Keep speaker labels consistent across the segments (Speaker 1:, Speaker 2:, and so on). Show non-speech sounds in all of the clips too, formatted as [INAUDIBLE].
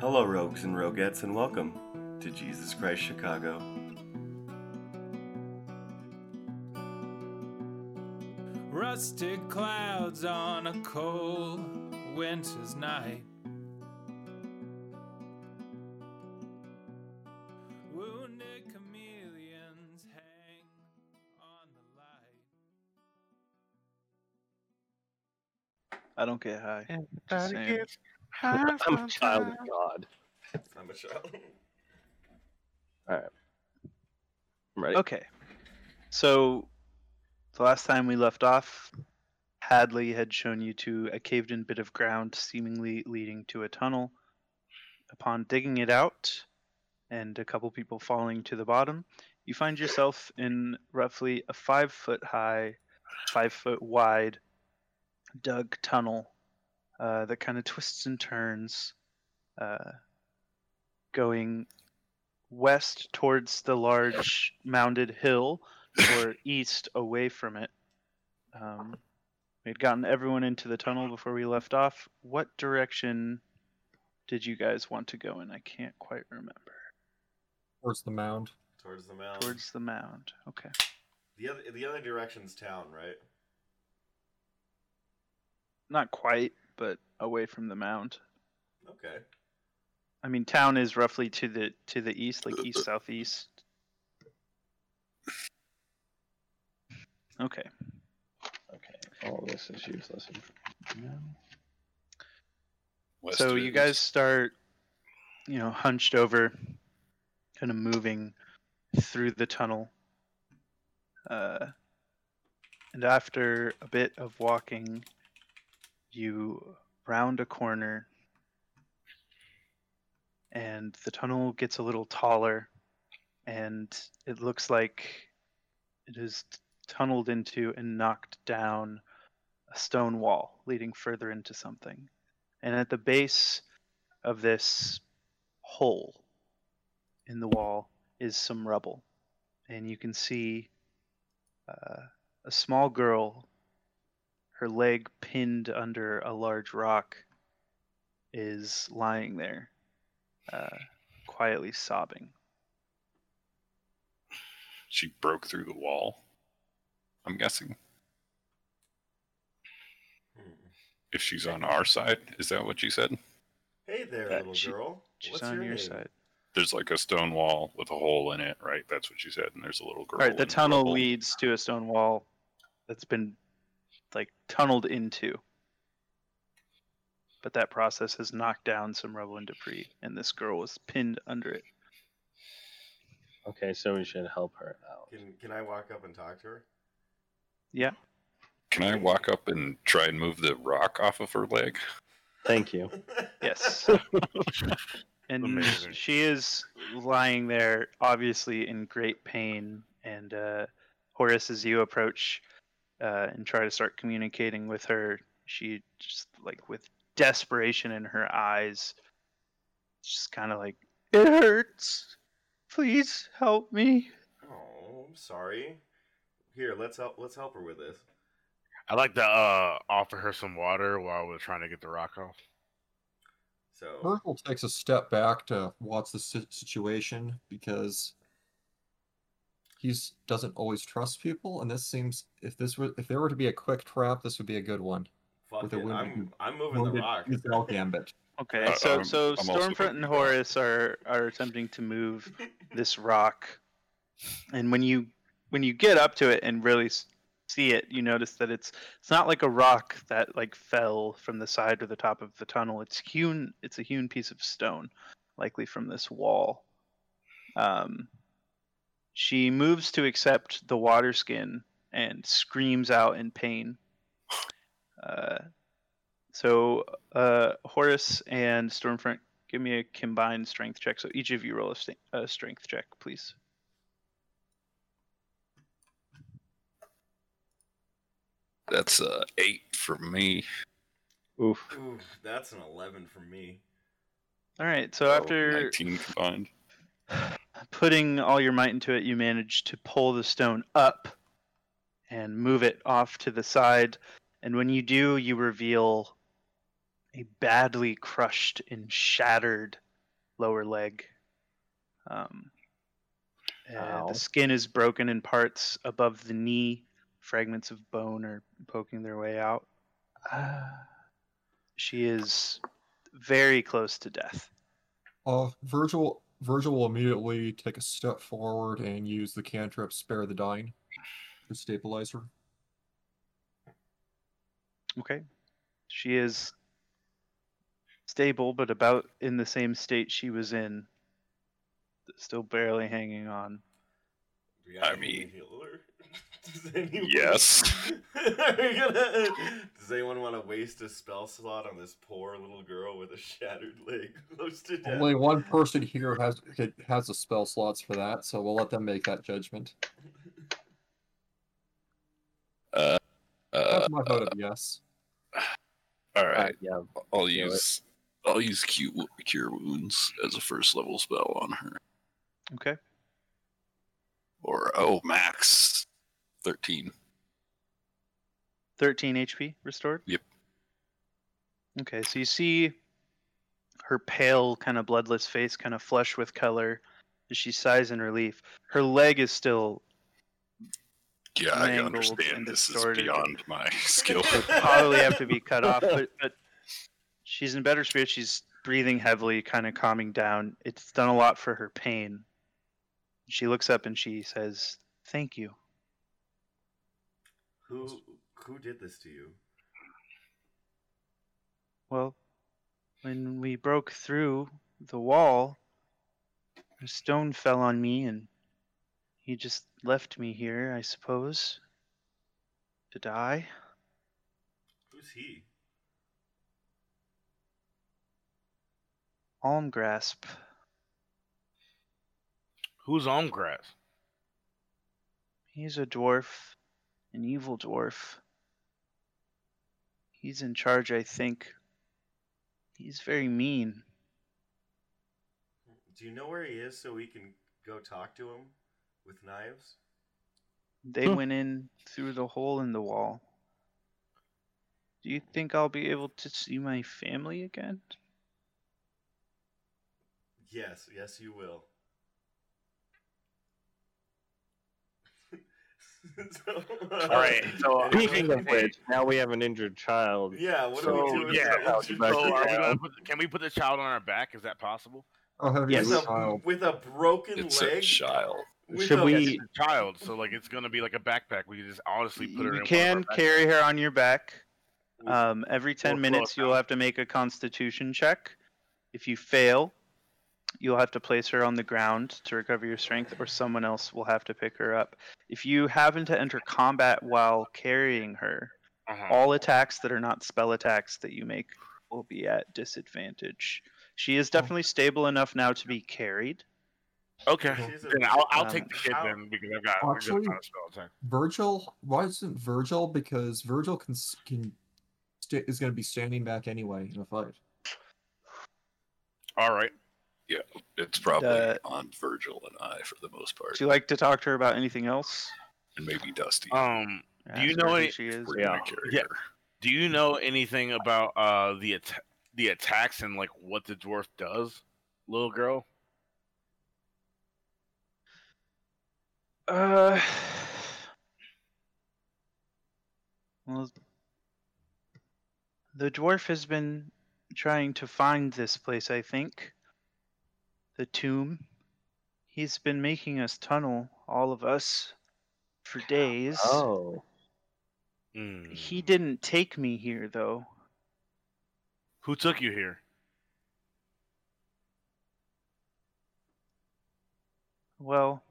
Speaker 1: Hello, rogues and roguettes, and welcome to Jesus Christ Chicago.
Speaker 2: Rusted clouds on a cold winter's night. Wounded chameleons hang on the light.
Speaker 3: I don't get high. Just
Speaker 4: Gotta
Speaker 3: saying.
Speaker 4: get high
Speaker 5: I'm a child of
Speaker 4: sometime.
Speaker 5: God.
Speaker 1: I'm a child.
Speaker 5: I'm ready.
Speaker 3: Okay. So, the last time we left off, Hadley had shown you to a caved in bit of ground, seemingly leading to a tunnel. Upon digging it out and a couple people falling to the bottom, you find yourself in roughly a five foot high, five foot wide dug tunnel uh, that kind of twists and turns, uh, going west towards the large mounded hill or east away from it. Um, we had gotten everyone into the tunnel before we left off. What direction did you guys want to go in? I can't quite remember.
Speaker 6: towards the mound.
Speaker 1: Towards the mound.
Speaker 3: Towards the mound. Okay.
Speaker 1: The other, the other direction's town, right?
Speaker 3: Not quite, but away from the mound.
Speaker 1: Okay.
Speaker 3: I mean, town is roughly to the to the east, like east southeast. Okay.
Speaker 5: Okay. All this is useless. information.
Speaker 3: so you guys start you know hunched over kind of moving through the tunnel uh, and after a bit of walking you round a corner and the tunnel gets a little taller and it looks like it is tunneled into and knocked down a stone wall leading further into something and at the base of this hole in the wall is some rubble. And you can see uh, a small girl, her leg pinned under a large rock, is lying there, uh, quietly sobbing.
Speaker 7: She broke through the wall. I'm guessing
Speaker 1: Hmm.
Speaker 7: if she's on our side, is that what you said?
Speaker 1: Hey there,
Speaker 3: That-
Speaker 1: little
Speaker 3: she-
Speaker 1: girl.
Speaker 3: She's
Speaker 1: What's
Speaker 3: on your
Speaker 1: name?
Speaker 3: side.
Speaker 7: There's like a stone wall with a hole in it, right? That's what you said. And there's a little girl.
Speaker 3: All right, the
Speaker 7: in
Speaker 3: tunnel
Speaker 7: rubble.
Speaker 3: leads to a stone wall that's been like tunneled into. But that process has knocked down some rubble and debris, and this girl was pinned under it.
Speaker 5: Okay, so we should help her out.
Speaker 1: Can, can I walk up and talk to her? [LAUGHS]
Speaker 7: Can I walk up and try and move the rock off of her leg?
Speaker 5: Thank you.
Speaker 3: [LAUGHS] Yes. and
Speaker 5: Amazing.
Speaker 3: she is lying there, obviously in great pain. And uh, Horace, as you approach uh, and try to start communicating with her, she just like with desperation in her eyes, just kind of like, It hurts. Please help me.
Speaker 1: oh, I'm sorry. Here, let's help. Let's help her with this.
Speaker 8: I'd like to uh, offer her some water while we're trying to get the rock off.
Speaker 1: So,
Speaker 6: Merkel takes a step back to watch the si- situation because he's doesn't always trust people, and this seems if this were if there were to be a quick trap, this would be a good one.
Speaker 1: fuck
Speaker 6: With
Speaker 1: it.
Speaker 6: a woman
Speaker 1: I'm,
Speaker 6: who-
Speaker 1: I'm moving the
Speaker 6: Wounded
Speaker 1: rock.
Speaker 6: Gazelle gambit.
Speaker 3: Okay,
Speaker 7: Uh,
Speaker 3: so
Speaker 7: um,
Speaker 3: so
Speaker 7: I'm also
Speaker 3: Stormfront and
Speaker 7: looking-
Speaker 3: Horus are are attempting to move this rock, and when you when you get up to it and really s- see it, you notice that it's it's not like a rock that like fell from the side or the top of the tunnel. It's hewn. It's a hewn piece of stone, likely from this wall. Um, she moves to accept the water skin and screams out in pain. Uh, so uh, Horus and Stormfront, give me a combined strength check. So each of you roll a, st- a strength check, please.
Speaker 7: That's uh, eight for me.
Speaker 5: Oof.
Speaker 1: Ooh, that's an 11 from me.
Speaker 3: All right. So
Speaker 7: Oh,
Speaker 3: after
Speaker 7: 19 combined.
Speaker 3: putting all your might into it, you manage to pull the stone up and move it off to the side. And when you do, you reveal a badly crushed and shattered lower leg. Um, uh,
Speaker 5: Ow.
Speaker 3: the skin is broken in parts above the knee. Fragments of bone are poking their way out. She is very close to death.
Speaker 6: Uh, Virgil Virgil will immediately take a step forward and use the cantrip Spare the Dying to stabilize her.
Speaker 3: Okay. She is stable, but about in the same state she was in. Still barely hanging on.
Speaker 1: Do we have
Speaker 7: I
Speaker 1: any
Speaker 7: mean-
Speaker 1: healer? [LAUGHS] Does anyone...
Speaker 7: Yes.
Speaker 1: Are we gonna... [LAUGHS] Does anyone want to waste a spell slot on this poor little girl with a shattered leg [LAUGHS] close to death?
Speaker 6: Only one person here has could- has the spell slots for that, so we'll let them make that judgment.
Speaker 7: Uh, uh,
Speaker 6: That's my vote of yes.
Speaker 7: all
Speaker 5: Uh,
Speaker 7: right.
Speaker 5: yeah.
Speaker 7: I'll
Speaker 5: do it.
Speaker 7: use I'll use cute cure wounds as a first level spell on her.
Speaker 3: Okay.
Speaker 7: Or oh, max thirteen.
Speaker 3: 13 HP restored?
Speaker 7: Yep.
Speaker 3: Okay, so you see her pale, kind of bloodless face, kind of flush with color. as She sighs in relief. Her leg is still
Speaker 7: Yeah, I
Speaker 3: Mangled
Speaker 7: understand
Speaker 3: and
Speaker 7: this is
Speaker 3: distorted.
Speaker 7: beyond my [LAUGHS] skill.
Speaker 3: would probably have to be cut off, but, but she's in better spirits. She's breathing heavily, kind of calming down. It's done a lot for her pain. She looks up and she says, "Thank you."
Speaker 1: Who who did this to you?
Speaker 3: Well, when we broke through the wall, a stone fell on me and he just left me here, I suppose, to die.
Speaker 1: Who's he?
Speaker 3: Alm grasp.
Speaker 8: Who's on grass?
Speaker 3: He's a dwarf, an evil dwarf. He's in charge, I think. He's very mean.
Speaker 1: Do you know where he is so we can go talk to him with knives?
Speaker 3: They went in through the hole in the wall. Do you think I'll be able to see my family again?
Speaker 1: Yes, yes, you will. [LAUGHS] so, uh,
Speaker 8: All right, so, uh,
Speaker 1: [LAUGHS] anyway,
Speaker 8: Speaking
Speaker 5: Speaking of which, now we have an injured child.
Speaker 1: yeah, what do
Speaker 5: So,
Speaker 1: we do? with uh,
Speaker 8: yeah,
Speaker 1: that?
Speaker 5: so,
Speaker 8: So are we
Speaker 5: Yeah.
Speaker 8: gonna put, can we put the child on our back? Is that possible?
Speaker 6: I'll have
Speaker 5: Yes.
Speaker 6: you
Speaker 1: with, a,
Speaker 6: child.
Speaker 1: with a broken
Speaker 7: it's a
Speaker 1: leg.
Speaker 7: child.
Speaker 1: With
Speaker 5: Should
Speaker 1: a-
Speaker 5: we-
Speaker 8: It's a child, so like it's gonna be like a backpack. We can just honestly put her.
Speaker 3: You
Speaker 8: in
Speaker 3: can
Speaker 8: one of our backpacks.
Speaker 3: carry her on your back.
Speaker 1: with-
Speaker 3: Um, every 10
Speaker 8: Or
Speaker 3: minutes,
Speaker 8: throw it
Speaker 3: you'll have to make a constitution check. If you fail, you'll have to place her on the ground to recover your strength, or someone else will have to pick her up. If you happen to enter combat while carrying her,
Speaker 8: Uh-huh.
Speaker 3: all attacks that are not spell attacks that you make will be at disadvantage. She is definitely stable enough now to be carried.
Speaker 8: Okay,
Speaker 1: She's a-
Speaker 8: then I'll, I'll
Speaker 3: Um,
Speaker 8: take the kid
Speaker 1: how-
Speaker 8: then because I've got we're just
Speaker 6: Actually-
Speaker 8: out of spell attack.
Speaker 6: Virgil, why isn't Virgil? Because Virgil can s- can sta is going to be standing back anyway in a fight.
Speaker 8: All right.
Speaker 7: It's probably
Speaker 3: The-
Speaker 7: on Virgil and I for the most part,
Speaker 3: Do you like to talk to her about anything else?
Speaker 7: and maybe Dusty.
Speaker 8: Um, Do
Speaker 3: Ask
Speaker 8: you
Speaker 3: her
Speaker 8: know
Speaker 3: who
Speaker 8: any-
Speaker 3: she is?
Speaker 7: We're
Speaker 5: yeah.
Speaker 7: gonna carry
Speaker 8: Yeah.
Speaker 7: her.
Speaker 8: do you know anything about uh the at- the attacks and like what the dwarf does, little girl?
Speaker 3: Uh, well, the dwarf has been trying to find this place, I think. The tomb. He's been making us tunnel, all of us, for days.
Speaker 5: Oh.
Speaker 8: Mm.
Speaker 3: He didn't take me here, though.
Speaker 8: Who took you here?
Speaker 3: Well,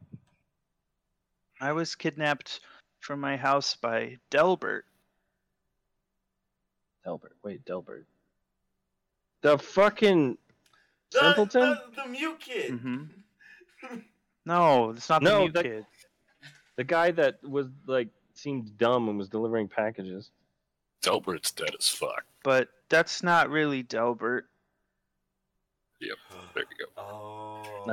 Speaker 3: I was kidnapped from my house by Delbert.
Speaker 5: Delbert. Wait, Delbert. The fucking.
Speaker 1: The-
Speaker 5: Templeton?
Speaker 1: The, the mute kid. [SIGHS]
Speaker 3: hmm
Speaker 5: [LAUGHS]
Speaker 3: No, it's not the
Speaker 5: No,
Speaker 3: mute
Speaker 5: that-
Speaker 3: kid.
Speaker 5: The guy that was, like, seemed dumb and was delivering packages.
Speaker 7: Delbert's dead as fuck.
Speaker 3: But that's not really Delbert.
Speaker 7: There you go.
Speaker 1: Oh.
Speaker 5: No.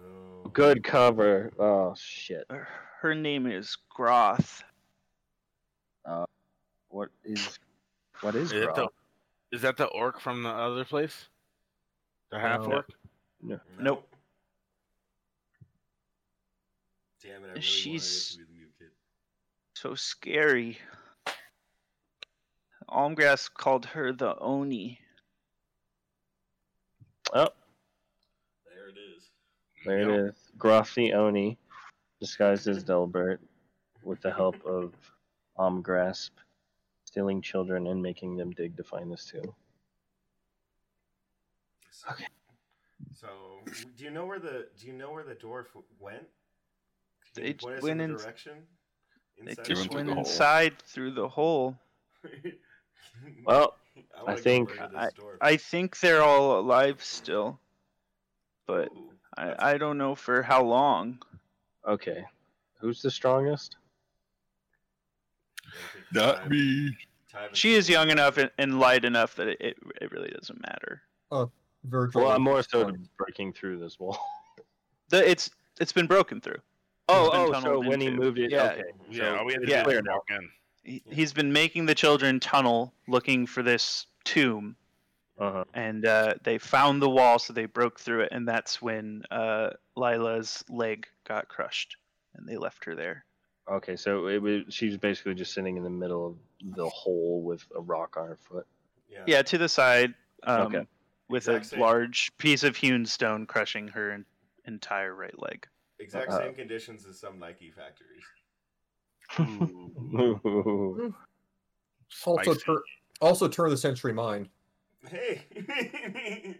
Speaker 1: no.
Speaker 5: Good cover. Oh, shit.
Speaker 3: Her her name is Groth.
Speaker 5: What is. What is
Speaker 8: Is that,
Speaker 5: Groth?
Speaker 8: the, is that the orc from the other place? The half orc?
Speaker 5: No.
Speaker 3: Nope.
Speaker 1: Damn it! I really
Speaker 3: She's-
Speaker 1: wanted it to be the new kid.
Speaker 3: So scary. Almgrass called her the Oni.
Speaker 5: Oh,
Speaker 1: There it is.
Speaker 5: there it is. Grossi Oni, disguised as Delbert, with the help of Omgrasp, stealing children and making them dig to find this tomb.
Speaker 1: So, okay. So, do you know where the do you know where the dwarf w- went? Can
Speaker 3: They
Speaker 1: you
Speaker 3: j-
Speaker 1: point us
Speaker 3: went
Speaker 1: in
Speaker 3: in-
Speaker 1: the direction?
Speaker 3: They
Speaker 1: Inside?
Speaker 7: Given
Speaker 3: just
Speaker 7: through
Speaker 3: went
Speaker 7: the hole.
Speaker 3: inside through the hole.
Speaker 5: Well,
Speaker 1: wanna
Speaker 5: I
Speaker 1: get
Speaker 5: think
Speaker 1: rid of this dwarf.
Speaker 3: I think they're all alive still, but
Speaker 1: Ooh, that's-
Speaker 3: I, I don't know for how long.
Speaker 5: okay. Who's the strongest?
Speaker 1: I think
Speaker 7: Not
Speaker 1: time-
Speaker 7: me.
Speaker 1: time
Speaker 3: She is young enough and, and light enough that it, it, it really doesn't matter.
Speaker 6: Virgil.
Speaker 5: Well, I'm more so
Speaker 6: um,
Speaker 5: breaking through
Speaker 3: [LAUGHS]
Speaker 5: this wall.
Speaker 3: The, it's it's been broken through.
Speaker 5: Oh,
Speaker 3: It's been
Speaker 5: oh, so
Speaker 3: tunneled
Speaker 5: when he
Speaker 3: into.
Speaker 5: moved it,
Speaker 3: Yeah.
Speaker 5: okay.
Speaker 8: Yeah, all we had to
Speaker 3: yeah.
Speaker 8: do was walk in.
Speaker 3: He,
Speaker 1: Yeah.
Speaker 3: he's been making the children tunnel looking for this tomb,
Speaker 5: Uh-huh.
Speaker 3: and uh, they found the wall, so they broke through it, and that's when uh, Lila's leg got crushed, and they left her there.
Speaker 5: Okay, so it was, she was basically just sitting in the middle of the hole with a rock on her foot.
Speaker 1: Yeah.
Speaker 3: Yeah, to the side, um,
Speaker 5: Okay.
Speaker 3: with
Speaker 1: Exact
Speaker 3: a
Speaker 1: same.
Speaker 3: large piece of hewn stone crushing her en- entire right leg.
Speaker 1: Exact
Speaker 5: Uh,
Speaker 1: same conditions as some Nike factories. [LAUGHS]
Speaker 3: Hmm.
Speaker 5: [LAUGHS] Ooh.
Speaker 6: also,
Speaker 8: Spicy.
Speaker 6: tur- also turn of the century mine.
Speaker 1: Hey.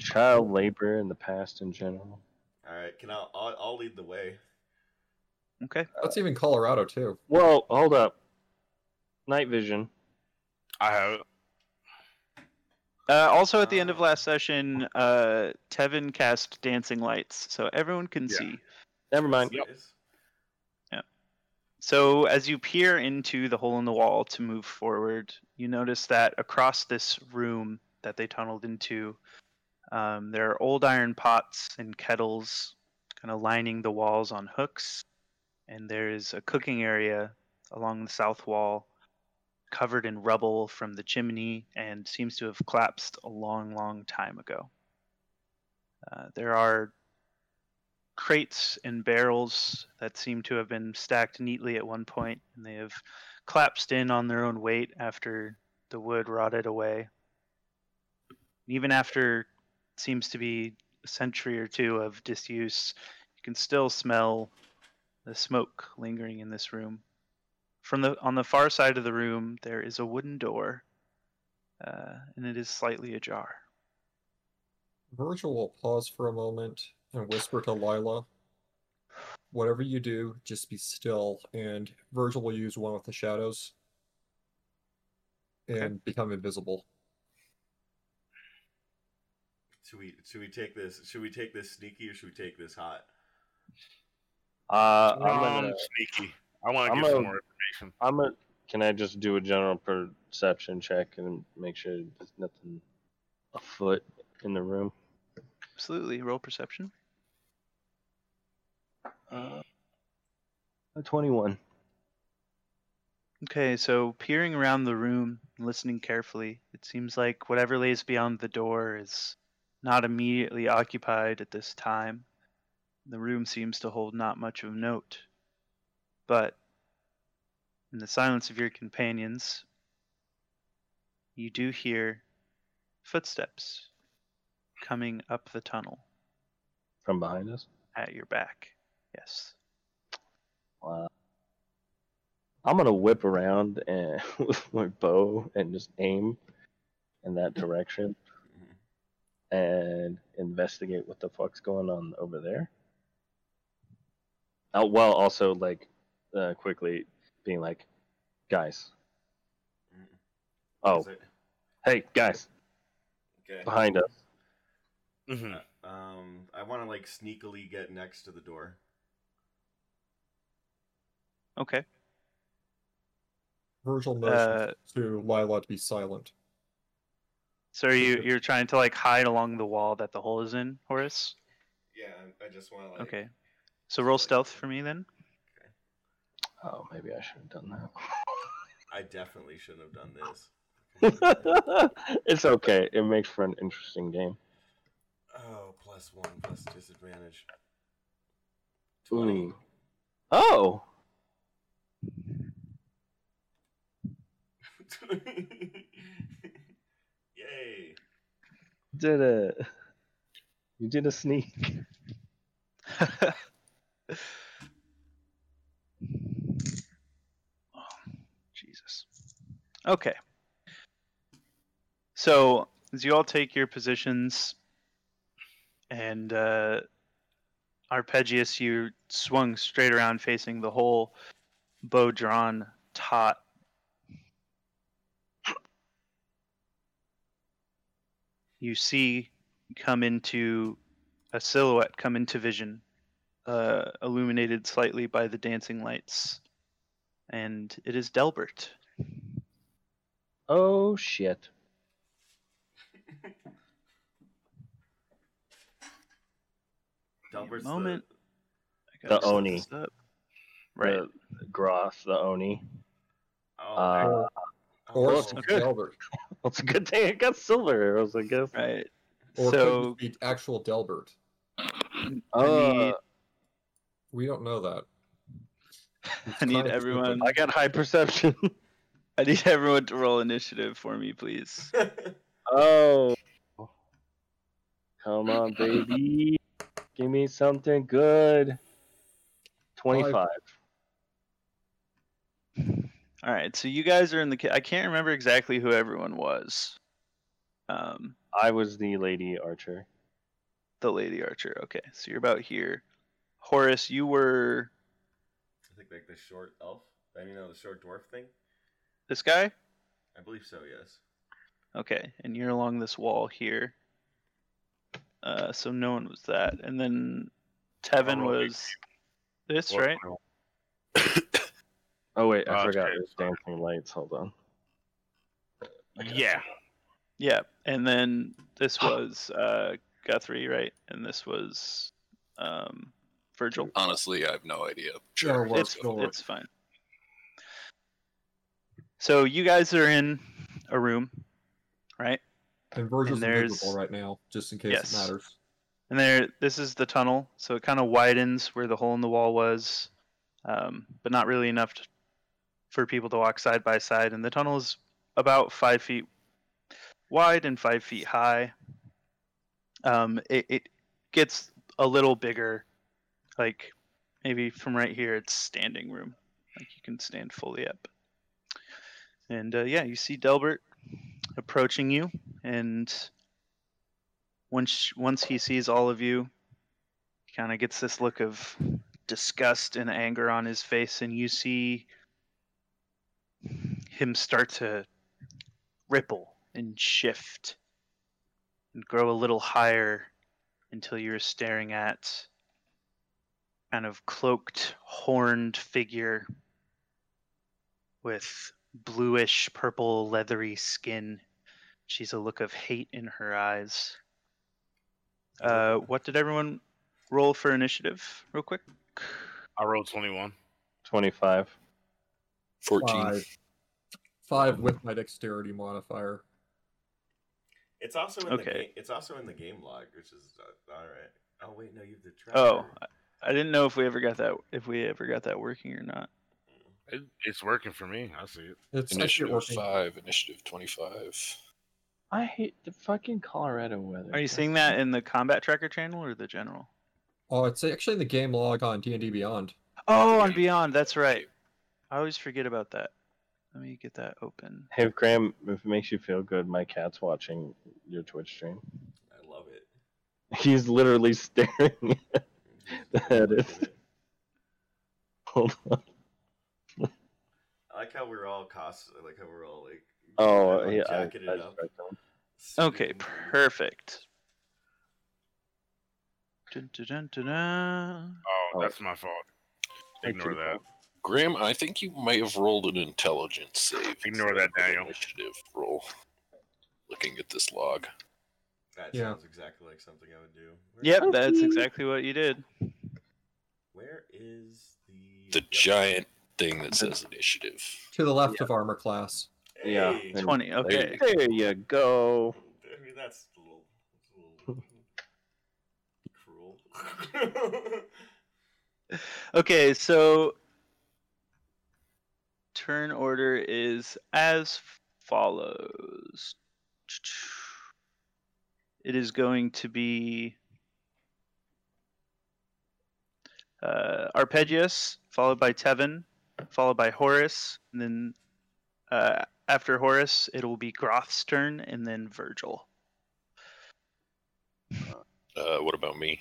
Speaker 5: Child labor in the past in general.
Speaker 1: [LAUGHS] All right. Can I? I'll, I'll lead the way.
Speaker 3: Okay.
Speaker 6: That's even Colorado too.
Speaker 5: Well, hold up. Night vision.
Speaker 8: I have it.
Speaker 3: Uh, also, at the end of
Speaker 1: Ah.
Speaker 3: last session, uh, Tevin cast dancing lights, so everyone can
Speaker 7: Yeah.
Speaker 3: see.
Speaker 5: Never mind.
Speaker 1: Yes.
Speaker 3: So, as you peer into the hole in the wall to move forward, you notice that across this room that they tunneled into, um, there are old iron pots and kettles kind of lining the walls on hooks. And there is a cooking area along the south wall covered in rubble from the chimney and seems to have collapsed a long, long time ago. Uh, there are crates and barrels that seem to have been stacked neatly at one point, and they have collapsed in on their own weight after the wood rotted away. And even after it seems to be a century or two of disuse, you can still smell the smoke lingering in this room. From the on the far side of the room, there is a wooden door, uh, and it is slightly ajar.
Speaker 6: Virgil will pause for a moment and whisper to Lila, "Whatever you do, just be still." And Virgil will use one with the shadows and become invisible.
Speaker 1: Should we? Should we take this? Should we take this sneaky or should we take this hot?
Speaker 5: Uh, I'm
Speaker 8: Um,
Speaker 5: gonna.
Speaker 8: sneaky. I want to
Speaker 5: I'm
Speaker 8: get some
Speaker 5: gonna-
Speaker 8: more information.
Speaker 5: I'm gonna. Can I just do a general perception check and make sure there's nothing afoot in the room?
Speaker 3: Absolutely, roll perception.
Speaker 5: Uh, a 21.
Speaker 3: Okay, so peering around the room, listening carefully, it seems like whatever lays beyond the door is not immediately occupied at this time. The room seems to hold not much of note. But in the silence of your companions, you do hear footsteps coming up the tunnel
Speaker 5: From behind us?
Speaker 3: at your back. Yes.
Speaker 5: Wow. I'm gonna whip around and [LAUGHS] with my bow and just aim in that direction and investigate what the fuck's going on over there. Uh, while also like uh, quickly being like, guys, oh
Speaker 1: Is it-
Speaker 5: hey guys,
Speaker 1: Okay.
Speaker 5: behind us.
Speaker 8: Mhm.
Speaker 1: Um, I want to like sneakily get next to the door.
Speaker 3: Okay.
Speaker 6: Virgil motions
Speaker 3: Uh,
Speaker 6: to Lila to be silent.
Speaker 3: so are you you're trying to like hide along the wall that the hole is in, Horace?
Speaker 1: Yeah, I just want to like.
Speaker 3: Okay. So roll stealth for me then.
Speaker 5: Oh, maybe I should have done
Speaker 1: I definitely shouldn't have done this.
Speaker 5: [LAUGHS] that. it's okay. It makes for an interesting game.
Speaker 1: Oh, plus one plus disadvantage.
Speaker 5: Ooh. Oh,
Speaker 1: [LAUGHS] Yay!
Speaker 5: did a you did a sneak?
Speaker 3: [LAUGHS] Oh, Jesus. Okay. So, as you all take your positions, and uh, Arpeggius, you swung straight around facing the hole, bow drawn, taut. You see come into a silhouette come into vision, uh, illuminated slightly by the dancing lights and it is Delbert.
Speaker 5: Oh shit!
Speaker 1: Delbert's
Speaker 3: moment.
Speaker 1: The,
Speaker 3: I gotta
Speaker 5: The
Speaker 3: set
Speaker 5: Oni.
Speaker 3: this up. Right.
Speaker 5: the Groth, the Oni.
Speaker 1: oh,
Speaker 5: Uh,
Speaker 1: oh,
Speaker 6: Or it's
Speaker 3: okay.
Speaker 6: Delbert.
Speaker 5: [LAUGHS] It's a good thing I got silver arrows, I guess.
Speaker 3: right.
Speaker 6: Or
Speaker 3: so
Speaker 6: it could just be actual Delbert.
Speaker 3: I
Speaker 5: Uh,
Speaker 3: need,
Speaker 6: We don't
Speaker 3: [LAUGHS]
Speaker 6: know that.
Speaker 3: I need
Speaker 6: Clive's
Speaker 3: everyone.
Speaker 5: I got high perception. [LAUGHS]
Speaker 3: I need everyone to roll initiative for me, please.
Speaker 1: [LAUGHS]
Speaker 5: Oh. Come on, baby. Give me something good. 25.
Speaker 3: All right. So you guys are in the. ca- I can't remember exactly who everyone was. Um,
Speaker 5: I was the lady archer.
Speaker 3: the lady archer. Okay. So you're about here. Horace, you were
Speaker 1: I think like the short elf. I mean, no, the short dwarf thing.
Speaker 3: this guy.
Speaker 1: I believe so. Yes.
Speaker 3: Okay, and you're along this wall here. Uh, so no one was that, and then Tevin
Speaker 7: I'll roll
Speaker 3: was this,
Speaker 7: Well,
Speaker 3: right?
Speaker 7: well,
Speaker 5: Oh, wait, I
Speaker 7: Uh,
Speaker 5: forgot.
Speaker 7: okay,
Speaker 5: There's dancing lights. Hold on.
Speaker 8: Yeah.
Speaker 3: Yeah, and then this was uh, Guthrie, right? And this was um, Virgil.
Speaker 4: Oh, Honestly, I have no idea.
Speaker 6: Yeah,
Speaker 4: Sure.
Speaker 6: well,
Speaker 4: let's
Speaker 6: it's
Speaker 4: go.
Speaker 6: still-
Speaker 3: It's fine. So you guys are in a room, right?
Speaker 6: And Virgil's
Speaker 3: And there's-
Speaker 6: invisible right now, just in case
Speaker 3: Yes.
Speaker 6: it matters.
Speaker 3: And there, this is the tunnel, so it kind of widens where the hole in the wall was, um, but not really enough t for people to walk side by side. And the tunnel is about five feet wide and five feet high. Um, it, it gets a little bigger, like maybe from right here, it's standing room, like you can stand fully up. And uh, yeah, you see Delbert approaching you, and once once he sees all of you, he kind of gets this look of disgust and anger on his face, and you see him start to ripple and shift and grow a little higher until you're staring at kind of cloaked horned figure with bluish purple leathery skin she's a look of hate in her eyes uh, what did everyone roll for initiative, real quick?
Speaker 8: I rolled 21.
Speaker 5: 25.
Speaker 4: 14.
Speaker 6: Five. Five with my dexterity modifier.
Speaker 1: It's also in the
Speaker 3: Okay.
Speaker 1: game. It's also in the game log, which is uh, all right. Oh wait, no, you have the tracker.
Speaker 3: Oh, I- I didn't know if we ever got that if we ever got that working or not.
Speaker 8: It, it's working for me. I see it.
Speaker 6: It's I see it
Speaker 4: Initiative
Speaker 6: working.
Speaker 4: 5, initiative 25.
Speaker 5: I hate the fucking Colorado weather.
Speaker 3: Are you seeing that in the combat tracker channel or the general?
Speaker 6: Oh, it's actually in the game log on D and D Beyond.
Speaker 3: Oh, on Beyond, that's right. I always forget about that. Let me get that open.
Speaker 5: Hey, Graham, if it makes you feel good, my cat's watching your Twitch stream. [LAUGHS]
Speaker 1: I love it.
Speaker 5: He's literally staring. [LAUGHS] That
Speaker 1: Look
Speaker 5: is-
Speaker 1: at it.
Speaker 5: Hold on.
Speaker 1: I like how we're all cost. I like how we're all like.
Speaker 5: Oh,
Speaker 1: like,
Speaker 5: yeah. I, I,
Speaker 1: Jacketed up.
Speaker 5: tried to-
Speaker 3: Okay,
Speaker 1: Suited and-
Speaker 3: perfect. Dun, dun, dun, dun, dun.
Speaker 8: Oh,
Speaker 5: Oh.
Speaker 8: that's my fault.
Speaker 5: Thank
Speaker 8: Ignore
Speaker 5: you.
Speaker 8: that.
Speaker 4: Graham, I think you might have rolled an intelligence save.
Speaker 8: Ignore
Speaker 4: instead of
Speaker 8: that,
Speaker 4: an
Speaker 8: Daniel.
Speaker 4: Initiative roll. Looking at this log.
Speaker 1: That
Speaker 6: Yeah.
Speaker 1: sounds exactly like something I would do. Where-
Speaker 3: Yep, that's exactly what you did.
Speaker 1: Where is the
Speaker 4: The
Speaker 1: yep.
Speaker 4: giant thing that says initiative.
Speaker 6: To the left of armor class.
Speaker 5: Yeah.
Speaker 1: Hey!
Speaker 5: And
Speaker 3: Twenty.
Speaker 5: there-
Speaker 3: Okay.
Speaker 5: There you go.
Speaker 1: I mean, that's a little. That's a little
Speaker 3: [LAUGHS] Okay, so turn order is as follows. It is going to be uh, Arpeggios, followed by Tevin, followed by Horace, and then uh, after Horace, it will be Groth's turn, and then Virgil.
Speaker 4: Uh, what about me?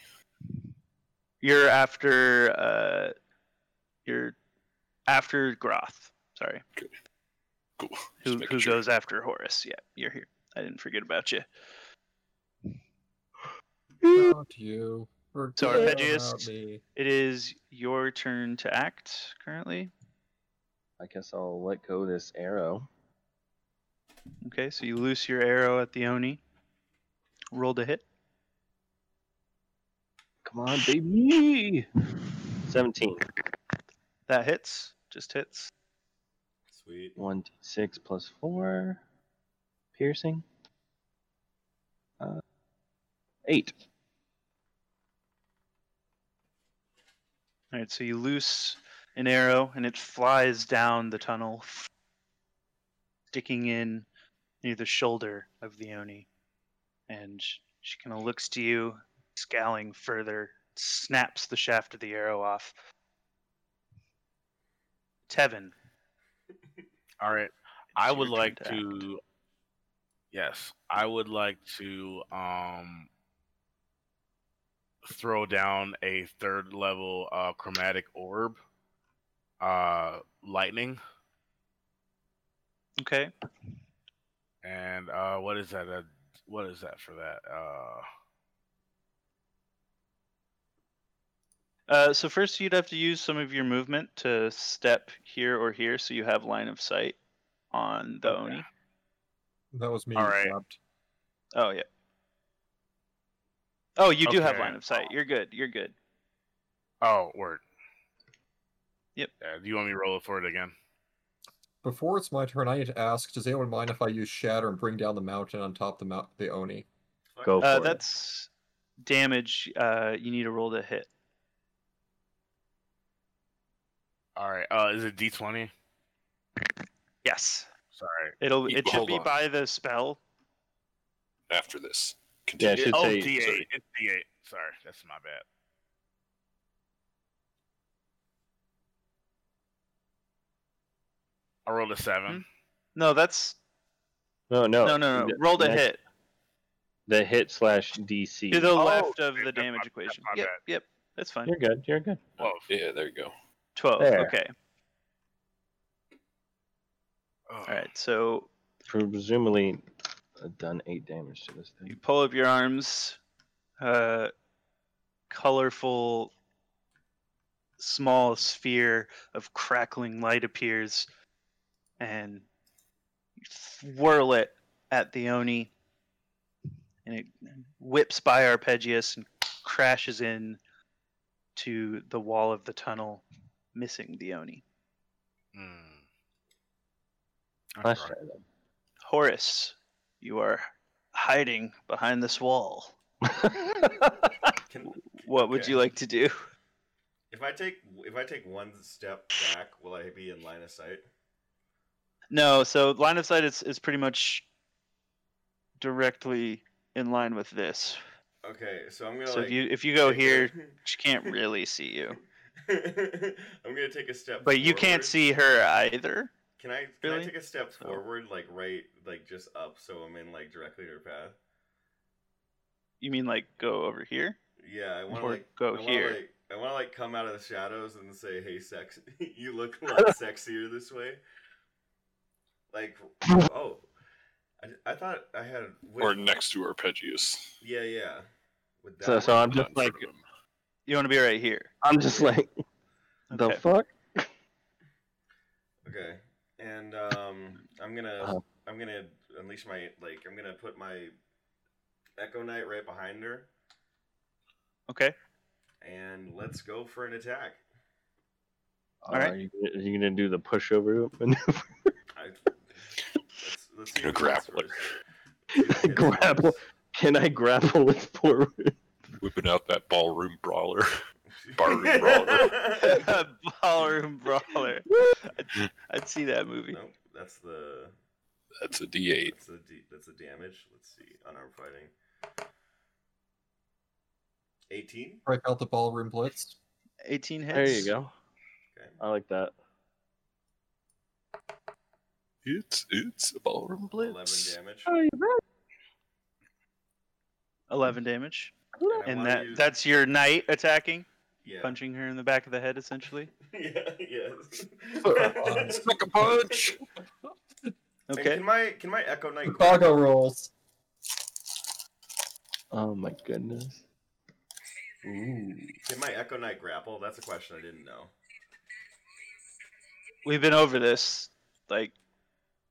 Speaker 3: You're after uh, you're after Groth. Sorry.
Speaker 4: Cool.
Speaker 3: who,
Speaker 4: Just making
Speaker 3: who
Speaker 4: sure.
Speaker 3: goes after Horace. Yeah, you're here. I didn't forget about you.
Speaker 6: About you. Forget
Speaker 3: So Arpeggios-
Speaker 6: about me.
Speaker 3: It is your turn to act currently.
Speaker 5: I guess I'll let go this arrow.
Speaker 3: Okay, so you loose your arrow at the Oni. Roll to hit.
Speaker 5: Come on, baby. Seventeen.
Speaker 3: That hits. Just hits.
Speaker 1: [LAUGHS] Sweet.
Speaker 5: One d six plus four. Piercing. Uh, eight.
Speaker 3: All right, so you loose an arrow and it flies down the tunnel, sticking in near the shoulder of the Oni. And sh- she kind of looks to you, scowling further, snaps the shaft of the arrow off. Tevin,
Speaker 8: All right.
Speaker 3: It's
Speaker 8: I
Speaker 3: your
Speaker 8: would
Speaker 3: turn
Speaker 8: like
Speaker 3: to act.
Speaker 8: to. Yes, I would like to um throw down a third level uh chromatic orb uh lightning
Speaker 3: Okay.
Speaker 8: and uh what is that uh, what is that for that uh
Speaker 3: Uh, so first, you'd have to use some of your movement to step here or here, so you have line of sight on the
Speaker 8: Okay.
Speaker 3: Oni.
Speaker 6: That was me.
Speaker 8: All right.
Speaker 6: Slapped.
Speaker 3: Oh yeah. Oh, you do have
Speaker 8: Okay.
Speaker 3: line of sight. You're good. You're good.
Speaker 8: oh word
Speaker 3: Yep.
Speaker 8: yeah, do you want me to roll it for it again
Speaker 6: Before it's my turn, I need to ask: Does anyone mind if I use Shatter and bring down the mountain on top of the mount, the Oni?
Speaker 1: Fuck
Speaker 5: Go.
Speaker 1: it.
Speaker 3: Uh,
Speaker 5: for it.
Speaker 3: that's damage. Uh, you need a roll to hit.
Speaker 8: all right uh is it d20
Speaker 3: Yes.
Speaker 8: sorry
Speaker 3: It'll.
Speaker 4: You-
Speaker 3: It should
Speaker 4: hold
Speaker 3: be
Speaker 4: on.
Speaker 3: by the spell.
Speaker 4: After this.
Speaker 5: Yeah, it
Speaker 4: Continue.
Speaker 5: should
Speaker 8: oh
Speaker 5: say
Speaker 8: d8
Speaker 4: sorry.
Speaker 8: it's d8 sorry that's my bad I rolled a seven.
Speaker 3: No, that's
Speaker 5: no
Speaker 8: Oh,
Speaker 5: no
Speaker 3: no, no, no. Roll to
Speaker 5: Next-
Speaker 3: hit
Speaker 5: The hit slash DC.
Speaker 3: to the
Speaker 8: Oh,
Speaker 3: left of
Speaker 8: dude,
Speaker 3: the
Speaker 8: that's my-
Speaker 3: damage
Speaker 8: that's
Speaker 3: equation.
Speaker 8: my
Speaker 3: Yep.
Speaker 8: bad.
Speaker 3: Yep. That's fine.
Speaker 5: You're good. You're good.
Speaker 8: Twelve.
Speaker 4: yeah, there you go.
Speaker 3: Twelve.
Speaker 5: There.
Speaker 3: Okay.
Speaker 8: Ugh.
Speaker 3: Hmm? All right. So
Speaker 5: Presumably, I've done eight damage to this
Speaker 3: You
Speaker 5: thing.
Speaker 3: pull up your arms. Uh, colorful, small sphere of crackling light appears, and you whirl it at the Oni, and it whips by Arpeggios and crashes in to the wall of the tunnel, missing the Oni.
Speaker 8: Mm.
Speaker 5: Let's
Speaker 8: That's
Speaker 5: try
Speaker 8: right.
Speaker 5: that.
Speaker 3: Horace, you are hiding behind this wall.
Speaker 1: Can,
Speaker 3: What would you
Speaker 1: Okay.
Speaker 3: like to do?
Speaker 1: if I take if I take one step back, will I be in line of sight?
Speaker 3: No, so line of sight is, is pretty much directly in line with this.
Speaker 1: Okay, so I'm gonna.
Speaker 3: so
Speaker 1: like,
Speaker 3: if you if you go
Speaker 1: take a-
Speaker 3: here,
Speaker 1: [LAUGHS]
Speaker 3: she can't really see you.
Speaker 1: I'm gonna take a step.
Speaker 3: But you can't
Speaker 1: forward.
Speaker 3: see her either.
Speaker 1: Can I? Can I
Speaker 3: really? Oh.
Speaker 1: take a step
Speaker 3: So-
Speaker 1: forward, like right, like just up, so I'm in like directly to her path?
Speaker 3: You mean like go over here?
Speaker 1: Yeah, I want to
Speaker 3: Or
Speaker 1: like
Speaker 3: go
Speaker 1: I wanna,
Speaker 3: here.
Speaker 1: Like, I want to like come out of the shadows and say, "Hey, sex, [LAUGHS] you look a lot sexier this way." Like, oh, I, I thought I had with,
Speaker 4: Or next to Arpeggios.
Speaker 1: Yeah, yeah. With
Speaker 5: [LAUGHS] so, so I'm
Speaker 4: Not
Speaker 5: just
Speaker 4: in
Speaker 5: like,
Speaker 4: front of him.
Speaker 3: You want to be right here.
Speaker 5: I'm just like, the
Speaker 3: Okay.
Speaker 5: fuck?
Speaker 1: Okay, and um, I'm gonna
Speaker 5: Oh.
Speaker 1: I'm gonna unleash my like I'm gonna put my Echo Knight right behind her, [LAUGHS]
Speaker 3: Okay. [LAUGHS]
Speaker 1: and let's go for an attack.
Speaker 5: Uh,
Speaker 3: right.
Speaker 5: Are you, are you gonna do the pushover [LAUGHS] maneuver?
Speaker 1: I, let's, let's see
Speaker 4: You're
Speaker 1: who hits
Speaker 4: grappling.
Speaker 5: [LAUGHS]
Speaker 1: first. See who hits
Speaker 5: Grapple.
Speaker 1: first.
Speaker 5: Can I grapple with forward?
Speaker 7: whipping out that ballroom brawler. [LAUGHS] Barroom brawler.
Speaker 3: Ballroom brawler. I'd, I'd see that movie.
Speaker 1: nope, that's the
Speaker 7: That's a D8.
Speaker 1: that's the d- that's the damage. Let's see, unarmed fighting. Eighteen.
Speaker 6: Break out the ballroom blitz.
Speaker 3: 18 hits.
Speaker 5: There you go.
Speaker 1: Okay.
Speaker 5: I like that.
Speaker 7: It's it's a ballroom
Speaker 1: Eleven
Speaker 7: blitz.
Speaker 1: damage.
Speaker 3: 11 damage.
Speaker 1: I
Speaker 3: And
Speaker 1: wanna
Speaker 3: that
Speaker 1: use-
Speaker 3: that's your knight attacking,
Speaker 1: yeah.
Speaker 3: punching her in the back of the head essentially.
Speaker 1: [LAUGHS] Yeah.
Speaker 3: [LAUGHS]
Speaker 1: Yes.
Speaker 7: Sucker punch.
Speaker 1: And
Speaker 3: Okay.
Speaker 1: Can my can my Echo Knight?
Speaker 6: Chicago rolls.
Speaker 5: Oh my goodness.
Speaker 1: Can my Echo Knight grapple? That's a question I didn't know.
Speaker 3: We've been over this. Like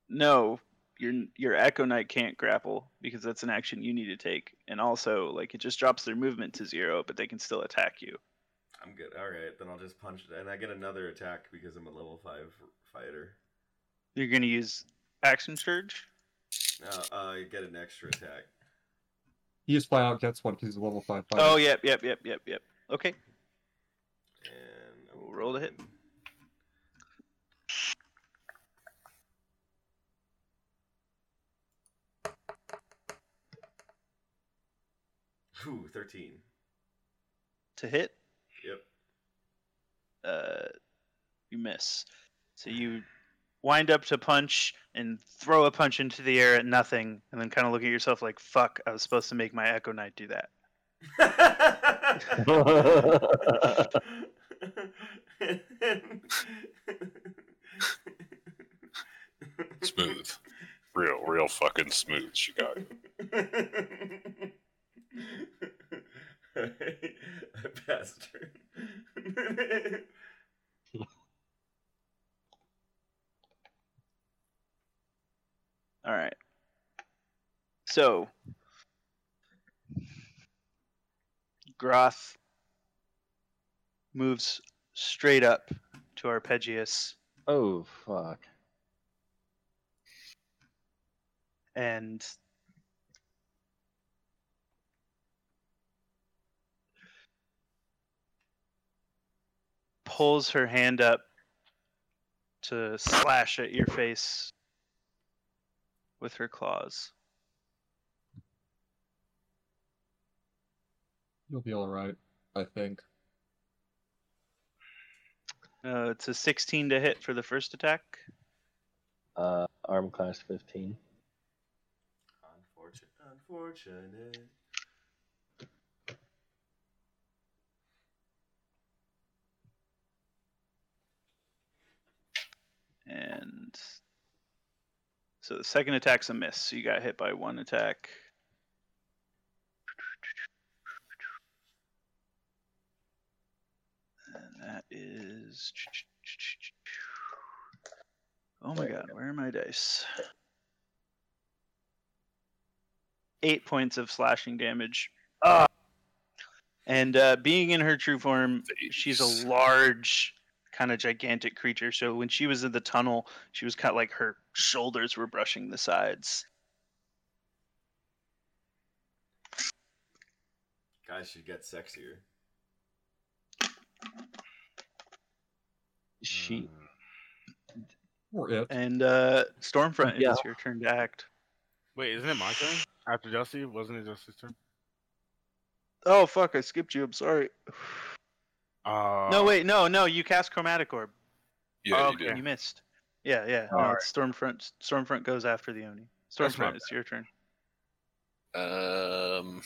Speaker 3: no, your your Echo Knight can't grapple because that's an action you need to take. And also, like it just drops their movement to 0, but they can still attack you.
Speaker 1: I'm good. All right, then I'll just punch it, and I get another attack because I'm a level five fighter.
Speaker 3: You're going to use action surge.
Speaker 1: Uh, I get an extra attack.
Speaker 6: He just flat out gets one because he's a level five. fighter.
Speaker 3: Oh, yep, yep, yep, yep, yep. Okay.
Speaker 1: And
Speaker 3: We'll roll to hit.
Speaker 1: Ooh, thirteen.
Speaker 3: To hit.
Speaker 1: Yep.
Speaker 3: uh, you miss. So you wind up to punch and throw a punch into the air at nothing, and then kind of look at yourself like, "Fuck, I was supposed to make my Echo Knight do that."
Speaker 7: Smooth. Real, real fucking smooth, Chicago.
Speaker 1: I passed her.
Speaker 3: All right. So, Groth moves straight up to Arpeggius
Speaker 5: Oh fuck.
Speaker 3: and pulls her hand up to slash at your face with her claws.
Speaker 6: You'll be all right, I think.
Speaker 3: Uh, it's a 16 to hit for the first attack.
Speaker 5: Uh, arm class 15.
Speaker 1: Unfortunate. Unfortunate.
Speaker 3: And so the second attack's a miss. So you got hit by one attack. And that is. Oh my god, where are my dice? Eight points of slashing damage. Ah! And uh, being in her true form, she's
Speaker 7: Jeez.
Speaker 3: a large, kind of gigantic creature. So when she was in the tunnel, she was kind of like her shoulders were brushing the sides.
Speaker 1: Guys should get sexier.
Speaker 5: She.
Speaker 8: Hmm.
Speaker 6: Or it.
Speaker 3: And uh, Stormfront, it
Speaker 5: Yeah.
Speaker 3: is your turn to act.
Speaker 8: Wait, isn't it my turn? After Dusty, wasn't it Dusty's turn?
Speaker 3: Oh fuck! I skipped you. I'm sorry.
Speaker 8: Uh,
Speaker 3: no wait, no, no. You cast Chromatic Orb.
Speaker 7: Yeah,
Speaker 8: Okay.
Speaker 7: you did.
Speaker 3: You missed. Yeah, yeah. No, it's Stormfront. Stormfront goes after the Oni.
Speaker 8: That's my
Speaker 3: Stormfront, it's your turn.
Speaker 7: Um.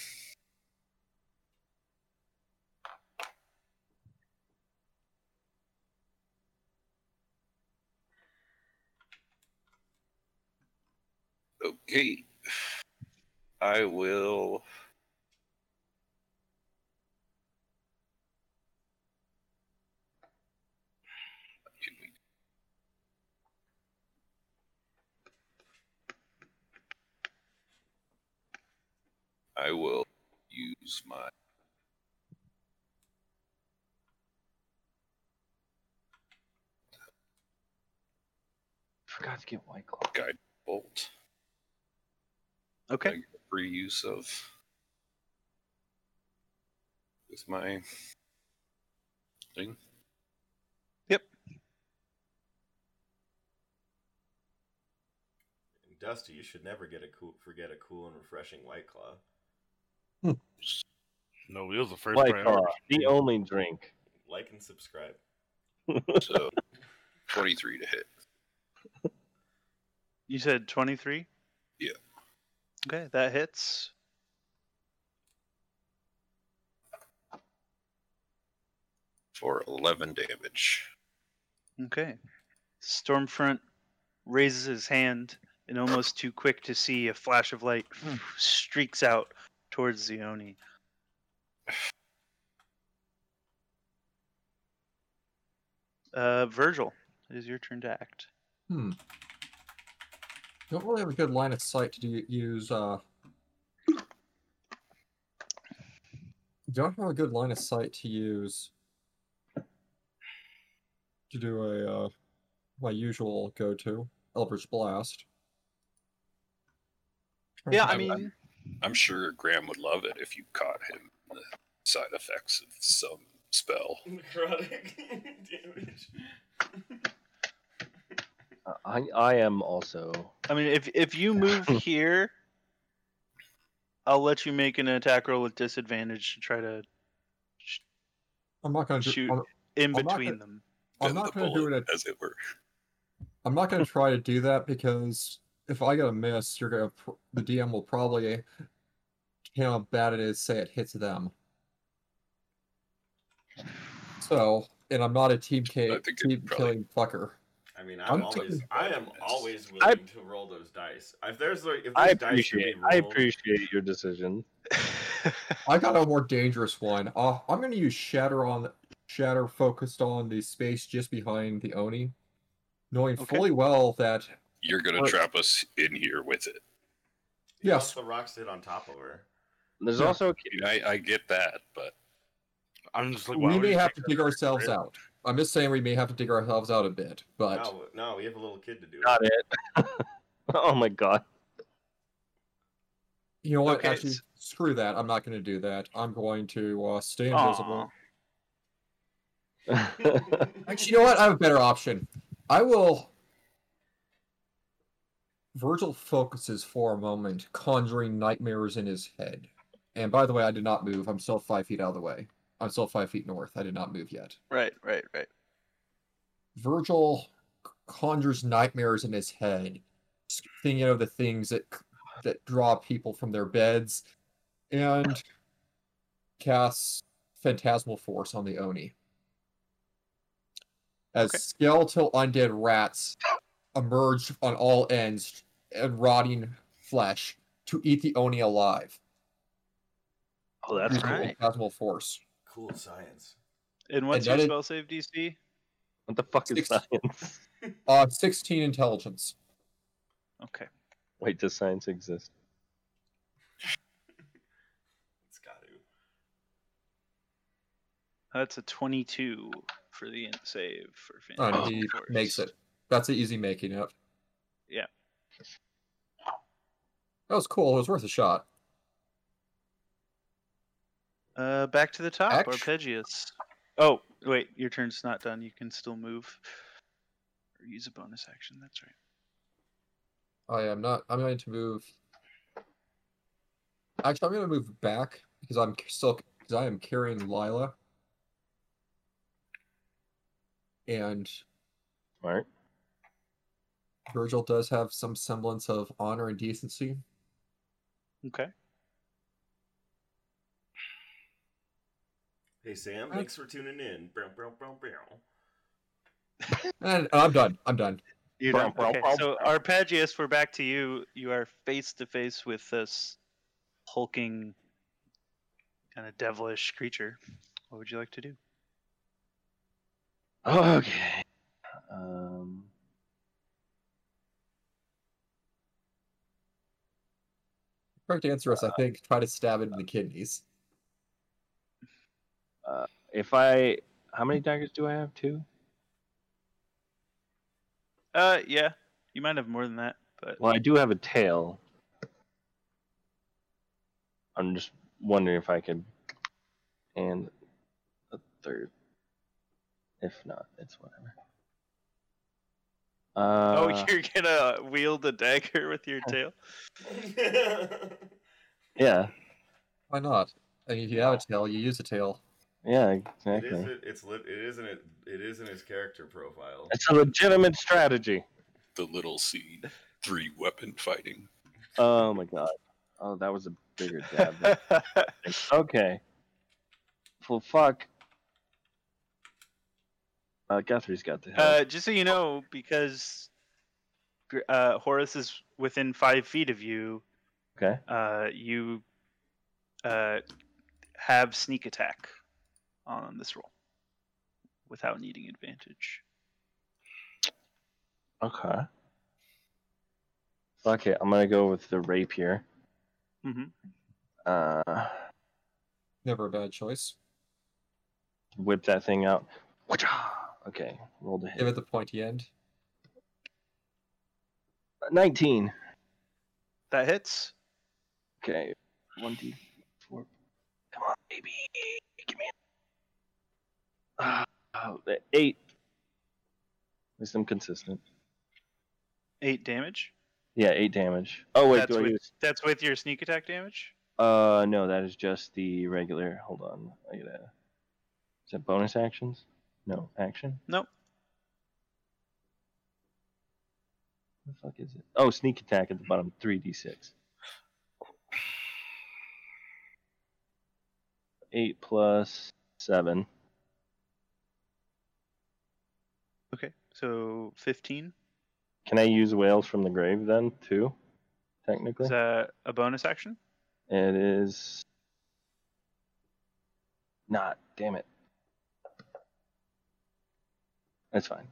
Speaker 7: Okay. I will. I will use my.
Speaker 5: Forgot to get White Claw.
Speaker 7: guide bolt.
Speaker 3: Okay.
Speaker 7: Free use of. with my thing?
Speaker 1: And Dusty, you should never get a cool, forget a cool and refreshing White Claw.
Speaker 8: No, it was the first
Speaker 5: White
Speaker 3: uh,
Speaker 8: priority.
Speaker 5: Claw, the only drink.
Speaker 1: Like and subscribe.
Speaker 3: [LAUGHS]
Speaker 7: So 23 to hit.
Speaker 3: You said 23?
Speaker 7: Yeah.
Speaker 3: Okay, that hits.
Speaker 7: for 11 damage.
Speaker 3: Okay. Stormfront raises his hand and almost too quick to see a flash of light streaks out towards the Oni. Uh, Virgil, it is your turn to act.
Speaker 6: hmm. Don't really have a good line of sight to do, use. Uh... Don't have a good line of sight to use to do a uh, my usual go-to Eldritch Blast.
Speaker 3: Yeah, I
Speaker 7: I'm-
Speaker 3: mean,
Speaker 7: I'm- I'm sure Graham would love it if you caught him in the side effects of some spell.
Speaker 1: Necrotic damage.
Speaker 5: Uh, I I am also.
Speaker 3: I mean, if if you move here, I'll let you make an attack roll with disadvantage to try to
Speaker 6: I'm not gonna
Speaker 3: Shoot.
Speaker 6: do, I'm,
Speaker 3: in
Speaker 6: I'm not
Speaker 3: between
Speaker 6: gonna-
Speaker 3: them.
Speaker 6: I'm
Speaker 7: Bend
Speaker 6: not
Speaker 7: the
Speaker 6: gonna do
Speaker 7: bullet,
Speaker 6: it. At,
Speaker 7: as it were.
Speaker 6: I'm not gonna try to do that because if I get a miss, you're gonna pr- the DM will probably you know how bad it is. Say it hits them. So, and I'm not a team, ca-
Speaker 7: I think it'd
Speaker 6: team
Speaker 7: probably-
Speaker 6: killing fucker.
Speaker 1: I mean, I'm,
Speaker 6: I'm
Speaker 1: always,
Speaker 6: taking-
Speaker 1: I am
Speaker 7: Yes.
Speaker 1: always willing
Speaker 5: I-
Speaker 1: to roll those dice. If there's, like, if
Speaker 5: I
Speaker 1: those dice should be
Speaker 5: appreciate. I
Speaker 1: rolled-
Speaker 5: appreciate your decision.
Speaker 6: I got a more dangerous one. Uh, I'm gonna use shatter on shatter focused on the space just behind the Oni, knowing
Speaker 3: Okay.
Speaker 6: fully well that
Speaker 7: You're going
Speaker 6: Or-
Speaker 7: to trap us in here with it.
Speaker 6: yes,
Speaker 1: The rocks sit on top of her.
Speaker 5: There's
Speaker 6: Yeah.
Speaker 5: also
Speaker 7: I, mean, I, I get that, but
Speaker 8: I'm just like, why
Speaker 6: we
Speaker 8: would
Speaker 6: may
Speaker 8: you
Speaker 6: have to
Speaker 8: take
Speaker 6: dig
Speaker 8: that?
Speaker 6: ourselves
Speaker 8: Really?
Speaker 6: out. I'm just saying we may have to dig ourselves out a bit, but
Speaker 1: No, no, we have a little kid to do
Speaker 5: got it. [LAUGHS] oh my god. [LAUGHS]
Speaker 6: you know what?
Speaker 3: Okay,
Speaker 6: Actually,
Speaker 3: it's-
Speaker 6: screw that. I'm not gonna do that. I'm going to uh, stay invisible. Actually, you know what? I have a better option. I will. Virgil focuses for a moment, conjuring nightmares in his head. And by the way, I did not move. I'm still five feet out of the way. I'm still five feet north. I did not move yet.
Speaker 3: Right, right, right.
Speaker 6: Virgil c- conjures nightmares in his head, s- thinking of the things that c- that draw people from their beds, and casts phantasmal force on the Oni. As
Speaker 3: Okay.
Speaker 6: skeletal undead rats emerge on all ends and rotting flesh to eat the Oni alive.
Speaker 3: Oh, that's
Speaker 6: using
Speaker 3: right.
Speaker 6: Phantasmal force.
Speaker 1: cool science.
Speaker 3: And what's
Speaker 6: And that
Speaker 3: your
Speaker 6: is-
Speaker 3: spell save DC?
Speaker 5: What the fuck is
Speaker 6: Six-
Speaker 5: science?
Speaker 6: Uh, 16 intelligence.
Speaker 3: Okay.
Speaker 5: Wait, does science exist?
Speaker 1: It's got to.
Speaker 3: That's a 22 for the int save for
Speaker 6: And
Speaker 3: Phantasm
Speaker 6: he
Speaker 3: Force.
Speaker 6: Oh, makes it. That's the easy making it.
Speaker 3: Yeah.
Speaker 6: That was cool. It was worth a shot.
Speaker 3: Uh, back to the top,
Speaker 6: Act-
Speaker 3: Arpeggius. Oh, wait, your turn's not done. You can still move or use a bonus action. That's right.
Speaker 6: I am not. I'm going to move. Actually, I'm going to move back because I'm c- still because I am carrying Lila. And
Speaker 5: Right.
Speaker 6: Virgil does have some semblance of honor and decency.
Speaker 3: Okay.
Speaker 1: Hey Sam, thanks for tuning in. Brow, brow, brow, brow.
Speaker 6: And I'm done. I'm done.
Speaker 3: You're
Speaker 5: Brum,
Speaker 3: done.
Speaker 5: brum,
Speaker 3: Okay,
Speaker 5: brum,
Speaker 3: so
Speaker 5: brum.
Speaker 3: Arpeggius, we're back to you. You are face to face with this hulking, kind of devilish creature. What would you like to do?
Speaker 5: Okay. Um.
Speaker 6: Correct answer is I think try to stab it in the kidneys.
Speaker 5: If I, how many daggers do I have? Two.
Speaker 3: Uh, yeah, you might have more than that, but
Speaker 5: Well, I do have a tail. I'm just wondering if I could and a third. If not, it's whatever. Uh,
Speaker 3: oh, [LAUGHS] you're gonna wield a dagger with your
Speaker 5: [LAUGHS]
Speaker 3: tail?
Speaker 5: yeah,
Speaker 6: Why not? I mean, if you have a tail, you use a tail.
Speaker 5: yeah,
Speaker 1: It
Speaker 5: exactly.
Speaker 1: isn't. It's lit. It isn't. It, it isn't his character profile.
Speaker 5: It's a legitimate strategy.
Speaker 4: The little C three weapon fighting.
Speaker 5: Oh my god. Oh, that was a bigger dab. than-
Speaker 3: [LAUGHS]
Speaker 5: okay. Well, fuck. Uh, Guthrie's got the head.
Speaker 3: uh, just so you know, because gr- uh, Horus is within five feet of you,
Speaker 5: okay.
Speaker 3: uh, you uh, have sneak attack on this roll without needing advantage.
Speaker 5: Okay. Fuck it. I'm gonna go with the rapier. Mm-hmm.
Speaker 3: Mhm.
Speaker 5: Uh,
Speaker 6: Never a bad choice.
Speaker 5: whip that thing out. Wacha! Okay. Roll the hit.
Speaker 6: Give it the pointy end.
Speaker 5: 19.
Speaker 3: That hits.
Speaker 5: Okay. 1d4. Come on, baby. Give me it. Ah, [SIGHS] Oh, the 8. At least I'm consistent.
Speaker 3: Eight damage.
Speaker 5: Yeah, 8 damage. Oh, wait.
Speaker 3: That's
Speaker 5: do I
Speaker 3: with-
Speaker 5: use.
Speaker 3: That's with your sneak attack damage.
Speaker 5: Uh, no, that is just the regular. Hold on. I gotta. Is that bonus actions? No. Action?
Speaker 3: Nope.
Speaker 5: What the fuck is it? Oh, sneak attack at the bottom. 3d6. 8 plus 7.
Speaker 3: Okay, so fifteen.
Speaker 5: Can I use whales from the grave then, too? Technically?
Speaker 3: Is that a bonus action?
Speaker 5: It is. Not. Damn it. That's fine.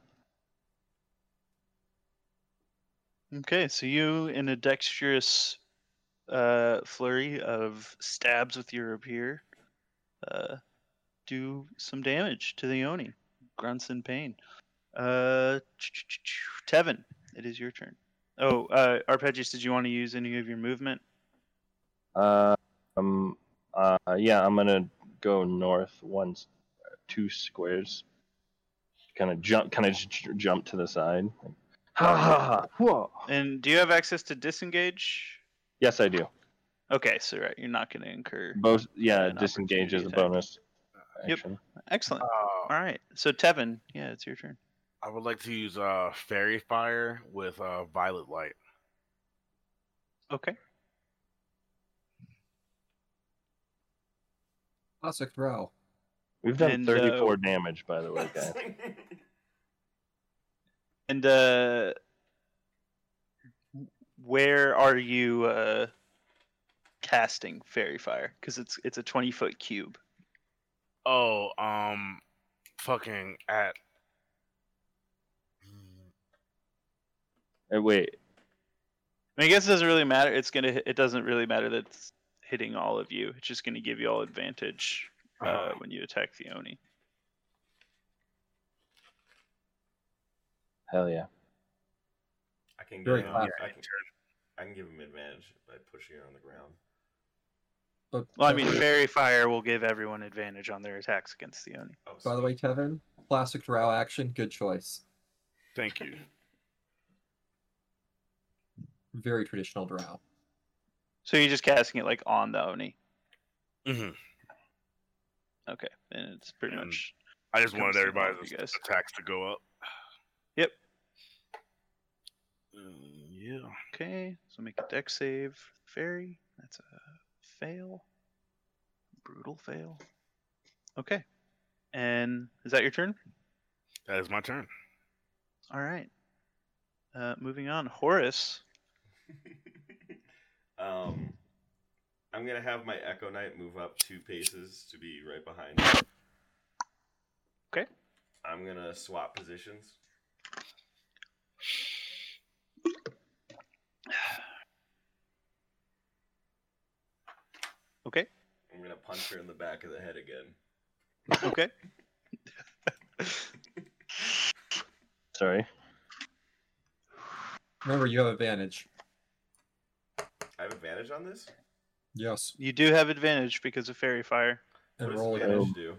Speaker 3: Okay, so you, in a dexterous uh, flurry of stabs with your rapier, uh, do some damage to the Oni. Grunts in pain. Uh, Tevin, it is your turn. Oh, uh, Arpeggios, did you want to use any of your movement?
Speaker 5: Uh, um, uh, yeah, I'm gonna go north one, s- uh, two squares. Kind of jump, kind of j- jump to the side. Like, ha ha ha! Whoa!
Speaker 3: And do you have access to disengage?
Speaker 5: Yes, I do.
Speaker 3: Okay, so right, you're not going to incur.
Speaker 5: Both, yeah,
Speaker 3: An
Speaker 5: disengage as a
Speaker 3: opportunity attack.
Speaker 5: bonus.
Speaker 3: Yep.
Speaker 5: Action.
Speaker 3: Excellent.
Speaker 8: Uh,
Speaker 3: All right, so Tevin, yeah, it's your turn.
Speaker 8: I would like to use uh, fairy fire with uh, violet light.
Speaker 3: Okay.
Speaker 6: Classic throw.
Speaker 5: We've done
Speaker 3: And, uh,
Speaker 5: 34 damage, by the way, [LAUGHS] guys.
Speaker 3: And uh where are you uh casting fairy fire? Because it's it's a twenty foot cube.
Speaker 8: Oh, um, fucking at.
Speaker 5: Uh, wait,
Speaker 3: I, mean, I guess it doesn't really matter. It's gonna hit- it doesn't really matter that it's hitting all of you. It's just gonna give you all advantage uh,
Speaker 8: Uh-huh.
Speaker 3: when you attack the oni.
Speaker 5: hell yeah!
Speaker 1: [LAUGHS] I can give
Speaker 6: Very
Speaker 1: him.
Speaker 6: classy.
Speaker 1: I can, I can give him advantage by pushing it on the ground.
Speaker 6: But
Speaker 3: Well, I mean, fairy fire will give everyone advantage on their attacks against the oni.
Speaker 1: Oh,
Speaker 6: by the way, Kevin, classic drow action, good choice.
Speaker 8: Thank [LAUGHS] you.
Speaker 6: Very traditional drow.
Speaker 3: So you're just casting it like on the oni.
Speaker 8: hmm
Speaker 3: Okay, and it's pretty
Speaker 8: And-
Speaker 3: much
Speaker 8: I just
Speaker 3: Comes
Speaker 8: wanted
Speaker 3: to
Speaker 8: everybody's
Speaker 3: you guys.
Speaker 8: attacks to go up.
Speaker 3: Yep.
Speaker 8: Mm, yeah.
Speaker 3: Okay, so make a deck save. Fairy, that's a fail. Brutal fail. Okay. And is that your turn?
Speaker 8: That is my turn.
Speaker 3: All right. Uh, moving on, Horus.
Speaker 1: [LAUGHS] um, I'm gonna have my Echo Knight move up two paces to be right behind. him.
Speaker 3: Okay.
Speaker 1: I'm gonna swap positions.
Speaker 3: Okay.
Speaker 1: I'm gonna punch her in the back of the head again.
Speaker 3: Okay.
Speaker 5: Sorry.
Speaker 6: Remember, you have advantage.
Speaker 1: I have advantage on this.
Speaker 6: Yes.
Speaker 3: you do have advantage because of fairy fire.
Speaker 1: What
Speaker 6: and
Speaker 1: does
Speaker 6: roll
Speaker 1: advantage
Speaker 6: again.
Speaker 5: again.
Speaker 1: do?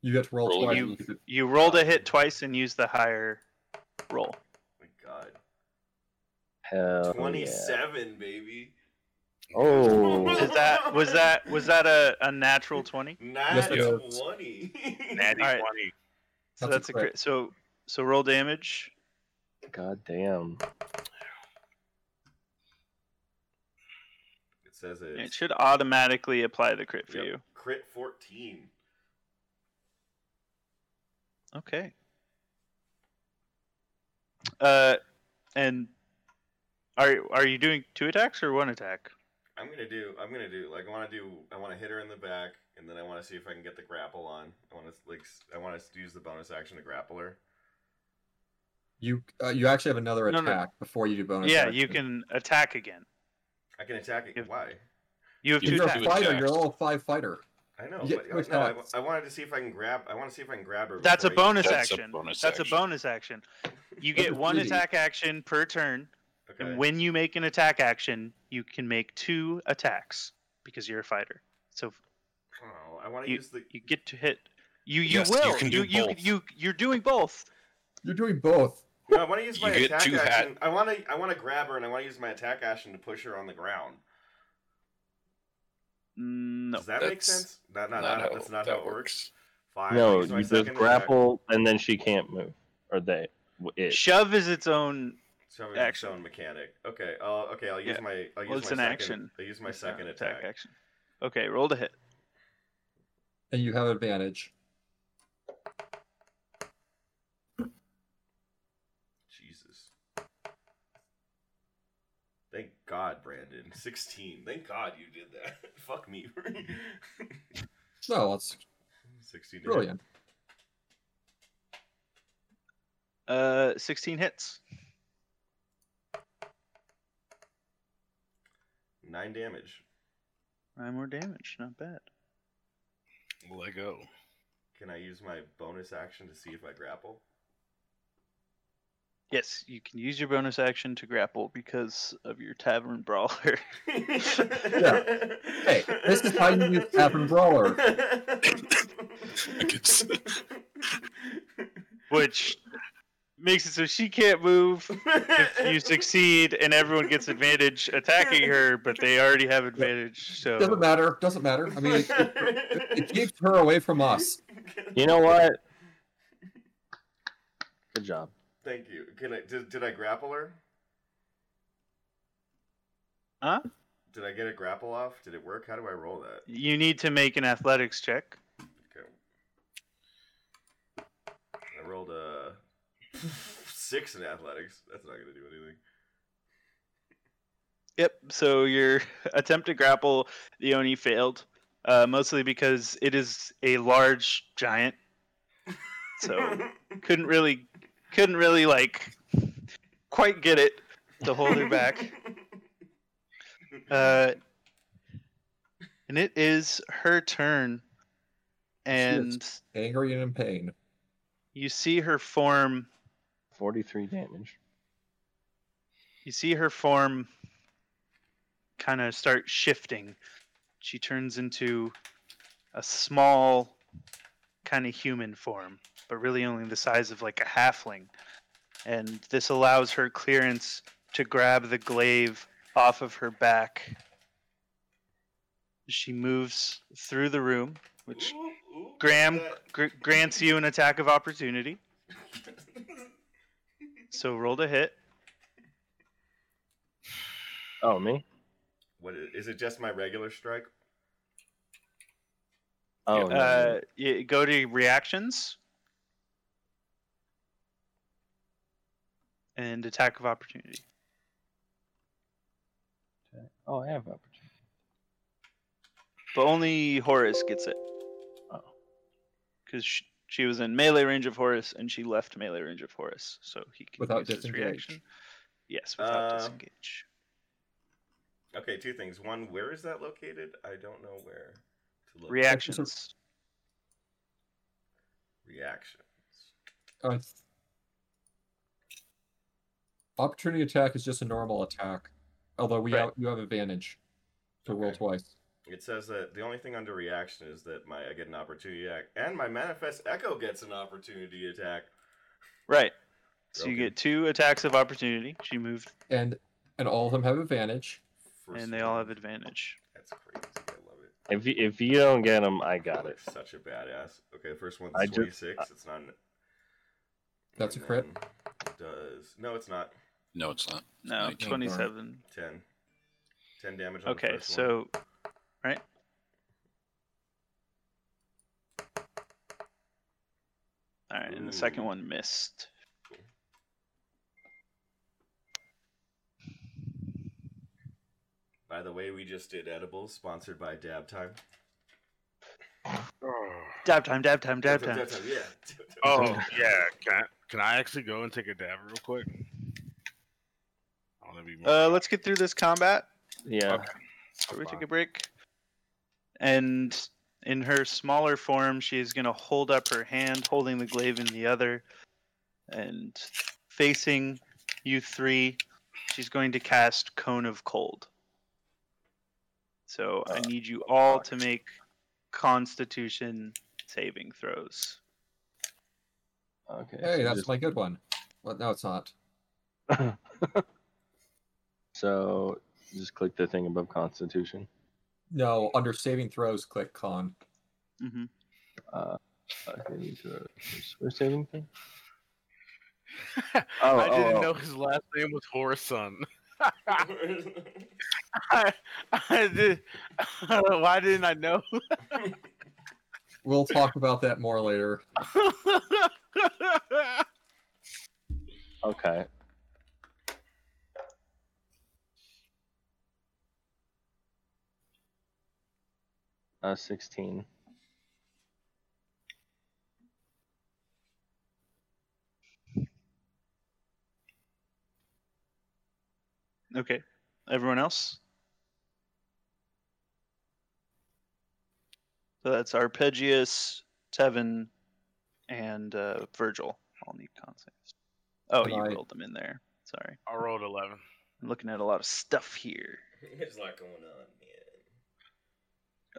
Speaker 6: You get to roll,
Speaker 4: Roll
Speaker 6: twice.
Speaker 4: again.
Speaker 3: You rolled a hit twice and used the higher roll.
Speaker 1: my god.
Speaker 5: Hell Oh, yeah.
Speaker 1: 27, baby.
Speaker 5: Oh,
Speaker 3: Is that was that was that a, a natural twenty?
Speaker 1: Not
Speaker 6: Yes, it is.
Speaker 1: 20.
Speaker 8: Natty
Speaker 3: All right.
Speaker 8: 20.
Speaker 3: So that's
Speaker 6: That's a
Speaker 3: a
Speaker 6: crit.
Speaker 3: crit. So so roll damage.
Speaker 5: god damn.
Speaker 1: [LAUGHS] it says it.
Speaker 3: It should automatically apply the crit for
Speaker 1: Yep.
Speaker 3: you.
Speaker 1: Crit 14.
Speaker 3: Okay. Uh, and are are you doing two attacks or one attack?
Speaker 1: I'm gonna do. I'm gonna do. Like, I want to do. I want to hit her in the back, and then I want to see if I can get the grapple on. I want to like. s- I want to use the bonus action to grapple her.
Speaker 6: You uh, you actually have another
Speaker 3: No,
Speaker 6: attack
Speaker 3: no.
Speaker 6: before you do bonus.
Speaker 3: yeah,
Speaker 6: action.
Speaker 3: you can attack again.
Speaker 1: I can attack it.
Speaker 3: If-
Speaker 1: Why?
Speaker 3: You have
Speaker 4: You
Speaker 3: two
Speaker 6: You're
Speaker 4: can
Speaker 6: a
Speaker 3: attacks.
Speaker 4: do
Speaker 6: fighter.
Speaker 4: attacks.
Speaker 6: You're a level five fighter.
Speaker 1: I know.
Speaker 6: Yeah,
Speaker 1: but, oh,
Speaker 6: quick
Speaker 1: no, I,
Speaker 6: attacks.
Speaker 1: I wanted to see if I can grab. I want to see if I can grab her.
Speaker 3: That's a
Speaker 1: before
Speaker 3: bonus
Speaker 4: That's a
Speaker 3: action.
Speaker 4: bonus
Speaker 3: That's
Speaker 4: action.
Speaker 3: a bonus action. You
Speaker 6: That's
Speaker 3: get
Speaker 6: a
Speaker 3: one
Speaker 6: beauty.
Speaker 3: attack action per turn,
Speaker 1: you- Okay.
Speaker 3: and when you make an attack action, you can make two attacks because you're a fighter. So
Speaker 1: Oh, I want to
Speaker 3: you-
Speaker 1: use the.
Speaker 3: you get to hit. You you
Speaker 4: Yes, you
Speaker 3: will.
Speaker 4: can
Speaker 3: you
Speaker 4: do
Speaker 3: you,
Speaker 4: both.
Speaker 3: you you're doing both.
Speaker 6: You're doing both.
Speaker 1: No, I want to use
Speaker 4: You
Speaker 1: my
Speaker 4: get
Speaker 1: attack
Speaker 4: two
Speaker 1: action.
Speaker 4: hat-
Speaker 1: I want to. I want to grab her, and I want to use my attack action to push her on the ground.
Speaker 3: No.
Speaker 1: Does that make
Speaker 4: That's
Speaker 1: sense? No, no,
Speaker 4: not
Speaker 1: no,
Speaker 4: how
Speaker 1: that's not
Speaker 4: that
Speaker 1: how it works. Fine. I'll
Speaker 5: No,
Speaker 1: use my
Speaker 5: you just
Speaker 1: second
Speaker 5: grapple and then she can't move, or they. w- It.
Speaker 3: Shove is its own
Speaker 1: Attack. So I've
Speaker 3: Action.
Speaker 1: shown mechanic. Okay. Uh, okay. I'll use
Speaker 3: Yeah.
Speaker 1: my. I'll use
Speaker 3: Well, it's
Speaker 1: my
Speaker 3: an
Speaker 1: second,
Speaker 3: action.
Speaker 1: I'll use my second
Speaker 3: attack.
Speaker 1: attack.
Speaker 3: action. Okay, roll to hit.
Speaker 6: and you have advantage.
Speaker 1: Jesus. Thank God, Brandon. [LAUGHS] Sixteen. Thank God you did that. [LAUGHS] Fuck me.
Speaker 6: No, that's
Speaker 1: Sixteen. to hit.
Speaker 6: brilliant.
Speaker 3: Uh, 16 hits.
Speaker 1: Nine damage.
Speaker 3: Nine more damage. Not bad.
Speaker 7: Lego.
Speaker 1: Can I use my bonus action to see if I grapple?
Speaker 3: Yes, you can use your bonus action to grapple because of your tavern brawler. [LAUGHS]
Speaker 1: Hey,
Speaker 6: this is how you use Tavern Brawler.
Speaker 1: I
Speaker 7: [LAUGHS]
Speaker 4: guess.
Speaker 3: which makes it so she can't move. If
Speaker 5: [LAUGHS]
Speaker 8: [LAUGHS]
Speaker 3: you succeed and everyone gets advantage attacking her, but they already have advantage,
Speaker 6: Doesn't
Speaker 3: so
Speaker 6: matter. Doesn't matter. I mean, it, it, it keeps her away from us.
Speaker 5: You know what? [LAUGHS] Good job.
Speaker 1: Thank you. Can I did, did I grapple her?
Speaker 3: Huh?
Speaker 1: Did I get a grapple off? Did it work? How do I roll that?
Speaker 3: you need to make an athletics check.
Speaker 1: Okay. I rolled a [LAUGHS] six in athletics. That's not gonna do anything.
Speaker 3: Yep. So your [LAUGHS] attempt to grapple the Oni failed, uh, mostly because it is a large giant, so couldn't really, couldn't really like, quite get it to hold her back. Uh, and it is her turn, and
Speaker 6: Angry and in pain.
Speaker 3: you see her form.
Speaker 5: Forty-three damage.
Speaker 3: You see her form kind of start shifting. She turns into a small kind of human form, but really only the size of like a halfling. And this allows her clearance to grab the glaive off of her back. She moves through the room, which
Speaker 1: Ooh, ooh,
Speaker 3: Graham
Speaker 1: that-
Speaker 3: gr- grants you an attack of opportunity. So roll to hit.
Speaker 5: Oh me?
Speaker 1: What is, is it? Just my regular strike?
Speaker 5: Oh no.
Speaker 3: Uh, y go to reactions and attack of opportunity.
Speaker 5: oh, I have opportunity.
Speaker 3: But only Horus gets it.
Speaker 5: Oh.
Speaker 3: Because she, was in melee range of Horus and she left melee range of Horus, so he can
Speaker 6: Without
Speaker 3: use his
Speaker 6: disengage.
Speaker 3: reaction. Yes, without
Speaker 1: Uh,
Speaker 3: disengage.
Speaker 1: Okay, two things. One, where is that located? I don't know where to look.
Speaker 3: Reactions.
Speaker 1: Reactions.
Speaker 6: Uh, opportunity attack is just a normal attack, although we
Speaker 3: Right.
Speaker 6: have, you have advantage to roll
Speaker 1: Okay.
Speaker 6: twice.
Speaker 1: It says that the only thing under reaction is that my I get an opportunity attack, and my manifest echo gets an opportunity attack.
Speaker 3: Right. So you
Speaker 1: Okay.
Speaker 3: get two attacks of opportunity. She moved,
Speaker 6: and and all of them have advantage.
Speaker 1: First
Speaker 3: and they all
Speaker 1: one.
Speaker 3: have advantage.
Speaker 1: That's crazy. I love it.
Speaker 5: If you, if you don't get them, I got
Speaker 1: You're
Speaker 5: it.
Speaker 1: Such a badass. Okay, first one's
Speaker 5: I just-
Speaker 1: twenty six. It's not. An...
Speaker 6: That's
Speaker 1: and
Speaker 6: a crit?
Speaker 1: then Does no, it's not
Speaker 4: No, it's not.
Speaker 3: No,
Speaker 4: Nineteen.
Speaker 3: 27.
Speaker 1: ten. Ten damage. On the
Speaker 3: Okay,
Speaker 1: first one.
Speaker 3: so right. All right, and the second
Speaker 1: Ooh.
Speaker 3: one missed.
Speaker 1: By the way, we just did edibles sponsored by Dab Time.
Speaker 5: Oh,
Speaker 3: Dab time, dab time, dab time. [LAUGHS]
Speaker 1: Yeah.
Speaker 8: Oh yeah, can I, can I actually go and take a dab real quick? I want to be. more-
Speaker 3: Uh, let's get through this combat.
Speaker 5: Yeah.
Speaker 3: Should we take a break? And in her smaller form, she is going to hold up her hand, holding the glaive in the other, and facing you three, she's going to cast Cone of Cold. So I need you all to make Constitution saving throws.
Speaker 5: Okay.
Speaker 6: Hey, that's
Speaker 5: Just-
Speaker 6: my good one. Well, no, it's not.
Speaker 5: so just click the thing above Constitution.
Speaker 6: No, under saving throws, click con.
Speaker 3: Mm-hmm.
Speaker 5: Uh, okay, you throw- we're saving
Speaker 8: [LAUGHS]
Speaker 5: thing.
Speaker 8: I
Speaker 5: Oh,
Speaker 8: didn't
Speaker 5: oh,
Speaker 8: know his last name was Horson.
Speaker 1: yeah.
Speaker 8: [LAUGHS] I, I did. [LAUGHS] Why didn't I know?
Speaker 6: We'll talk about that more later.
Speaker 5: Okay. Uh, sixteen.
Speaker 3: Okay. Everyone else? So that's Arpeggius, Tevin, and uh, Virgil. All need con saves. Oh, you
Speaker 6: Right.
Speaker 3: rolled them in there. Sorry.
Speaker 8: I rolled eleven.
Speaker 3: I'm looking at a lot of stuff here.
Speaker 1: [LAUGHS] There's a lot going on, [LAUGHS]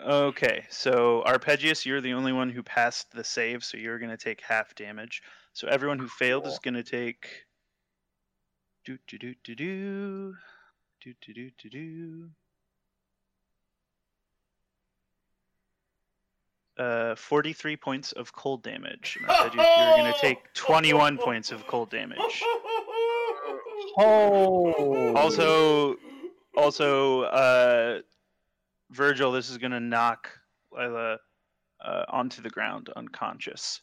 Speaker 1: man.
Speaker 3: Okay, so Arpeggius, you're the only one who passed the save, so you're going to take half damage. So everyone who failed is going to take. Do do do do do. Do do do do do. Uh, 43 points of cold damage. And Arpeggius, you're going to take 21 points of cold damage.
Speaker 5: Oh.
Speaker 3: Also, also uh virgil this is going to knock lila uh, onto the ground unconscious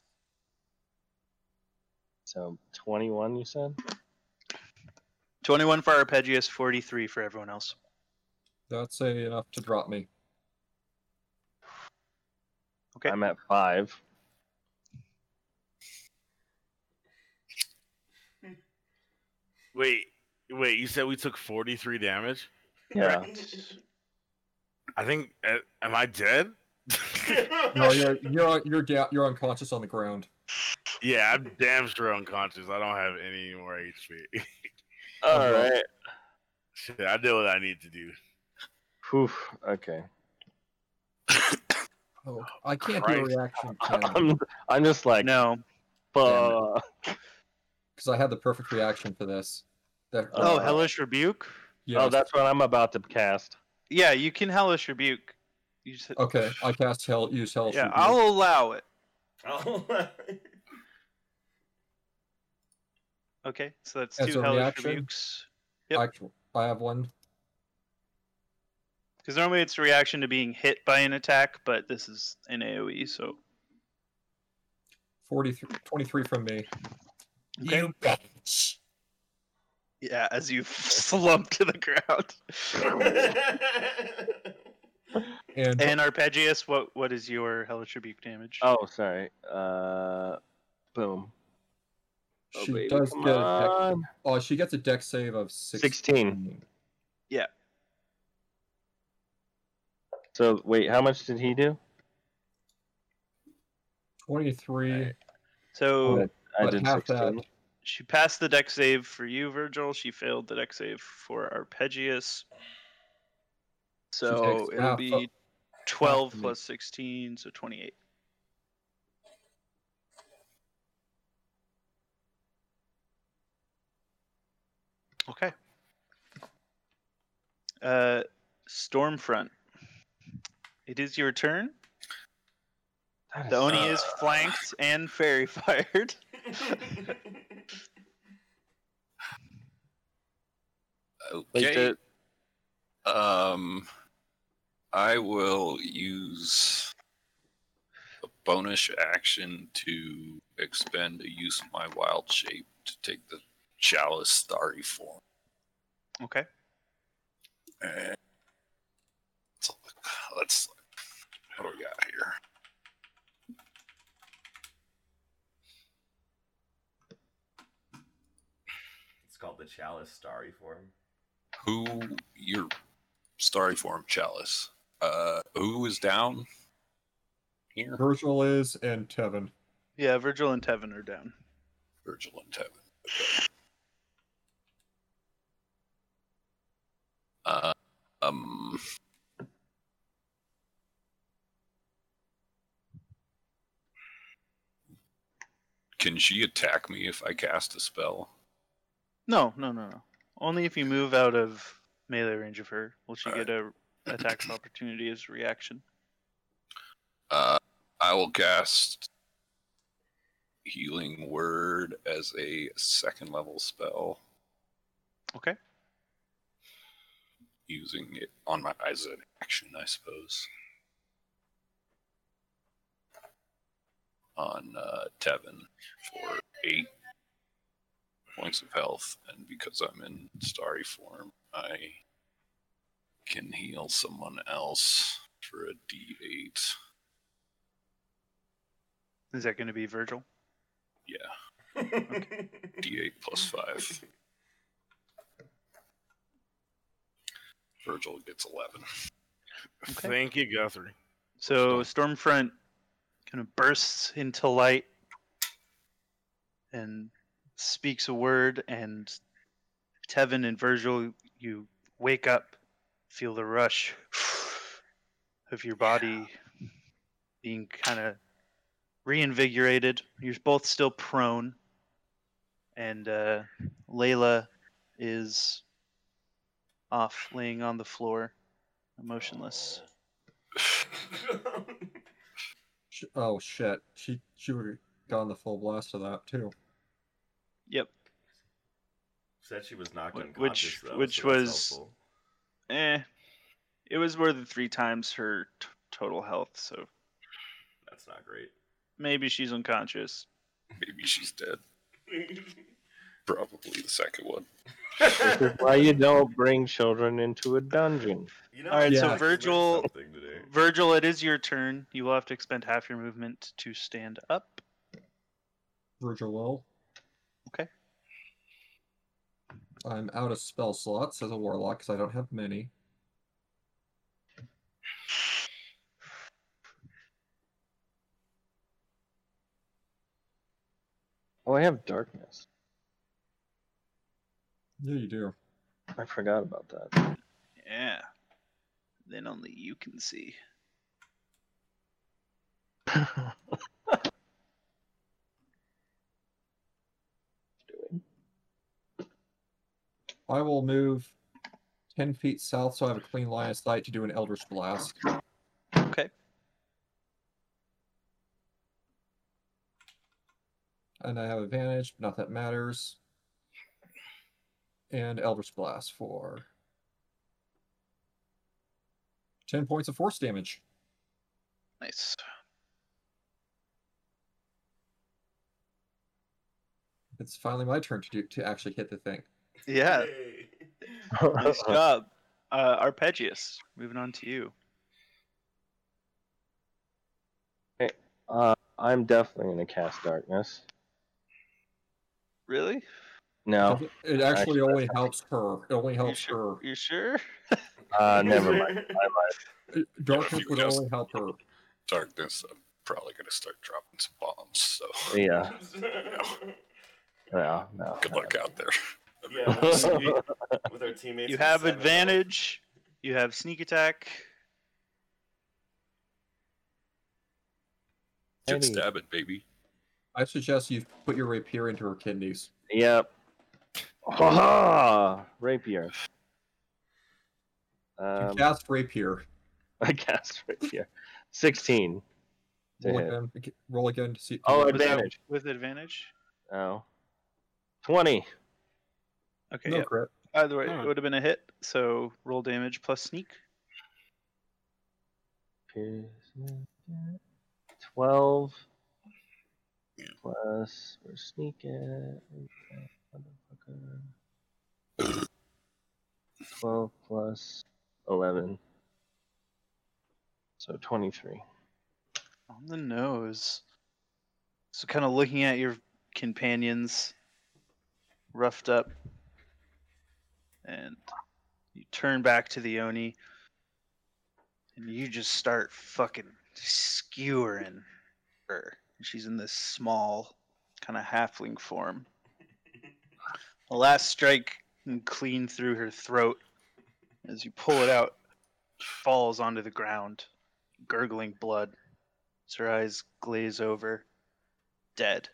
Speaker 5: So twenty-one, you said.
Speaker 3: 21 for arpeggius 43 for everyone else
Speaker 6: That's a, enough to drop me.
Speaker 3: Okay.
Speaker 5: I'm at five.
Speaker 8: Wait, wait. You said we took forty-three damage.
Speaker 5: Yeah.
Speaker 8: I think. Uh, am I dead?
Speaker 6: No, you're you're you're da- you're unconscious on the ground.
Speaker 8: yeah, I'm damn sure unconscious. I don't have any more HP.
Speaker 5: All right.
Speaker 8: [LAUGHS] Shit, I did what I need to do.
Speaker 5: Poof. Okay.
Speaker 6: Oh, I can't do
Speaker 8: Christ.
Speaker 6: a reaction
Speaker 5: [LAUGHS] I'm, I'm just like,
Speaker 3: no
Speaker 5: fuck. Oh,
Speaker 6: because I had the perfect reaction for this. That,
Speaker 3: oh
Speaker 5: Uh,
Speaker 3: hellish rebuke
Speaker 6: yes.
Speaker 5: Oh, that's what I'm about to cast.
Speaker 3: yeah you can hellish rebuke you just hit-
Speaker 6: okay. I cast hell. Use hell.
Speaker 3: yeah
Speaker 6: shoot you.
Speaker 3: i'll allow it
Speaker 1: Oh
Speaker 3: okay so that's
Speaker 6: As
Speaker 3: two
Speaker 6: a
Speaker 3: hellish
Speaker 6: reaction?
Speaker 3: rebukes yep.
Speaker 6: Actual- I have one.
Speaker 3: because normally it's a reaction to being hit by an attack but this is an aoe so
Speaker 6: 43, 23 from me.
Speaker 3: Okay.
Speaker 6: You bitch.
Speaker 3: yeah as you [LAUGHS] slump to the
Speaker 6: [LAUGHS]
Speaker 3: ground
Speaker 6: And,
Speaker 3: And Arpeggius, what what is your hellish rebuke damage?
Speaker 5: Oh, sorry. Uh, boom. Oh,
Speaker 6: she
Speaker 5: baby,
Speaker 6: does
Speaker 5: come
Speaker 6: get a deck,
Speaker 5: on.
Speaker 6: oh, she gets a deck save of 16.
Speaker 5: 16.
Speaker 3: Yeah.
Speaker 5: So wait, how much did he do?
Speaker 6: 23.
Speaker 3: so
Speaker 5: But I
Speaker 6: but
Speaker 5: did
Speaker 6: half that.
Speaker 5: 16.
Speaker 3: she passed the deck save for you, Virgil. She failed the deck save for Arpeggius. So
Speaker 6: takes
Speaker 3: it'll
Speaker 6: half
Speaker 3: be
Speaker 6: of-
Speaker 3: 12
Speaker 6: me.
Speaker 3: plus 16, so 28. Okay. Uh, Stormfront. It is your turn.
Speaker 5: That
Speaker 3: The Oni is
Speaker 9: Uh.
Speaker 3: flanked and fairy fired.
Speaker 9: Like
Speaker 4: Okay.
Speaker 9: the-
Speaker 4: Um, I will use a bonus action to expend a use of my wild shape to take the chalice starry form.
Speaker 3: Okay.
Speaker 4: Eh, Let's look. Let's look. What do we got here?
Speaker 1: It's called the chalice starry form.
Speaker 4: Who your starry form chalice? Uh, who is down here?
Speaker 6: Virgil is and Tevin.
Speaker 3: Yeah, Virgil and Tevin are down.
Speaker 4: Virgil and Tevin. Uh, um. Can she attack me if I cast a spell?
Speaker 3: No, no, no, no. Only if you move out of melee range of her will she
Speaker 4: Alright.
Speaker 3: get a attack of opportunity as reaction.
Speaker 4: Uh, I will cast Healing Word as a second level spell.
Speaker 3: Okay.
Speaker 4: Using it on my as an action, I suppose. On uh, Tevin for eight points of health, and because I'm in starry form, I can heal someone else for a D8.
Speaker 3: Is that going to be Virgil?
Speaker 4: Yeah, D8 plus 5. Virgil gets 11.
Speaker 3: Okay.
Speaker 8: Thank you, Guthrie.
Speaker 3: So Stormfront kind of bursts into light and speaks a word, and Tevin and Virgil, you wake up, feel the rush of your body being kind of reinvigorated. You're both still prone, and uh, Layla is off, laying on the floor, emotionless.
Speaker 6: Sh- Oh shit, she she would have gotten the full blast of that too.
Speaker 3: Yep.
Speaker 1: Said she was knocked unconscious.
Speaker 3: Which-
Speaker 1: though, so
Speaker 3: which
Speaker 1: that's
Speaker 3: was-
Speaker 1: helpful.
Speaker 3: Eh. It was more than three times her t- total health, so
Speaker 1: That's not
Speaker 3: [LAUGHS]
Speaker 1: great.
Speaker 3: maybe she's unconscious.
Speaker 4: Maybe she's dead. Probably the second one.
Speaker 5: This is why you don't bring children into a dungeon.
Speaker 1: you know,
Speaker 3: All right,
Speaker 1: I
Speaker 6: so
Speaker 1: actually learned
Speaker 3: Virgil-
Speaker 1: something today.
Speaker 3: Virgil, it is your turn. You will have to expend half your movement to stand up.
Speaker 6: Virgil will.
Speaker 3: Okay.
Speaker 6: I'm out of spell slots as a warlock because I don't have many.
Speaker 5: Oh, I have darkness.
Speaker 6: Yeah, you do.
Speaker 5: I forgot about that.
Speaker 3: Yeah. Then only you can see.
Speaker 6: I will move ten feet south so I have a clean line of sight to do an Elder's Blast.
Speaker 3: Okay.
Speaker 6: And I have advantage, but not that matters. And Elder's Blast for 10 points of force damage.
Speaker 3: Nice.
Speaker 6: It's finally my turn to do to actually hit the thing.
Speaker 3: Yeah.
Speaker 1: Yay. [LAUGHS]
Speaker 5: [LAUGHS]
Speaker 3: Nice
Speaker 5: Uh-huh.
Speaker 3: job. Uh, Arpeggius, moving on to you.
Speaker 5: uh, I'm definitely gonna cast darkness.
Speaker 3: Really?
Speaker 5: No,
Speaker 6: It actually only helps her. It only helps her.
Speaker 3: sure? You sure?
Speaker 5: uh, never mind. [LAUGHS] I lied.
Speaker 6: Darkness
Speaker 4: you
Speaker 6: would
Speaker 4: cast-
Speaker 6: Uh, only help her.
Speaker 4: Darkness, I'm probably going to start dropping some bombs, so [LAUGHS]
Speaker 5: Yeah, yeah, [LAUGHS] no.
Speaker 4: good luck out there.
Speaker 1: yeah, with- with our teammates.
Speaker 3: You
Speaker 1: with
Speaker 3: have
Speaker 1: seven health.
Speaker 3: advantage. You have sneak attack.
Speaker 5: Any-
Speaker 4: Get stabbing, baby.
Speaker 6: I suggest you put your rapier into her kidneys.
Speaker 5: Yep. Ha ha! Rapier.
Speaker 6: You
Speaker 5: Um,
Speaker 6: cast rapier.
Speaker 5: [LAUGHS] I cast rapier. 16. to
Speaker 6: Roll
Speaker 5: hit.
Speaker 6: again, roll again to see.
Speaker 5: Oh,
Speaker 3: With ad-
Speaker 5: advantage.
Speaker 3: With advantage.
Speaker 5: Oh. 20.
Speaker 3: Okay.
Speaker 6: no
Speaker 3: yeah.
Speaker 6: crit.
Speaker 3: Either way,
Speaker 4: Huh.
Speaker 3: it would have been a hit. So roll damage plus sneak.
Speaker 5: 12 plus we're sneaking 12 plus 11 so 23
Speaker 3: On the nose. So kind of looking at your companions, roughed up, and you turn back to the Oni, and you just start fucking skewering her. She's in this small, kind of halfling form. The last strike and clean through her throat. As you pull it out, falls onto the ground, gurgling blood. As her eyes glaze over, dead.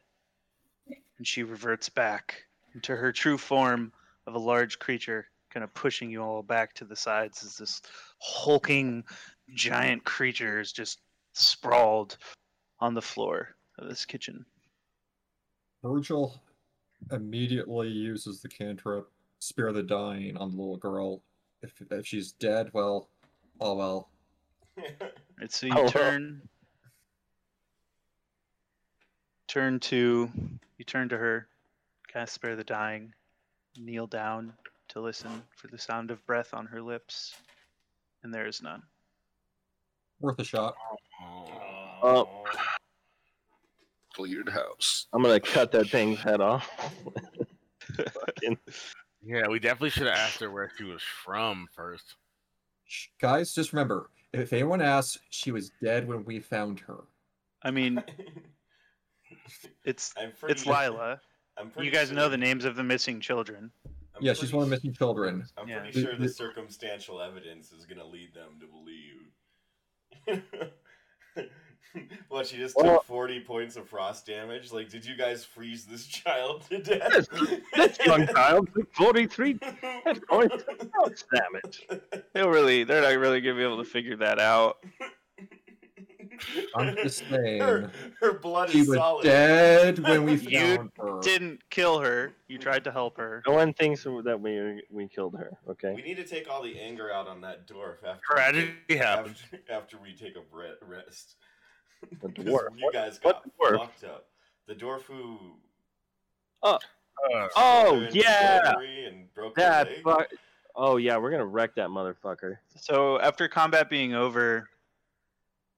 Speaker 3: And she reverts back into her true form of a large creature, kind of pushing you all back to the sides as this hulking giant creature is just sprawled on the floor of this kitchen.
Speaker 6: Virgil immediately uses the cantrip spare the dying on the little girl. If if she's dead, well, oh well.
Speaker 3: Right, so you
Speaker 5: Oh, wow.
Speaker 3: turn turn to you turn to her, cast spare the dying, kneel down to listen for the sound of breath on her lips, and there is none.
Speaker 6: Worth a shot.
Speaker 5: Oh.
Speaker 4: Cleared house.
Speaker 5: i'm gonna cut that thing's head off [LAUGHS] Fucking-
Speaker 8: Yeah, we definitely should have asked her where she was from first.
Speaker 6: Sh- Guys, just remember, if anyone asks, she was dead when we found her.
Speaker 3: I mean, it's
Speaker 1: [LAUGHS] I'm pretty,
Speaker 3: it's Lila.
Speaker 1: I'm pretty
Speaker 3: You guys know
Speaker 1: sure-
Speaker 3: the names of the missing children.
Speaker 1: I'm
Speaker 6: Yeah, she's
Speaker 1: pretty
Speaker 6: one of the
Speaker 1: s-
Speaker 6: missing children.
Speaker 1: I'm
Speaker 3: Yeah.
Speaker 1: pretty sure the
Speaker 6: The-
Speaker 1: circumstantial evidence is gonna lead them to believe. [LAUGHS] what she just
Speaker 5: Well-
Speaker 1: took forty points of frost damage? Like, did you guys freeze this [LAUGHS] child to death?
Speaker 5: Yes, this young child took 43
Speaker 1: [LAUGHS]
Speaker 5: head points of health damage
Speaker 3: They'll really they're not really gonna be able to figure that out.
Speaker 6: I'm just saying.
Speaker 1: Her, her blood
Speaker 6: She
Speaker 1: is
Speaker 6: was
Speaker 1: solid.
Speaker 6: dead
Speaker 1: [LAUGHS]
Speaker 6: when we
Speaker 3: You
Speaker 6: found her.
Speaker 3: Didn't kill her. You tried to help her.
Speaker 5: no one thinks that we we killed her okay
Speaker 1: We need to take all the anger out on that dwarf after
Speaker 8: Tragedy
Speaker 6: [LAUGHS]
Speaker 8: happened.
Speaker 1: After, [LAUGHS] after we take a bre- rest. [LAUGHS]
Speaker 5: the
Speaker 1: 'Cause
Speaker 5: dwarf
Speaker 1: You guys
Speaker 5: what
Speaker 1: got
Speaker 5: dwarf?
Speaker 1: fucked up. The dwarf who.
Speaker 8: Uh,
Speaker 5: oh
Speaker 1: slithered into
Speaker 5: yeah
Speaker 1: slavery And broke her
Speaker 5: That
Speaker 1: leg.
Speaker 5: fuck. Oh yeah, we're gonna wreck that motherfucker.
Speaker 3: So after combat being over,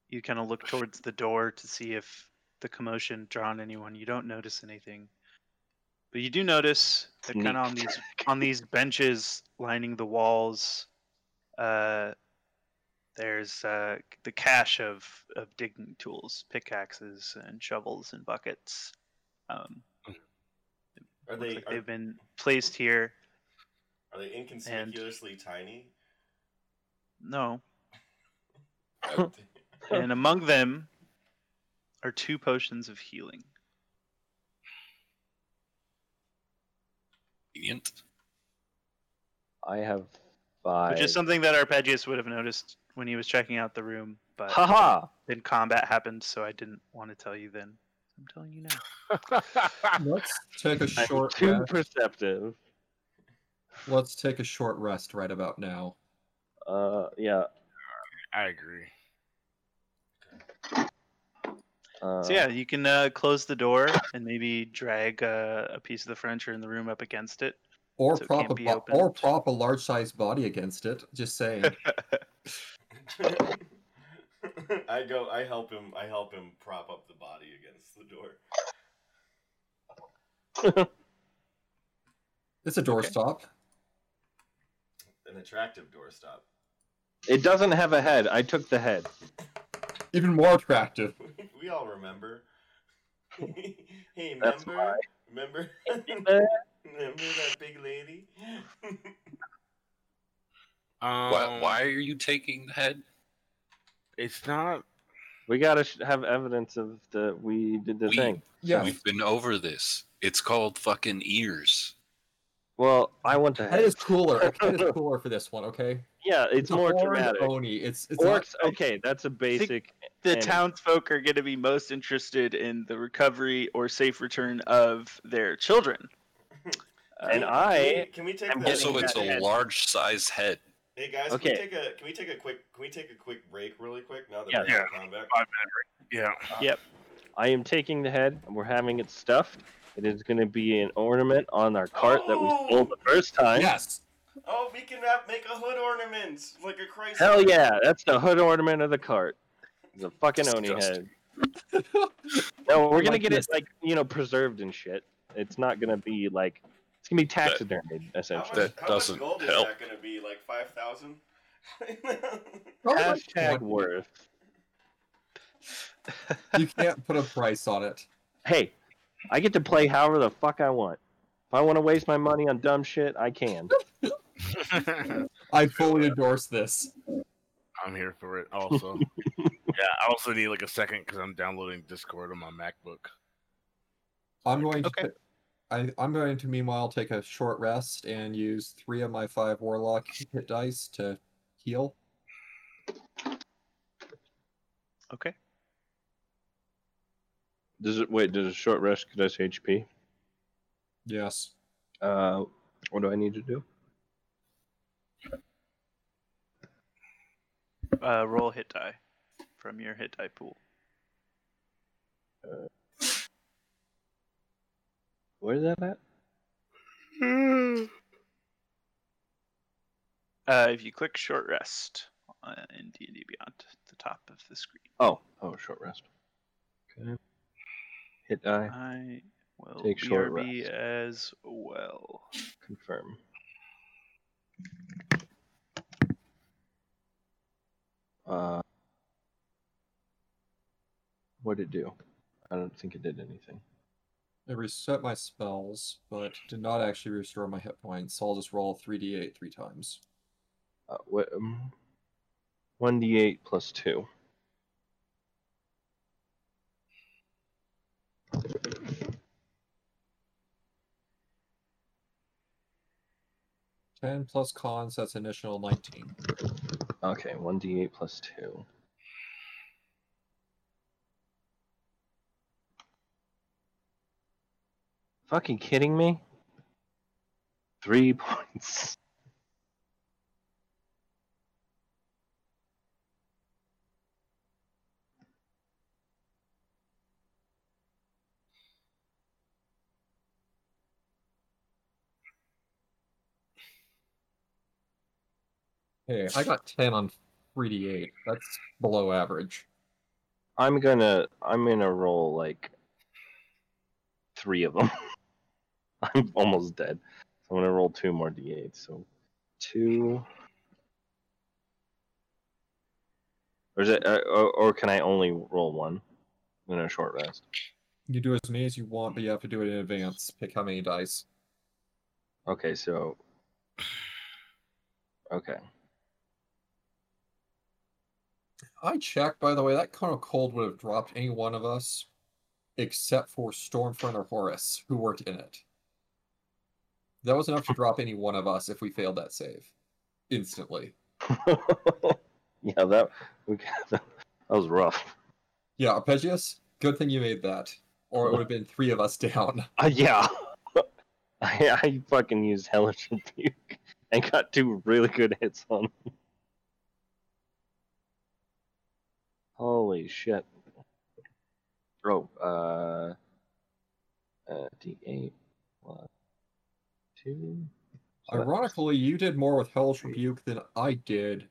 Speaker 3: you kind of look towards the door to see if the commotion drawn anyone. You don't notice anything, but you do notice that
Speaker 5: Sneak.
Speaker 3: kind of on these on these benches lining the walls, uh, there's uh, the cache of of digging tools, pickaxes, and shovels and buckets. Um,
Speaker 1: Are
Speaker 3: looks
Speaker 1: they
Speaker 3: like
Speaker 1: are,
Speaker 3: they've been placed here.
Speaker 1: are they inconspicuously
Speaker 5: [LAUGHS]
Speaker 1: tiny?
Speaker 3: No,
Speaker 1: Are
Speaker 3: and among them are two potions of healing.
Speaker 4: Convenient.
Speaker 5: I have five.
Speaker 3: which is something that Arpeggius would have noticed when he was checking out the room, but
Speaker 5: Haha!
Speaker 3: then combat happened, so I didn't want to tell you then. I'm telling you now.
Speaker 6: Let's take a
Speaker 5: I'm
Speaker 6: short
Speaker 5: too
Speaker 6: rest.
Speaker 5: perceptive.
Speaker 6: Let's take a short rest right about now.
Speaker 5: Uh, yeah.
Speaker 8: I agree.
Speaker 5: Uh,
Speaker 3: so yeah, you can uh, close the door and maybe drag uh, a piece of the furniture in the room up against it.
Speaker 6: Or
Speaker 3: So it
Speaker 6: prop
Speaker 3: can't
Speaker 6: a
Speaker 3: be
Speaker 6: bo- or
Speaker 3: opened.
Speaker 6: prop a large sized body against it. Just saying.
Speaker 1: they- I go. I help him. I help him prop up the body against the door.
Speaker 6: It's a doorstop.
Speaker 1: An attractive doorstop. [LAUGHS]
Speaker 5: It doesn't have a head. I took the head.
Speaker 6: Even more attractive.
Speaker 1: we all remember. [LAUGHS] hey,
Speaker 5: That's
Speaker 1: remember? Remember? remember [LAUGHS]
Speaker 5: Remember?
Speaker 1: that big lady? [LAUGHS]
Speaker 8: Um,
Speaker 4: why, why are you taking the head?
Speaker 8: It's not.
Speaker 5: We gotta sh- have evidence of the we did the
Speaker 7: We-
Speaker 5: thing.
Speaker 6: Yeah,
Speaker 7: We've been over this. It's called fucking ears.
Speaker 5: Well, I want to.
Speaker 6: head is cooler. Head is cooler for this one. Okay,
Speaker 5: Yeah, it's, more
Speaker 6: horned
Speaker 5: dramatic.
Speaker 6: Oni. It's it's not-
Speaker 5: Orcs. Okay, that's a basic.
Speaker 3: The
Speaker 5: And-
Speaker 3: townsfolk are going to be most interested in the recovery or safe return of their children.
Speaker 5: And
Speaker 3: Uh,
Speaker 5: I
Speaker 1: can we take
Speaker 5: am
Speaker 1: the-
Speaker 5: getting
Speaker 7: Also, it's
Speaker 5: that
Speaker 7: a
Speaker 5: head.
Speaker 7: large size head.
Speaker 1: Hey guys,
Speaker 5: Okay.
Speaker 1: can we take a can we take a quick can we take a quick break really quick now that
Speaker 5: Yeah.
Speaker 1: we're in combat?
Speaker 8: Yeah. [LAUGHS]
Speaker 5: I am taking the head, and we're having it stuffed. It is going to be an ornament on our cart that we
Speaker 1: Oh!
Speaker 5: sold the first time.
Speaker 6: yes.
Speaker 1: Oh, we can wrap, make a hood ornament like a Christ.
Speaker 5: Hell yeah, that's the hood ornament of the cart. The fucking Oni head.
Speaker 7: Disgusting.
Speaker 5: [LAUGHS] no, we're gonna
Speaker 6: Like
Speaker 5: get
Speaker 6: this.
Speaker 5: it like you know preserved and shit. It's not gonna be like it's gonna be taxidermied
Speaker 1: How much,
Speaker 5: essentially.
Speaker 7: That
Speaker 1: how
Speaker 7: doesn't
Speaker 1: much gold
Speaker 7: help.
Speaker 1: is that gonna be? Like five
Speaker 7: [LAUGHS]
Speaker 1: thousand?
Speaker 6: Probably like
Speaker 5: Hashtag
Speaker 6: 20.
Speaker 5: worth.
Speaker 6: You can't put a price on it.
Speaker 5: Hey, I get to play however the fuck I want. If I want to waste my money on dumb shit, I can.
Speaker 6: I fully endorse this.
Speaker 8: I'm here for it also. yeah, I also need like a second because I'm downloading Discord on my MacBook.
Speaker 6: I'm going to.
Speaker 3: Okay.
Speaker 6: I, I'm going to meanwhile take a short rest and use three of my five warlock hit dice to heal.
Speaker 3: okay.
Speaker 5: [LAUGHS] Does it wait? Does a short rest get us HP?
Speaker 6: Yes.
Speaker 5: Uh, what do I need to do?
Speaker 3: Uh, roll hit die from your hit die pool.
Speaker 5: Where's that at?
Speaker 3: Uh, if you click short rest uh, in D and D Beyond, the top of the screen,
Speaker 5: Oh, oh, short rest. Okay. Hit die.
Speaker 3: I will
Speaker 5: Take short
Speaker 3: BRB
Speaker 5: rest.
Speaker 3: as well.
Speaker 5: Confirm. Uh, what did it do? I don't think it did anything.
Speaker 6: I reset my spells, but did not actually restore my hit points, so I'll just roll 3d8 three times.
Speaker 5: Uh, what? Um, One d eight plus two.
Speaker 6: Ten plus cons, that's initial nineteen.
Speaker 5: Okay, one d eight plus two. Fucking kidding me? Three [LAUGHS] points.
Speaker 6: Hey, I got ten on 3d8. That's below average.
Speaker 5: I'm gonna I'm gonna roll like three of them. [LAUGHS] I'm almost dead. So I'm gonna roll two more d8. So two. Or is it? uh, Or, or can I only roll one in a short rest?
Speaker 6: You do as many as you want, but you have to do it in advance. Pick how many dice.
Speaker 5: Okay, so. Okay. [LAUGHS]
Speaker 6: I checked, by the way, that kind of cold would have dropped any one of us, except for Stormfront or Horus, who weren't in it. That was enough to drop any one of us if we failed that save instantly.
Speaker 5: yeah, that [LAUGHS] we got that, that was rough.
Speaker 6: Yeah, Arpeggius, good thing you made that, or it would have been three of us [LAUGHS] down.
Speaker 5: Uh, yeah. [LAUGHS] I, I fucking used Hellish Rebuke and got two really good hits on him. Holy shit. Bro, uh, uh, D8 plus 2. So that's-
Speaker 6: Ironically, you did more with Hellish Rebuke than I did.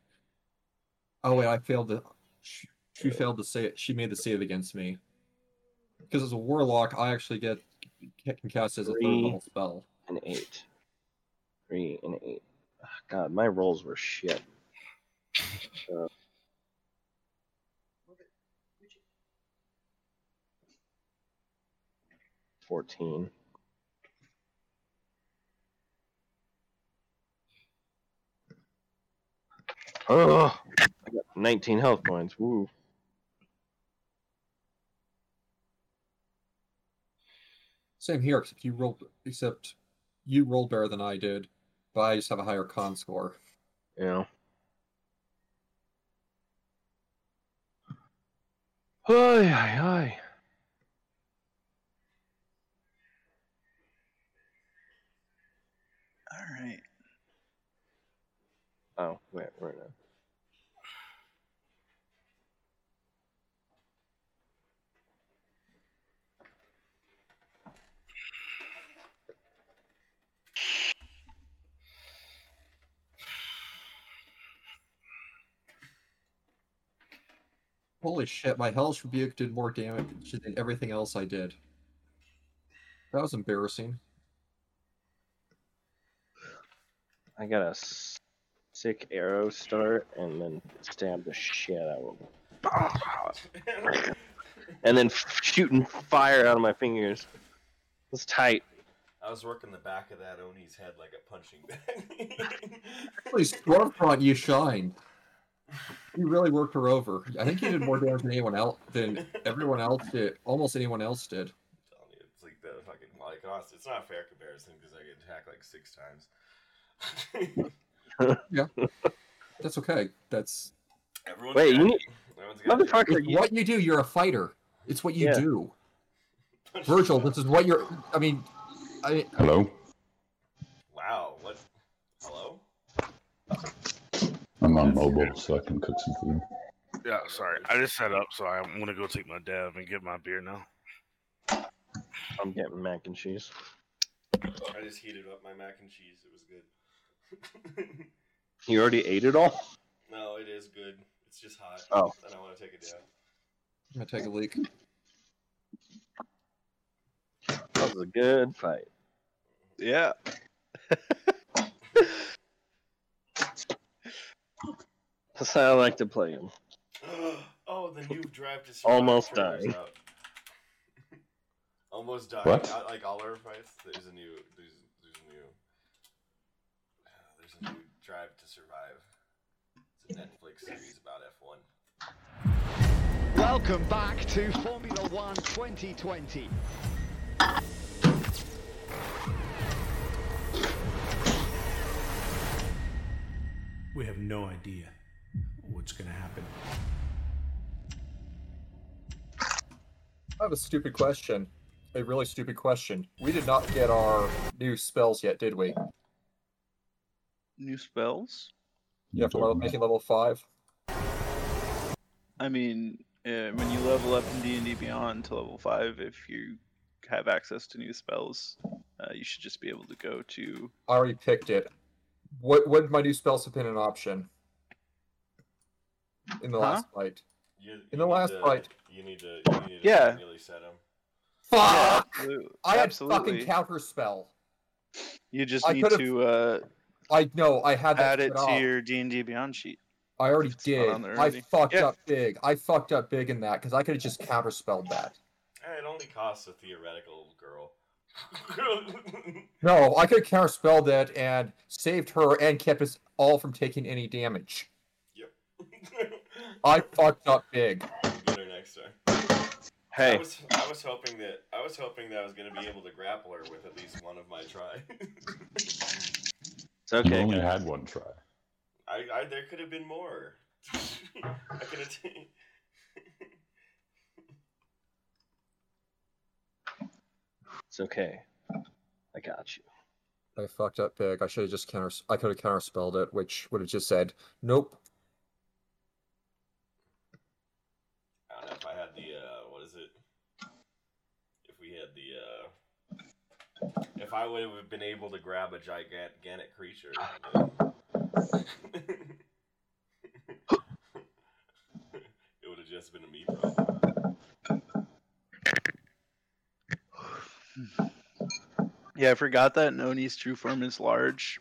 Speaker 6: Oh wait, I failed to. She, she failed to say it. She made the save against me. Because as a warlock, I actually get can cast as a third
Speaker 5: Three.
Speaker 6: level spell.
Speaker 5: an eight. Three and eight. Ah, God, my rolls were shit. Uh, Fourteen. Oh, I got nineteen health points. Woo.
Speaker 6: Same here, except you rolled except you rolled better than I did, but I just have a higher con score.
Speaker 5: You know.
Speaker 3: Ay, ay, ay. All right.
Speaker 5: Oh, wait, right now.
Speaker 6: Holy shit, my hellish rebuke did more damage than everything else I did. That was embarrassing.
Speaker 5: I got a s- sick arrow start and then stab the shit out of him. And then f- shooting fire out of my fingers. It's tight.
Speaker 1: I was working the back of that Oni's head like a punching [LAUGHS] bag.
Speaker 6: Holy storefront, you shined. You really worked her over. I think you did more damage than anyone else than everyone else did. Almost anyone else did.
Speaker 1: telling you, it's like the fucking like honestly, it's not a fair comparison because I get attacked like six times. [LAUGHS]
Speaker 6: That's okay. That's
Speaker 1: Everyone's
Speaker 5: Wait, you
Speaker 1: got-
Speaker 5: need,
Speaker 1: everyone's got their
Speaker 5: motherfucker,
Speaker 6: it's
Speaker 5: you,
Speaker 6: what you do. You're a fighter. It's what you
Speaker 5: Yeah.
Speaker 6: do.
Speaker 1: punch
Speaker 6: Virgil,
Speaker 1: bag.
Speaker 6: this is what you're. I mean, I
Speaker 10: Hello?
Speaker 1: Wow, what? Hello?
Speaker 10: I'm on mobile, so I can cook some food.
Speaker 7: Yeah,
Speaker 1: sorry.
Speaker 7: I just set up, so I'm gonna go take my dab and get my beer now.
Speaker 5: I'm getting mac and cheese.
Speaker 1: I just heated up my mac and cheese. It was good.
Speaker 5: You already ate it all?
Speaker 1: [LAUGHS] no, it is good. It's just hot.
Speaker 5: Oh.
Speaker 1: And I want to take a dab. [GASPS]
Speaker 6: I'm gonna take a leak.
Speaker 5: That was a good fight.
Speaker 3: Yeah.
Speaker 5: That's how I like to play him.
Speaker 1: oh, the new drive to Survive
Speaker 5: Almost
Speaker 1: trailer's
Speaker 5: died.
Speaker 1: out. Almost died.
Speaker 10: What?
Speaker 1: Not like all our fights. There's a new. There's, there's a new. [SIGHS] uh, There's a new Drive to Survive. It's a Netflix series about F1.
Speaker 11: Welcome back to Formula One 2020.
Speaker 12: We have no idea what's going to happen.
Speaker 6: I have a stupid question. A really stupid question. We did not get our new spells yet, did we?
Speaker 3: New spells?
Speaker 6: Yeah, for level, making level five.
Speaker 3: I mean, uh, when you level up in D and D Beyond to level five, if you have access to new spells, uh, you should just be able to go to.
Speaker 6: I already picked it. What would my new spells have been an option? In the
Speaker 3: Huh?
Speaker 6: last fight.
Speaker 1: You,
Speaker 6: the
Speaker 1: you need
Speaker 6: last
Speaker 1: to-
Speaker 6: fight.
Speaker 1: You need to. You need to
Speaker 3: Yeah.
Speaker 1: manually set 'em.
Speaker 6: Fuck!
Speaker 3: Absolu-
Speaker 6: I had
Speaker 3: absolutely.
Speaker 6: fucking counter spell.
Speaker 3: You just
Speaker 6: I
Speaker 3: need
Speaker 6: could've
Speaker 3: to uh,
Speaker 6: I know. I had
Speaker 3: add
Speaker 6: that
Speaker 3: it
Speaker 6: shit
Speaker 3: to
Speaker 6: off.
Speaker 3: your D and D Beyond sheet.
Speaker 6: I already
Speaker 3: It's not
Speaker 6: did.
Speaker 3: on there
Speaker 6: I
Speaker 3: already.
Speaker 6: fucked
Speaker 3: Yeah.
Speaker 6: up big. I fucked up big in that because I could have just counterspelled that.
Speaker 1: Eh, It only costs a theoretical
Speaker 6: [LAUGHS]
Speaker 1: girl. [LAUGHS]
Speaker 6: No, I could have counterspelled that and saved her and kept us all from taking any damage. I fucked up big.
Speaker 1: Get her next time. I
Speaker 5: Hey,
Speaker 1: was, I was hoping that I was hoping that I was gonna be able to grapple her with at least one of my tries.
Speaker 5: it's okay.
Speaker 10: you only
Speaker 5: guys.
Speaker 10: had one try.
Speaker 1: I, [LAUGHS] I there could have been more. [LAUGHS] I could have. T-
Speaker 5: It's okay. I got you.
Speaker 6: I fucked up big. I should have just counter. I could have counterspelled it, which would have just said, "Nope."
Speaker 1: I don't know if I had the uh, what is it? If we had the uh, if I would have been able to grab a gigantic creature. [LAUGHS] it would have just been a me [LAUGHS] problem.
Speaker 3: Yeah, I forgot that Noni's true form is large,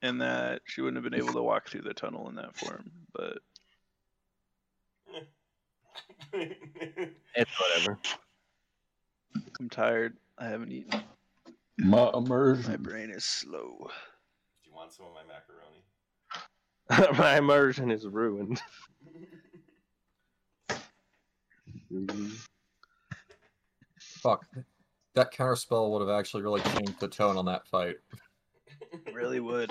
Speaker 3: and that she wouldn't have been able to walk through the tunnel in that form. But
Speaker 5: It's whatever.
Speaker 3: I'm tired. I haven't eaten.
Speaker 10: My
Speaker 3: My
Speaker 10: immersion.
Speaker 3: brain is slow.
Speaker 1: Do you want some of my macaroni?
Speaker 5: [LAUGHS] My immersion is ruined. [LAUGHS]
Speaker 6: Fuck. that counter spell would have actually really changed the tone on that fight.
Speaker 3: really would.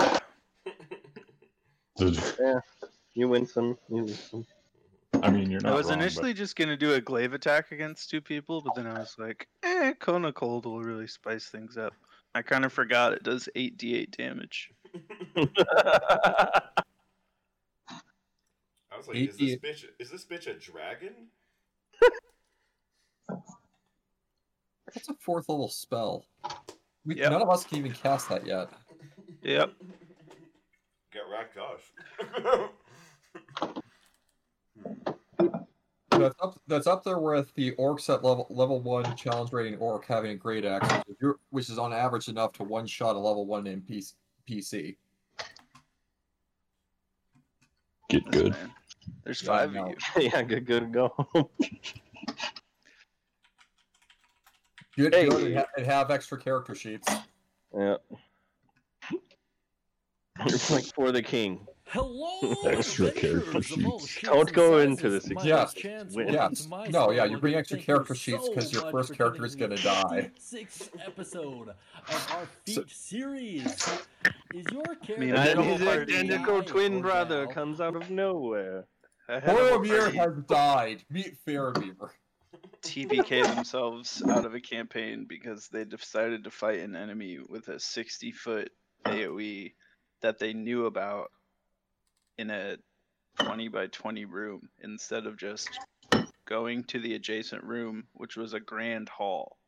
Speaker 5: Yeah, you win some, you lose some.
Speaker 10: I mean, you're not.
Speaker 3: I was
Speaker 10: wrong, but
Speaker 3: initially just gonna do a glaive attack against two people, but then I was like, eh, Kona Cold will really spice things up. I kind of forgot it does 8d8 damage.
Speaker 1: I was like, is this
Speaker 6: Idiot.
Speaker 1: bitch is this bitch a dragon?
Speaker 6: That's a fourth level spell. We,
Speaker 3: Yep.
Speaker 6: None of us can even cast that yet.
Speaker 3: Yep.
Speaker 1: Get racked off. [LAUGHS]
Speaker 6: That's up, that's up there with the orcs at level level one challenge rating orc having a great axe, which is your- which is on average enough to one shot a level one NPC. PC.
Speaker 10: Get good.
Speaker 3: Man, There's
Speaker 6: Yeah,
Speaker 3: five
Speaker 6: no.
Speaker 3: of you.
Speaker 5: [LAUGHS] yeah, good, good, go home.
Speaker 6: Good,
Speaker 5: Hey.
Speaker 6: good, and, ha- and have extra character sheets.
Speaker 5: Yeah. It's like for the king.
Speaker 13: Hello,
Speaker 10: Extra character
Speaker 13: adventurers of all
Speaker 10: sheets.
Speaker 13: shapes
Speaker 5: Don't
Speaker 13: and
Speaker 5: go into
Speaker 13: sizes.
Speaker 5: this
Speaker 13: My
Speaker 6: again.
Speaker 13: name's
Speaker 6: Yes,
Speaker 13: Chance
Speaker 5: yes.
Speaker 13: Williams. My
Speaker 6: No, yeah,
Speaker 13: soul
Speaker 6: you bring
Speaker 13: again,
Speaker 6: extra
Speaker 13: thank you
Speaker 6: character sheets 'cause your
Speaker 13: so
Speaker 6: first
Speaker 13: much for
Speaker 6: character is
Speaker 13: coming to
Speaker 6: gonna
Speaker 13: the
Speaker 6: die.
Speaker 13: Sixth episode of our feat series. Is your character
Speaker 3: mean, I had a
Speaker 5: And
Speaker 3: whole
Speaker 5: his
Speaker 13: going to
Speaker 3: party.
Speaker 5: identical
Speaker 13: die
Speaker 5: twin
Speaker 13: or
Speaker 5: brother
Speaker 13: now?
Speaker 5: comes out of nowhere.
Speaker 3: I had a whole
Speaker 6: Boromir
Speaker 3: party
Speaker 6: has died. Meet Faramir.
Speaker 3: TBK themselves out of a campaign because they decided to fight an enemy with a 60 foot AoE E that they knew about in a 20 by 20 room instead of just going to the adjacent room, which was a grand hall.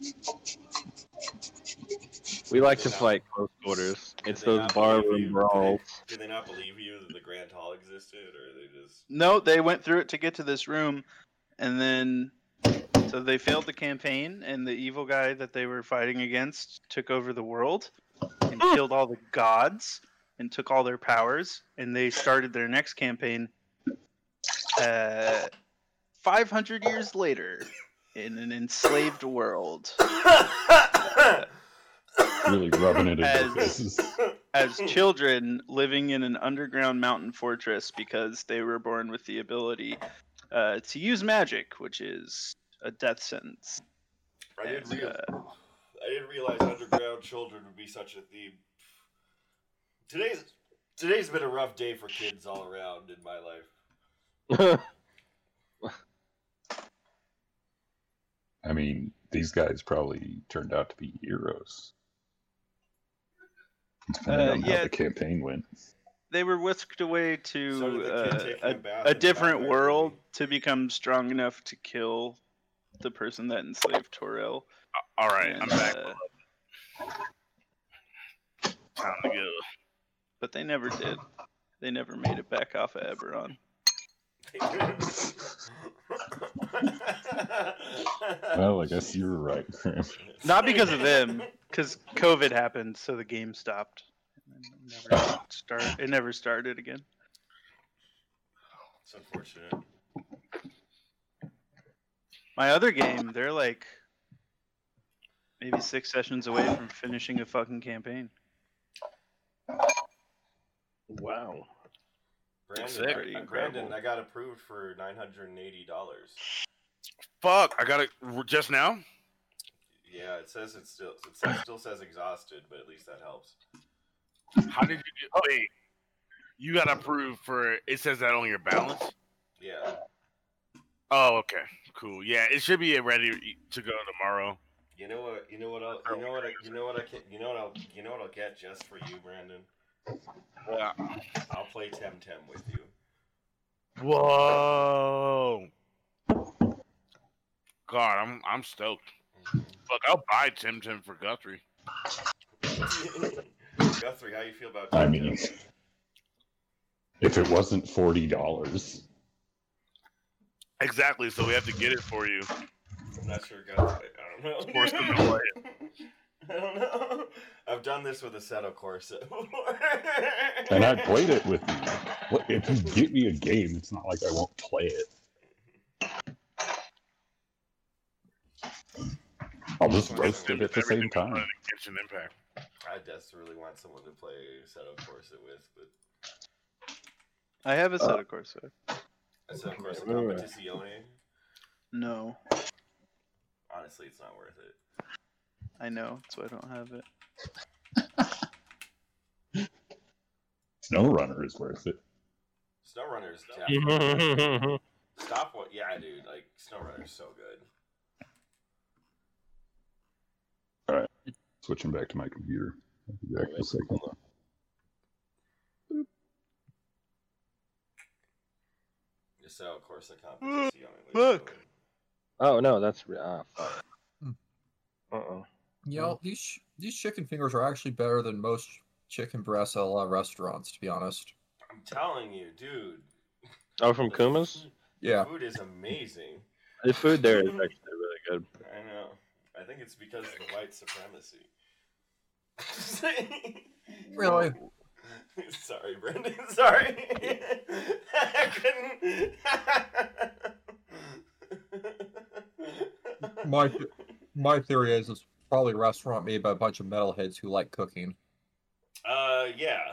Speaker 5: [LAUGHS] We like to fight close quarters. It's
Speaker 1: they
Speaker 5: those
Speaker 1: not believe
Speaker 5: barroom
Speaker 1: you?
Speaker 5: brawls.
Speaker 1: Did they not believe you that the Grand Hall existed, or they just
Speaker 3: No, they went through it to get to this room, and then so they failed the campaign, and the evil guy that they were fighting against took over the world and killed all the gods and took all their powers, and they started their next campaign uh, 500 years later in an enslaved world
Speaker 10: [LAUGHS] really rubbing it in their
Speaker 3: As-
Speaker 10: faces.
Speaker 1: [LAUGHS]
Speaker 3: as children living in an underground mountain fortress because they were born with the ability uh, to use magic, which is a death sentence.
Speaker 1: I didn't,
Speaker 3: And, uh,
Speaker 1: real- I didn't realize underground children would be such a theme. Today's today's been a rough day for kids all around in my life.
Speaker 10: I mean, these guys probably turned out to be heroes. Depending
Speaker 3: Uh,
Speaker 10: on how
Speaker 3: yeah.
Speaker 10: the campaign went.
Speaker 3: They were whisked away
Speaker 1: So did
Speaker 3: to
Speaker 1: the kid
Speaker 3: uh,
Speaker 1: taking
Speaker 3: a,
Speaker 1: bath
Speaker 3: a
Speaker 1: in the
Speaker 3: different
Speaker 1: bathroom.
Speaker 3: world
Speaker 1: [LAUGHS]
Speaker 3: to become strong enough to kill the person that enslaved Toril.
Speaker 8: All right, I'm
Speaker 3: and,
Speaker 8: back.
Speaker 3: uh,
Speaker 8: Time to go.
Speaker 3: but they never did. They never made it back off of Eberron.
Speaker 10: Well, I guess you were right, Graham.
Speaker 3: [LAUGHS] Not because
Speaker 1: [LAUGHS]
Speaker 3: of them, because COVID happened, so the game stopped. And then it
Speaker 8: [SIGHS]
Speaker 3: never start. It never started again.
Speaker 1: It's unfortunate.
Speaker 3: My other game, they're like maybe six sessions away from finishing a fucking campaign.
Speaker 5: wow.
Speaker 1: Brandon,
Speaker 8: Sick.
Speaker 1: I, Brandon, I got approved for nine hundred and eighty dollars.
Speaker 8: Fuck, I got it just now.
Speaker 1: Yeah, it says it's still it says, still says exhausted, but at least that helps.
Speaker 8: How did you get? Wait, you got approved for? It says that on your balance.
Speaker 1: Yeah,
Speaker 8: Oh, okay, cool. Yeah, it should be ready to go tomorrow.
Speaker 1: you know what? You know what? I'll, you know what? I, you know what? I can. You know what? I'll. You know what? I'll get just for you, Brandon.
Speaker 8: Yeah.
Speaker 1: I'll play Temtem with you.
Speaker 8: Whoa. God, I'm I'm stoked. Fuck, I'll buy Tim Tim for Guthrie.
Speaker 1: Guthrie, how you feel about
Speaker 10: I
Speaker 1: Temtem?
Speaker 10: mean, if it wasn't forty dollars,
Speaker 8: Exactly. So we have to get it for you.
Speaker 1: I'm not sure Guthrie. I don't know.
Speaker 8: Force them to play
Speaker 1: I don't know. I've done this with a set of Corsa before.
Speaker 10: and I played it with you. What- If you get me a game, it's not like I won't play it. I'll just roast it at the same time.
Speaker 8: Kitchen impact.
Speaker 1: I desperately want someone to play set of Corsa with, but
Speaker 3: I have a
Speaker 8: Uh.
Speaker 3: set of Corso.
Speaker 1: a set of Corsa
Speaker 5: Remember.
Speaker 1: competizione.
Speaker 3: No.
Speaker 1: I honestly, it's not worth it.
Speaker 3: I know, so I don't have it.
Speaker 10: Snow Runner is worth it.
Speaker 1: SnowRunner's
Speaker 5: [LAUGHS]
Speaker 1: definitely. Stop what? Yeah, dude. Like SnowRunner's so good.
Speaker 10: All right, switching back to my computer. I'll be back in a second.
Speaker 1: Just so, of course, the competency on it. Look.
Speaker 5: [LAUGHS] Oh no, that's re- ah fuck. Uh oh.
Speaker 6: You know, these ch- these chicken fingers are actually better than most chicken breasts at a lot of restaurants, to be honest.
Speaker 1: I'm telling you, dude.
Speaker 5: Oh, from Kuma's.
Speaker 6: Yeah.
Speaker 1: Food is amazing.
Speaker 5: The food there is actually really good.
Speaker 1: I know. I think it's because of the white supremacy. [LAUGHS]
Speaker 6: Really?
Speaker 1: [LAUGHS] Sorry, Brendan. Sorry. [LAUGHS] I couldn't. [LAUGHS]
Speaker 6: My th- my theory is it's probably a restaurant made by a bunch of metalheads who like cooking.
Speaker 1: Uh, yeah,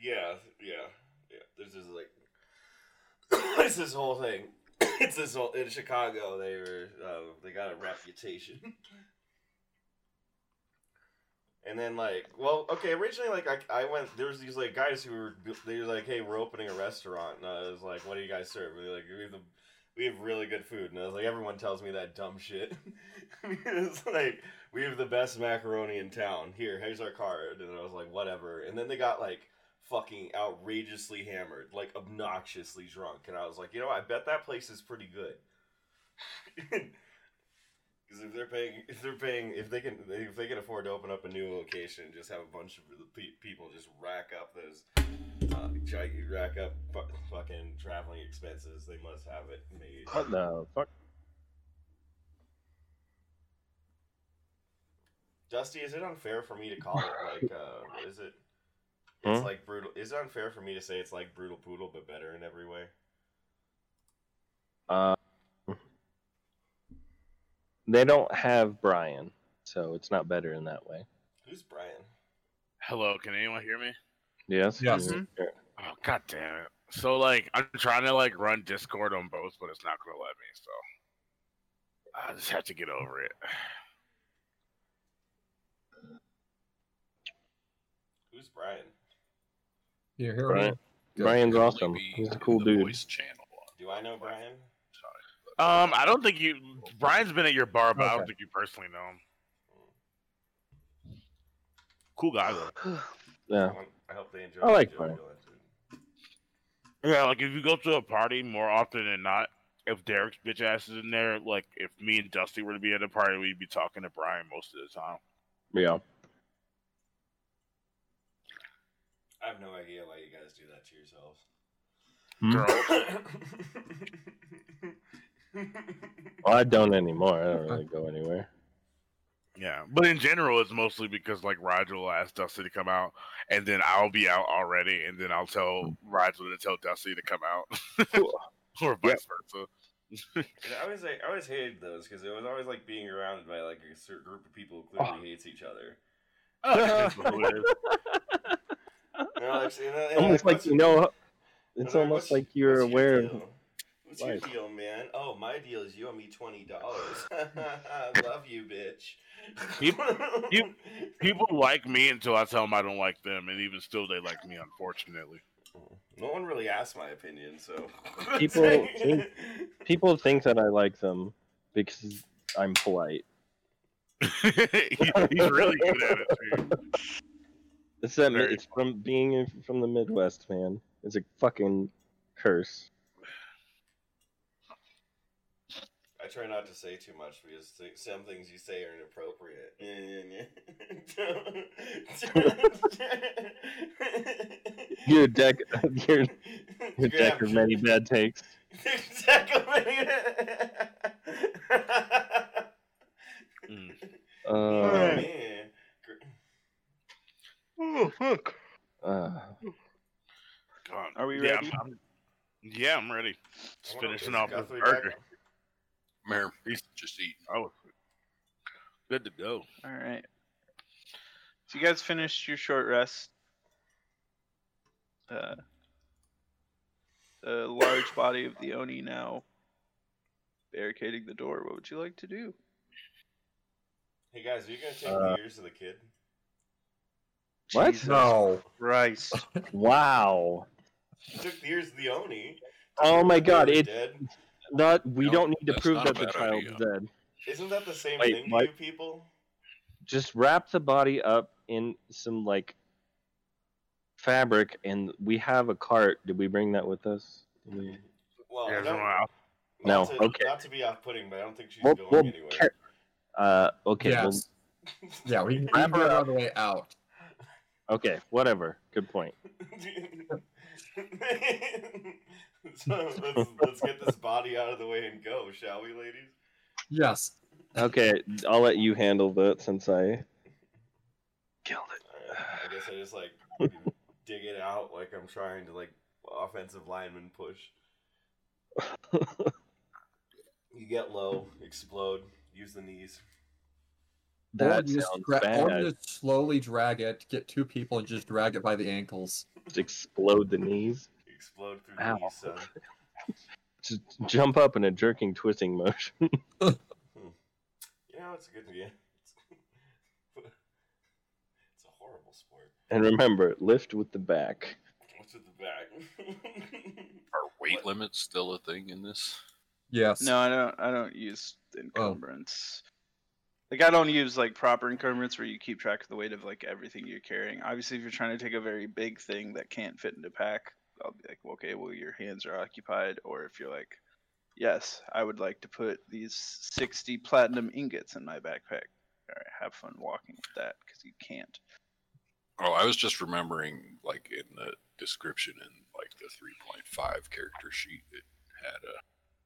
Speaker 1: yeah, yeah, yeah. This is like, [COUGHS] it's this whole thing. [COUGHS] It's this whole in Chicago. They were uh, they got a reputation. [LAUGHS] And then like, well, okay, originally like I, I went there was these like guys who were they were like, hey, we're opening a restaurant, and I was like, what do you guys serve? And they're like, we have the we have really good food, and I was like, everyone tells me that dumb shit. [LAUGHS] it's like we have the best macaroni in town. Here, here's our card, and I was like, whatever. And then they got like fucking outrageously hammered, like obnoxiously drunk, and I was like, you know, what? I bet that place is pretty [LAUGHS] good. Because if they're paying, if they're paying, if they can, if they can afford to open up a new location and just have a bunch of the pe- people just rack up those, uh, gi- rack up fu- fucking traveling expenses, they must have it made.
Speaker 5: What the fuck?
Speaker 1: Dusty, is it unfair for me to call it like, uh, what is it? It's
Speaker 5: Huh?
Speaker 1: like brutal. Is it unfair for me to say it's like brutal poodle but better in every way?
Speaker 5: Uh, they don't have Brian, so it's not better in that way.
Speaker 1: Who's Brian?
Speaker 8: Hello, can anyone hear me?
Speaker 5: Yes.
Speaker 6: Yes.
Speaker 5: Mhm.
Speaker 8: Oh god damn it. So like I'm trying to like run Discord on both, but it's not gonna let me, so I just have to get over it.
Speaker 1: Who's Brian?
Speaker 6: Can You hear
Speaker 5: Brian.
Speaker 6: me? Good.
Speaker 5: Brian's awesome. He's a cool dude.
Speaker 4: channel.
Speaker 1: Do I know Brian?
Speaker 8: Um, I don't think you Brian's been at your bar, but I don't
Speaker 6: Okay.
Speaker 8: think you personally know him. Cool guy though.
Speaker 5: Yeah.
Speaker 1: I want- I hope they enjoy.
Speaker 5: I like
Speaker 1: enjoy
Speaker 5: Brian.
Speaker 1: doing it, dude.
Speaker 8: Yeah, like if you go to a party more often than not, if Derek's bitch ass is in there, like if me and Dusty were to be at a party, we'd be talking to Brian most of the time.
Speaker 5: Yeah.
Speaker 1: I have no idea why you guys do that to yourselves.
Speaker 8: Girl,
Speaker 1: [LAUGHS]
Speaker 5: Well, I don't anymore. I don't really go anywhere.
Speaker 8: Yeah, but in general, it's mostly because like Roger will ask Dusty to come out, and then I'll be out already, and then I'll tell Roger to tell Dusty to come out, [LAUGHS] or vice versa.
Speaker 1: And I always like, I always hated those because it was always like being surrounded by like a certain group of people who
Speaker 5: Ah.
Speaker 1: clearly hates each
Speaker 5: [LAUGHS]
Speaker 1: other.
Speaker 8: That's what it
Speaker 3: [LAUGHS]
Speaker 8: is.
Speaker 1: You know, like, you know, and
Speaker 5: Almost like
Speaker 1: what's
Speaker 5: you
Speaker 1: your-
Speaker 5: know. It's
Speaker 1: what's your-
Speaker 5: almost
Speaker 1: what's-
Speaker 5: like you're
Speaker 1: what's your
Speaker 5: aware. of-
Speaker 1: deal? What's your
Speaker 5: life.
Speaker 1: deal, man? Oh, my deal is you owe me twenty dollars. [LAUGHS] Love you, bitch.
Speaker 8: You- you- People like me until I tell them I don't like them, and even still, they like me. Unfortunately, [LAUGHS]
Speaker 1: No one really asked my opinion, so [LAUGHS]
Speaker 5: People think- People think that I like them because I'm polite.
Speaker 8: He- he's really good at it. Dude.
Speaker 5: It's that.
Speaker 8: Very
Speaker 5: It's from being in- from the Midwest, man. It's a fucking curse.
Speaker 1: I try not to say too much because th- some things you say are inappropriate. [LAUGHS]
Speaker 5: You're
Speaker 1: [LAUGHS]
Speaker 5: a deck. [LAUGHS] You're, you're a
Speaker 1: You're gonna
Speaker 5: deck
Speaker 1: have- [LAUGHS]
Speaker 5: of many bad takes.
Speaker 1: Exactly. [LAUGHS]
Speaker 5: Uh,
Speaker 8: Mm.
Speaker 5: Uh,
Speaker 1: Man.
Speaker 8: Oh fuck!
Speaker 5: uh,
Speaker 8: God.
Speaker 3: Are we
Speaker 8: yeah,
Speaker 3: ready?
Speaker 8: I'm, I'm- yeah, I'm ready. Just
Speaker 1: I wonder if
Speaker 8: finishing
Speaker 1: it's
Speaker 8: off
Speaker 1: got
Speaker 8: this
Speaker 1: three
Speaker 8: burger.
Speaker 1: back-
Speaker 4: Mayor, just eat.
Speaker 8: Oh, good to go.
Speaker 3: All right. So you guys finished your short rest. Uh, the large body of the Oni now barricading the door. What would you like to do?
Speaker 1: Hey guys, are you gonna take
Speaker 5: Uh,
Speaker 1: the ears of the kid?
Speaker 5: What?
Speaker 3: Jesus
Speaker 5: No.
Speaker 3: Christ.
Speaker 5: Wow.
Speaker 1: She took the ears of the Oni.
Speaker 5: Oh my god,
Speaker 1: They were
Speaker 5: it's
Speaker 1: dead.
Speaker 5: not we
Speaker 1: No,
Speaker 5: don't need to
Speaker 1: that's
Speaker 5: prove
Speaker 1: not a
Speaker 5: that the
Speaker 1: bad
Speaker 5: child's
Speaker 1: idea.
Speaker 5: dead.
Speaker 1: Isn't that the same
Speaker 5: Wait,
Speaker 1: thing to
Speaker 5: what?
Speaker 1: you people?
Speaker 5: Just wrap the body up in some like fabric and we have a cart. Did we bring that with us? Did we-
Speaker 1: Well, I
Speaker 8: Yeah,
Speaker 1: don't,
Speaker 8: somehow.
Speaker 5: Mm. No,
Speaker 1: not to,
Speaker 5: okay.
Speaker 1: Not to be off-putting, but I don't think she's
Speaker 5: We'll,
Speaker 1: going
Speaker 5: we'll
Speaker 1: anywhere. [LAUGHS]
Speaker 5: car- uh okay, well,
Speaker 6: Yes. Yeah, we can, we can
Speaker 5: Wrap
Speaker 6: get
Speaker 5: her
Speaker 6: it
Speaker 5: up.
Speaker 6: on the way out.
Speaker 5: okay, whatever. Good point.
Speaker 1: [LAUGHS] so let's, let's get this body out of the way and go, shall we, ladies?
Speaker 6: Yes.
Speaker 5: Okay, I'll let you handle that since I
Speaker 1: Alright, I guess I just like dig it out like I'm trying to like offensive lineman push. you get low, explode, use the knees.
Speaker 5: That
Speaker 6: you
Speaker 5: sounds
Speaker 6: dra- Or
Speaker 5: bad.
Speaker 6: you just slowly drag it, get two people, and just drag it by the ankles.
Speaker 5: just explode the knees.
Speaker 1: Explode through
Speaker 5: Ow.
Speaker 1: the knees, son.
Speaker 5: Just jump up in a jerking twisting motion. [LAUGHS]
Speaker 1: You know, it's a good game. [LAUGHS] It's a horrible sport.
Speaker 5: and remember, lift with the back.
Speaker 1: What's with the back?
Speaker 4: Are weight limits still a thing in this?
Speaker 6: Yes.
Speaker 3: No, I don't. I don't use encumbrance. Like I don't use like proper encumbrance where you keep track of the weight of like everything you're carrying. Obviously, if you're trying to take a very big thing that can't fit into pack, I'll be like, okay, well your hands are occupied. Or if you're like, yes, I would like to put these sixty platinum ingots in my backpack. All right, have fun walking with that because you can't.
Speaker 4: Oh, I was just remembering, like in the description in like the 3.5 character sheet, it had a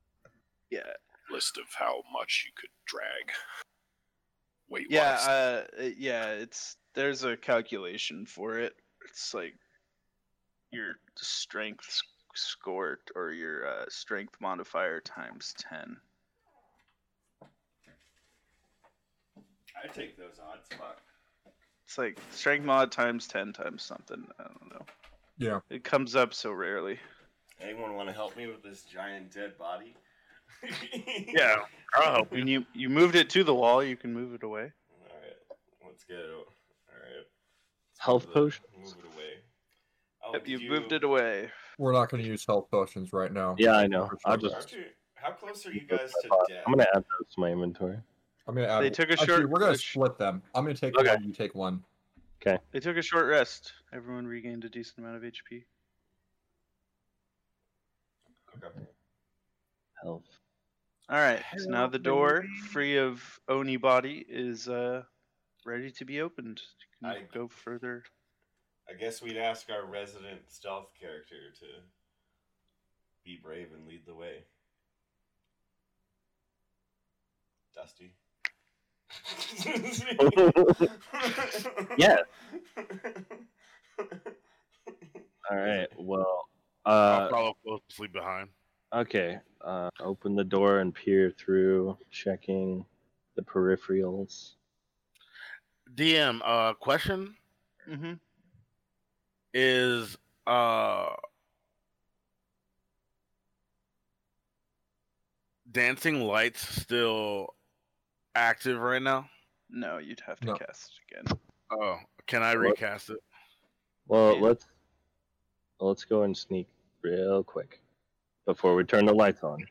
Speaker 3: Yeah.
Speaker 4: list of how much you could drag. Weight
Speaker 3: yeah
Speaker 4: wise.
Speaker 3: uh it- yeah it's there's a calculation for it it's like your strength s- score t- or your uh, strength modifier times 10
Speaker 1: [LAUGHS] I take those odds. Fuck.
Speaker 3: it's like strength mod times 10 times something i don't know
Speaker 6: Yeah.
Speaker 3: it comes up so rarely
Speaker 1: Anyone want to help me with this giant dead body? [LAUGHS]
Speaker 3: yeah
Speaker 8: i'll help
Speaker 3: you you, you moved it to the wall you can move it away
Speaker 1: All right, let's get it. o- All right.
Speaker 5: Health potion.
Speaker 1: Move it away. Oh,
Speaker 3: Yep,
Speaker 1: did
Speaker 3: you moved it away
Speaker 6: We're not going to use health potions right now.
Speaker 5: Yeah, I know. I'll
Speaker 6: Sure.
Speaker 5: just
Speaker 1: Aren't you, how close are you guys to death?
Speaker 5: I'm gonna add those to my inventory.
Speaker 6: I'm gonna add.
Speaker 3: They took a
Speaker 6: Actually,
Speaker 3: short
Speaker 6: We're gonna
Speaker 3: push.
Speaker 6: split them. I'm gonna take
Speaker 5: Okay.
Speaker 6: one. You take one.
Speaker 3: they took a short rest everyone regained a decent amount of hp
Speaker 1: Okay.
Speaker 5: Health.
Speaker 3: All right. So now the door, free of Oni body, is uh ready to be opened. You can
Speaker 1: I-
Speaker 3: go further.
Speaker 1: I guess we'd ask our resident stealth character to be brave and lead the way. Dusty.
Speaker 5: Yes. All right. Well, uh,
Speaker 8: I'll follow closely behind.
Speaker 5: okay. Uh, open the door and peer through, checking the peripherals.
Speaker 8: DM, uh, question
Speaker 3: Mm-hmm.
Speaker 8: is uh, dancing lights still active right now?
Speaker 3: No, you'd have to
Speaker 6: No.
Speaker 3: cast again.
Speaker 8: Oh, can I
Speaker 5: What?
Speaker 8: recast it?
Speaker 5: Well,
Speaker 3: Yeah.
Speaker 5: let's let's go and sneak real quick before we turn the lights on.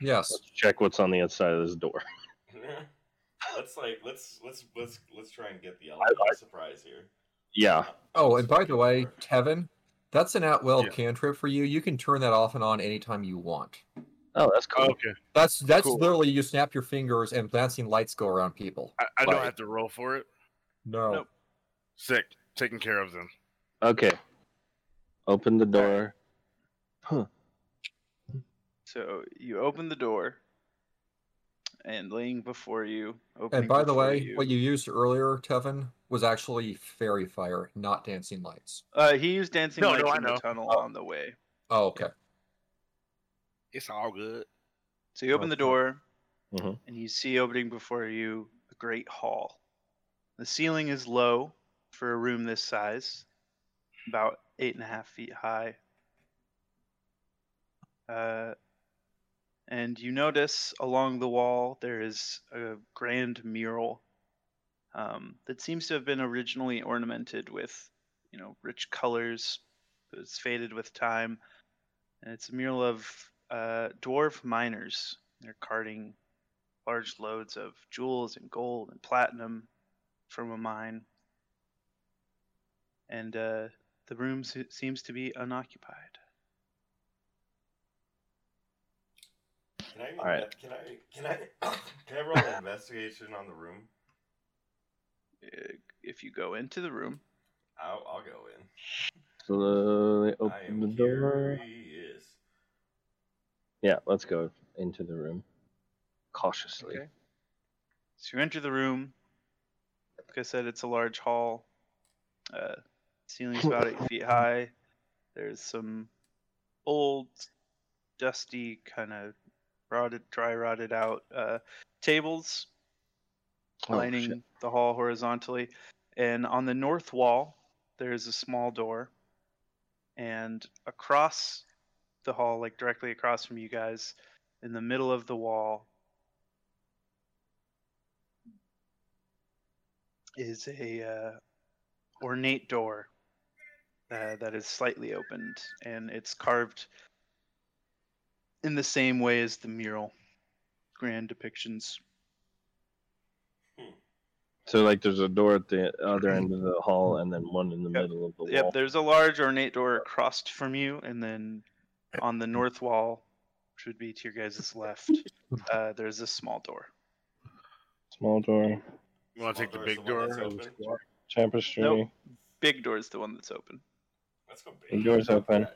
Speaker 6: Yes.
Speaker 5: Let's check what's on the outside of this door.
Speaker 1: [LAUGHS]
Speaker 5: [LAUGHS]
Speaker 1: let's like let's let's let's let's try and get the element of surprise here.
Speaker 5: Yeah.
Speaker 6: Oh, and by the way, Tevin, that's an at will
Speaker 8: Yeah.
Speaker 6: cantrip for you. You can turn that off and on anytime you want.
Speaker 5: Oh, that's cool.
Speaker 8: okay.
Speaker 6: That's that's
Speaker 8: Cool.
Speaker 6: literally you snap your fingers and dancing lights go around people.
Speaker 8: I, I don't
Speaker 5: Right.
Speaker 8: have to roll for it.
Speaker 6: No.
Speaker 3: Nope.
Speaker 8: Sick. Taken care of then.
Speaker 5: Okay. Open the door.
Speaker 3: So you open the door, and laying before you. Opening
Speaker 6: And by the
Speaker 3: before
Speaker 6: way,
Speaker 3: you,
Speaker 6: what you used earlier, Tevin, was actually fairy fire, not dancing lights.
Speaker 3: uh, he used dancing
Speaker 8: No, no,
Speaker 3: lights
Speaker 8: I
Speaker 3: in the
Speaker 8: know.
Speaker 3: tunnel on the way.
Speaker 6: Oh, okay.
Speaker 8: It's all good.
Speaker 3: So you open the
Speaker 5: Okay.
Speaker 3: door,
Speaker 5: Mhm.
Speaker 3: and you see opening before you a great hall. The ceiling is low for a room this size, about eight and a half feet high. Uh, and you notice along the wall there is a grand mural um, that seems to have been originally ornamented with, you know, rich colors. but It's faded with time, and it's a mural of uh, dwarf miners. They're carting large loads of jewels and gold and platinum from a mine, and uh, the room se- seems to be unoccupied.
Speaker 1: Can I,
Speaker 3: All right.
Speaker 1: can I can I [COUGHS] can I roll an investigation on the room?
Speaker 3: Uh, If you go into the room,
Speaker 1: I'll, I'll go in.
Speaker 5: Slowly open the
Speaker 1: am
Speaker 5: door.
Speaker 1: Yes.
Speaker 5: Yeah, let's go into the room cautiously.
Speaker 3: Okay. So you enter the room. Like I said, it's a large hall. Uh, ceiling's about eight feet high. There's some old, dusty, kind of rotted, dry rotted out uh, tables
Speaker 5: Oh,
Speaker 3: lining the hall horizontally. And on the north wall, there's a small door. And across the hall, like directly across from you guys, in the middle of the wall, is a uh, ornate door uh, that is slightly opened, and it's carved in the same way as the mural. Grand depictions.
Speaker 5: So like, there's a door at the other end of the hall, and then one in the middle of the wall.
Speaker 3: Yep, there's a large ornate door across from you, and then on the north wall, which would be to your guys' left, uh, there's a small door.
Speaker 5: Small door,
Speaker 8: You want to take the big door?
Speaker 5: tapestry.
Speaker 3: Nope. Big door is the one that's open.
Speaker 1: Let's go big.
Speaker 5: The door's open.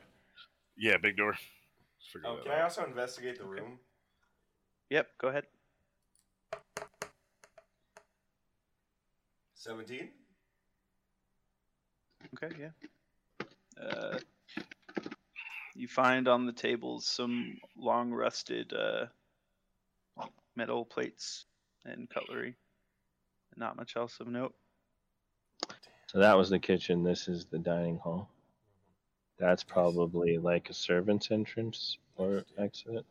Speaker 8: Yeah, big door.
Speaker 1: Oh, can I also investigate the room?
Speaker 3: Yep, go ahead.
Speaker 1: Seventeen.
Speaker 3: Okay, yeah. Uh, you find on the tables some long rusted uh, metal plates and cutlery. Not much else of note.
Speaker 5: So that was the kitchen. This is the dining hall. That's probably like a servant's entrance or exit.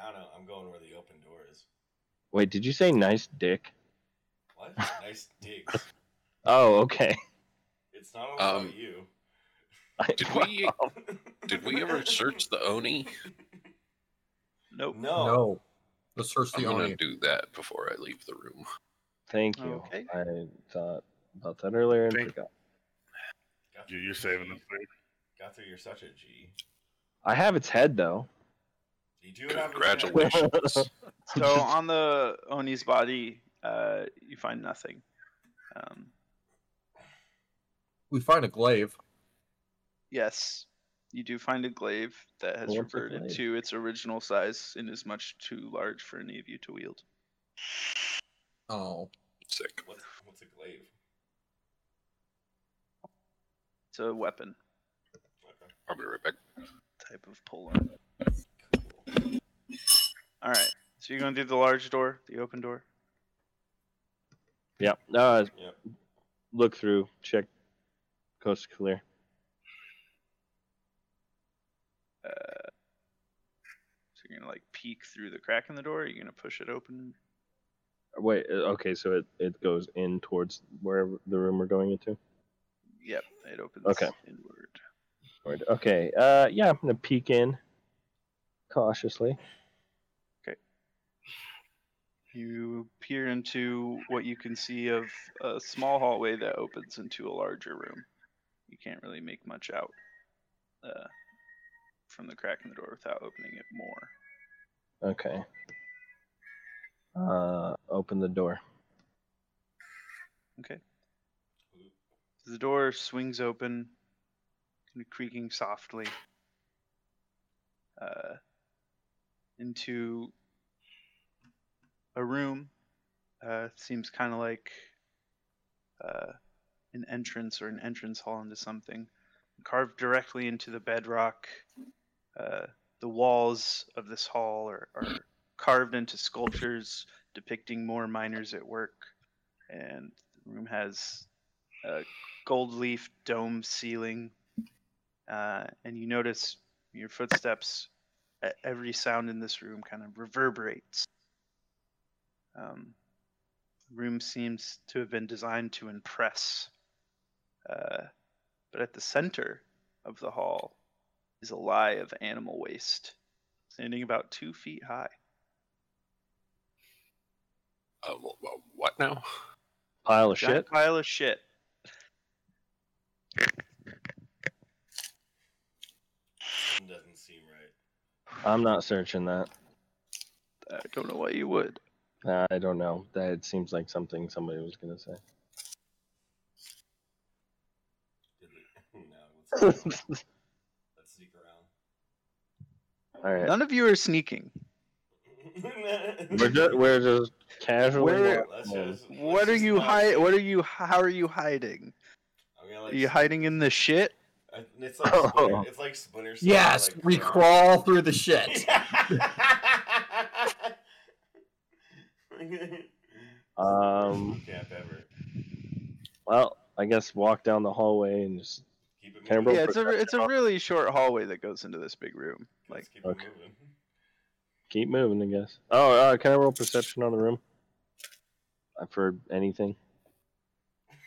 Speaker 1: I don't know. I'm going where the open door is.
Speaker 5: Wait, did you say nice dick?
Speaker 1: What? nice digs.
Speaker 5: Oh, okay. [LAUGHS]
Speaker 1: It's not all about
Speaker 4: Um,
Speaker 1: you.
Speaker 5: [LAUGHS]
Speaker 4: Did we [LAUGHS] did we ever search the Oni?
Speaker 3: Nope.
Speaker 1: [LAUGHS] No.
Speaker 6: No. Let's search
Speaker 4: Oh. I'm
Speaker 6: the
Speaker 4: gonna
Speaker 6: Oni.
Speaker 4: do that before I leave the room.
Speaker 5: Thank you.
Speaker 3: Okay.
Speaker 5: I thought about that earlier and
Speaker 8: Thank-
Speaker 5: forgot.
Speaker 1: Got
Speaker 8: Dude,
Speaker 1: through
Speaker 8: you're
Speaker 1: the
Speaker 8: saving
Speaker 1: G.
Speaker 8: us. dude.
Speaker 1: Got through. You're such a G.
Speaker 5: I have its head though.
Speaker 1: You do have a head.
Speaker 5: [LAUGHS]
Speaker 4: Congratulations.
Speaker 3: So on the Oni's body, uh, you find nothing. Um,
Speaker 6: We find a glaive.
Speaker 3: yes, you do find a glaive that has
Speaker 5: What's a
Speaker 3: reverted
Speaker 5: glaive?
Speaker 3: to its original size and is much too large for any of you to wield.
Speaker 6: Oh.
Speaker 4: Sick.
Speaker 1: What's, what's a glaive?
Speaker 3: It's a weapon
Speaker 1: Okay.
Speaker 4: I'll be right back.
Speaker 3: type of pole arm. All right. So you're going through the large door, the open door.
Speaker 5: Yep. Uh,
Speaker 1: Yep.
Speaker 5: Look through, check. Coast clear.
Speaker 3: So you're gonna like peek through the crack in the door. You're gonna push it open.
Speaker 5: Wait. uh, Okay, so it, it goes in towards wherever the room we're going into.
Speaker 3: Yep, it opens
Speaker 5: Okay.
Speaker 3: inward.
Speaker 5: Word. Okay. Uh, yeah, I'm gonna peek in cautiously.
Speaker 3: You peer into what you can see of a small hallway that opens into a larger room. You can't really make much out uh, from the crack in the door without opening it more.
Speaker 5: Okay. Uh, open the door.
Speaker 3: The door swings open, kind of creaking softly, uh, into a room. Uh, seems kind of like uh, an entrance or an entrance hall into something. Carved directly into the bedrock, uh, the walls of this hall are, are carved into sculptures depicting more miners at work, and the room has a gold leaf dome ceiling, uh, and you notice your footsteps. e- Every sound in this room kind of reverberates Um, the room seems to have been designed to impress. Uh, but at the center of the hall is a lie of animal waste, standing about two feet high.
Speaker 4: Uh, wh- wh- what now?
Speaker 5: Pile of
Speaker 3: Giant
Speaker 5: shit.
Speaker 3: Pile of shit.
Speaker 1: Doesn't seem right.
Speaker 5: I'm not searching that.
Speaker 3: I don't know why you would.
Speaker 5: Nah, I don't know. That seems like something somebody was gonna say.
Speaker 1: Did we? [LAUGHS] No. Let's, let's sneak
Speaker 5: All right.
Speaker 3: None of you are sneaking.
Speaker 1: around.
Speaker 5: [LAUGHS]
Speaker 1: [LAUGHS]
Speaker 5: We're just, we're just casually.
Speaker 3: Where-
Speaker 5: walking
Speaker 1: Let's
Speaker 5: in.
Speaker 1: just-
Speaker 3: What are you hide? What are you? How are you hiding?
Speaker 1: I'm gonna
Speaker 3: Are
Speaker 1: like.
Speaker 3: you Oh. hiding in the shit?
Speaker 1: I- It's like splinter, it's like splinter. Cell,
Speaker 6: Yes,
Speaker 1: like,
Speaker 6: we
Speaker 4: uh,
Speaker 1: curl.
Speaker 6: crawl through the shit.
Speaker 4: [LAUGHS]
Speaker 1: [LAUGHS]
Speaker 5: Um.
Speaker 1: Camp ever.
Speaker 5: Well, I guess walk down the hallway and just.
Speaker 1: Keep it
Speaker 5: Can I
Speaker 1: moving.
Speaker 5: roll
Speaker 3: Yeah, it's a it's a
Speaker 5: perception?
Speaker 3: really short hallway that goes into this big room. Like
Speaker 1: Let's keep
Speaker 5: Okay.
Speaker 1: it moving.
Speaker 5: Keep moving, I guess. Oh, uh, can I roll perception on the room? Uh, For anything.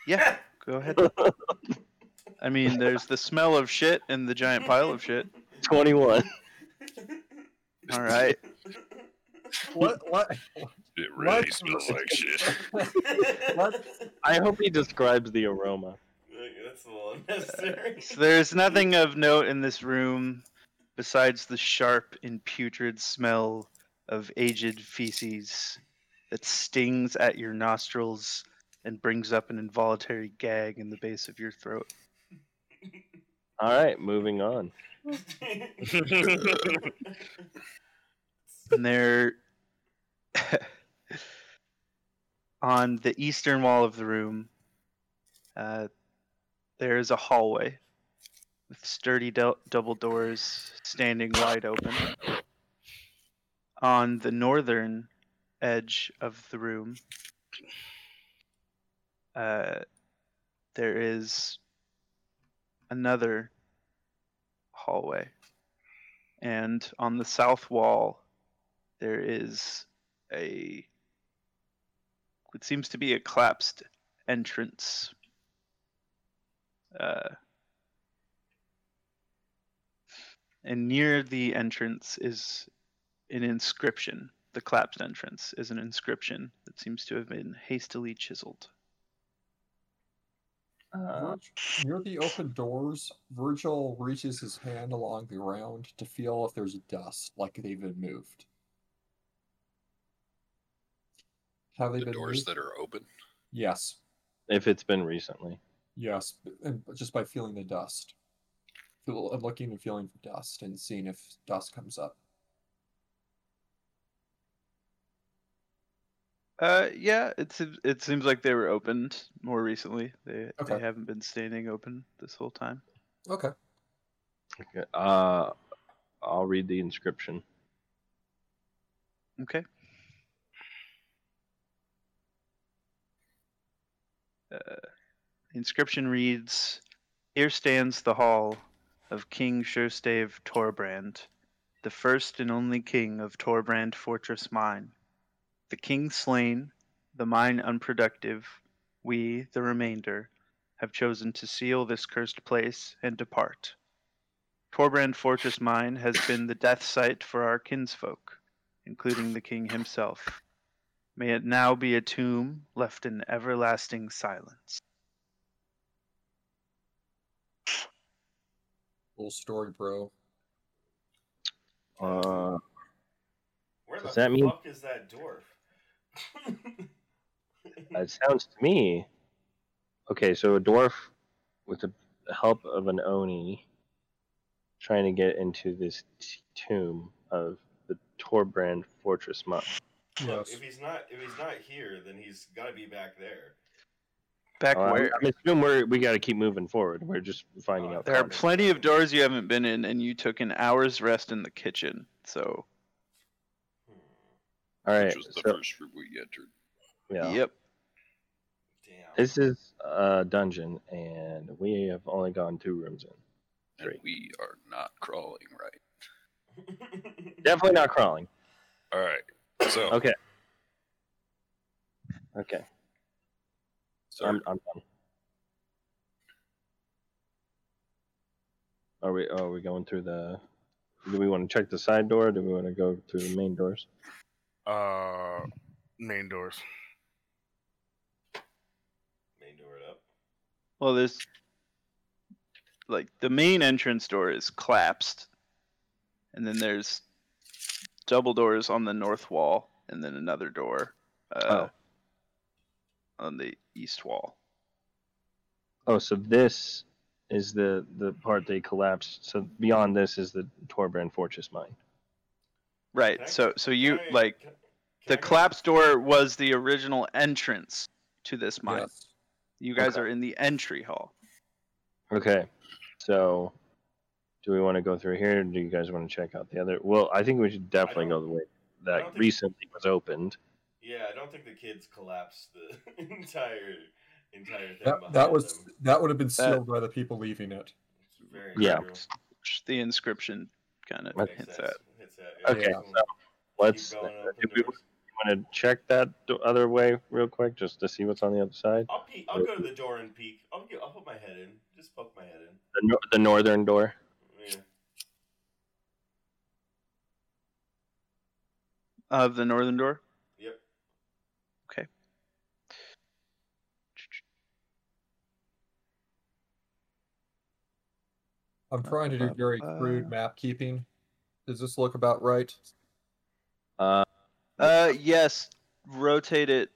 Speaker 3: Yeah, go ahead. I mean, there's the smell of shit and the giant pile of shit.
Speaker 5: Twenty-one.
Speaker 3: All
Speaker 4: [LAUGHS]
Speaker 3: right.
Speaker 6: What? [LAUGHS] What?
Speaker 4: It really
Speaker 6: What?
Speaker 4: smells like shit.
Speaker 6: what?
Speaker 5: I hope he describes the aroma.
Speaker 1: Like, That's a little
Speaker 3: [LAUGHS]
Speaker 1: unnecessary. [LAUGHS]
Speaker 3: So there's nothing of note in this room besides the sharp and putrid smell of aged feces that stings at your nostrils and brings up an involuntary gag in the base of your throat.
Speaker 5: All right, moving on.
Speaker 3: and there [LAUGHS] on the eastern wall of the room uh, there is a hallway with sturdy del- double doors standing wide open on the northern edge of the room uh, there is another hallway and on the south wall there is a it seems to be a collapsed entrance uh, and near the entrance is an inscription the collapsed entrance is an inscription that seems to have been hastily chiseled
Speaker 5: Uh,
Speaker 6: Virg- Near the open doors, Virgil reaches his hand along the ground to feel if there's dust, like they've been moved. Have they
Speaker 4: The
Speaker 6: been
Speaker 4: doors
Speaker 6: moved?
Speaker 4: that are open.
Speaker 6: Yes,
Speaker 5: if it's been recently.
Speaker 6: yes, b- and b- just by feeling the dust, Feel- and looking and feeling for dust, and seeing if dust comes up.
Speaker 3: uh yeah it seems it seems like they were opened more recently they,
Speaker 6: Okay.
Speaker 3: they haven't been standing open this whole time
Speaker 6: Okay.
Speaker 5: Okay. Uh, I'll read the inscription.
Speaker 3: Okay. Uh, inscription reads Here stands the hall of King Sherstave Torbrand, the first and only king of Torbrand Fortress Mine. The king slain, the mine unproductive, we, the remainder, have chosen to seal this cursed place and depart. Torbrand Fortress Mine has been the death site for our kinsfolk including the king himself. May it now be a tomb left in everlasting silence.
Speaker 6: Cool story, bro.
Speaker 5: Uh,
Speaker 1: Where
Speaker 5: Does
Speaker 1: the
Speaker 5: that mean-
Speaker 1: fuck is that dwarf? [LAUGHS]
Speaker 5: it sounds to me. Okay, so a dwarf with the help of an oni trying to get into this t- tomb of the Torbrand Fortress Mine.
Speaker 1: Look, if he's not if he's not here, then he's got to be back there.
Speaker 3: Back
Speaker 5: Uh,
Speaker 3: where Uh,
Speaker 5: I'm assuming we're, we got to keep moving forward. We're just finding out.
Speaker 3: there are
Speaker 5: context.
Speaker 3: plenty of doors you haven't been in, and you took an hour's rest in the kitchen. So,
Speaker 5: All right.
Speaker 4: Which was the
Speaker 5: So,
Speaker 4: first room we entered.
Speaker 5: yeah.
Speaker 3: yep.
Speaker 1: Damn.
Speaker 5: This is a dungeon, and we have only gone two rooms in.
Speaker 4: And
Speaker 5: Great.
Speaker 4: we are not crawling, right?
Speaker 5: Definitely not crawling.
Speaker 4: All right. So
Speaker 5: Okay. Okay.
Speaker 4: So
Speaker 5: I'm, I'm done. Are we? Are we going through the? Do we want to check the side door? Or do we want to go through the main doors?
Speaker 8: Uh, main doors.
Speaker 1: Main door it up.
Speaker 3: Well, there's like the main entrance door is collapsed, and then there's double doors on the north wall, and then another door uh, on the east wall.
Speaker 5: Oh, so this is the the part they collapsed. So beyond this is the Torbrand Fortress mine.
Speaker 3: Right. so so you like the collapsed door was the original entrance to this mine. You guys
Speaker 5: Okay.
Speaker 3: are in the entry hall.
Speaker 5: Okay. So, do we want to go through here? Or do you guys want to check out the other? Well, I think we should definitely go the way that recently was opened.
Speaker 1: Yeah, I don't think the kids collapsed the [LAUGHS] entire entire thing.
Speaker 6: That,
Speaker 1: behind
Speaker 6: that was
Speaker 1: them.
Speaker 6: that would have been
Speaker 3: That-
Speaker 6: sealed by the people leaving it.
Speaker 1: It's very
Speaker 5: Yeah.
Speaker 1: true.
Speaker 3: Which The inscription kind of
Speaker 5: Okay.
Speaker 1: Makes
Speaker 3: hints at.
Speaker 1: sense. Hits that, yeah.
Speaker 5: Okay.
Speaker 1: Keep
Speaker 5: So let's.
Speaker 1: going,
Speaker 5: uh,
Speaker 1: open
Speaker 5: Do we
Speaker 1: doors.
Speaker 5: want to check that do- other way real quick just to see what's on the other side?
Speaker 1: I'll peek. I'll go to the door and peek. I'll get, I'll put my head in. Just poke my head in.
Speaker 5: The, nor- the northern door.
Speaker 1: Yeah.
Speaker 3: Of the northern door?
Speaker 1: Yep.
Speaker 3: Okay.
Speaker 6: I'm trying to do
Speaker 3: uh,
Speaker 6: very crude map keeping. Does this look about right?
Speaker 5: Uh,
Speaker 3: Uh, yes. Rotate it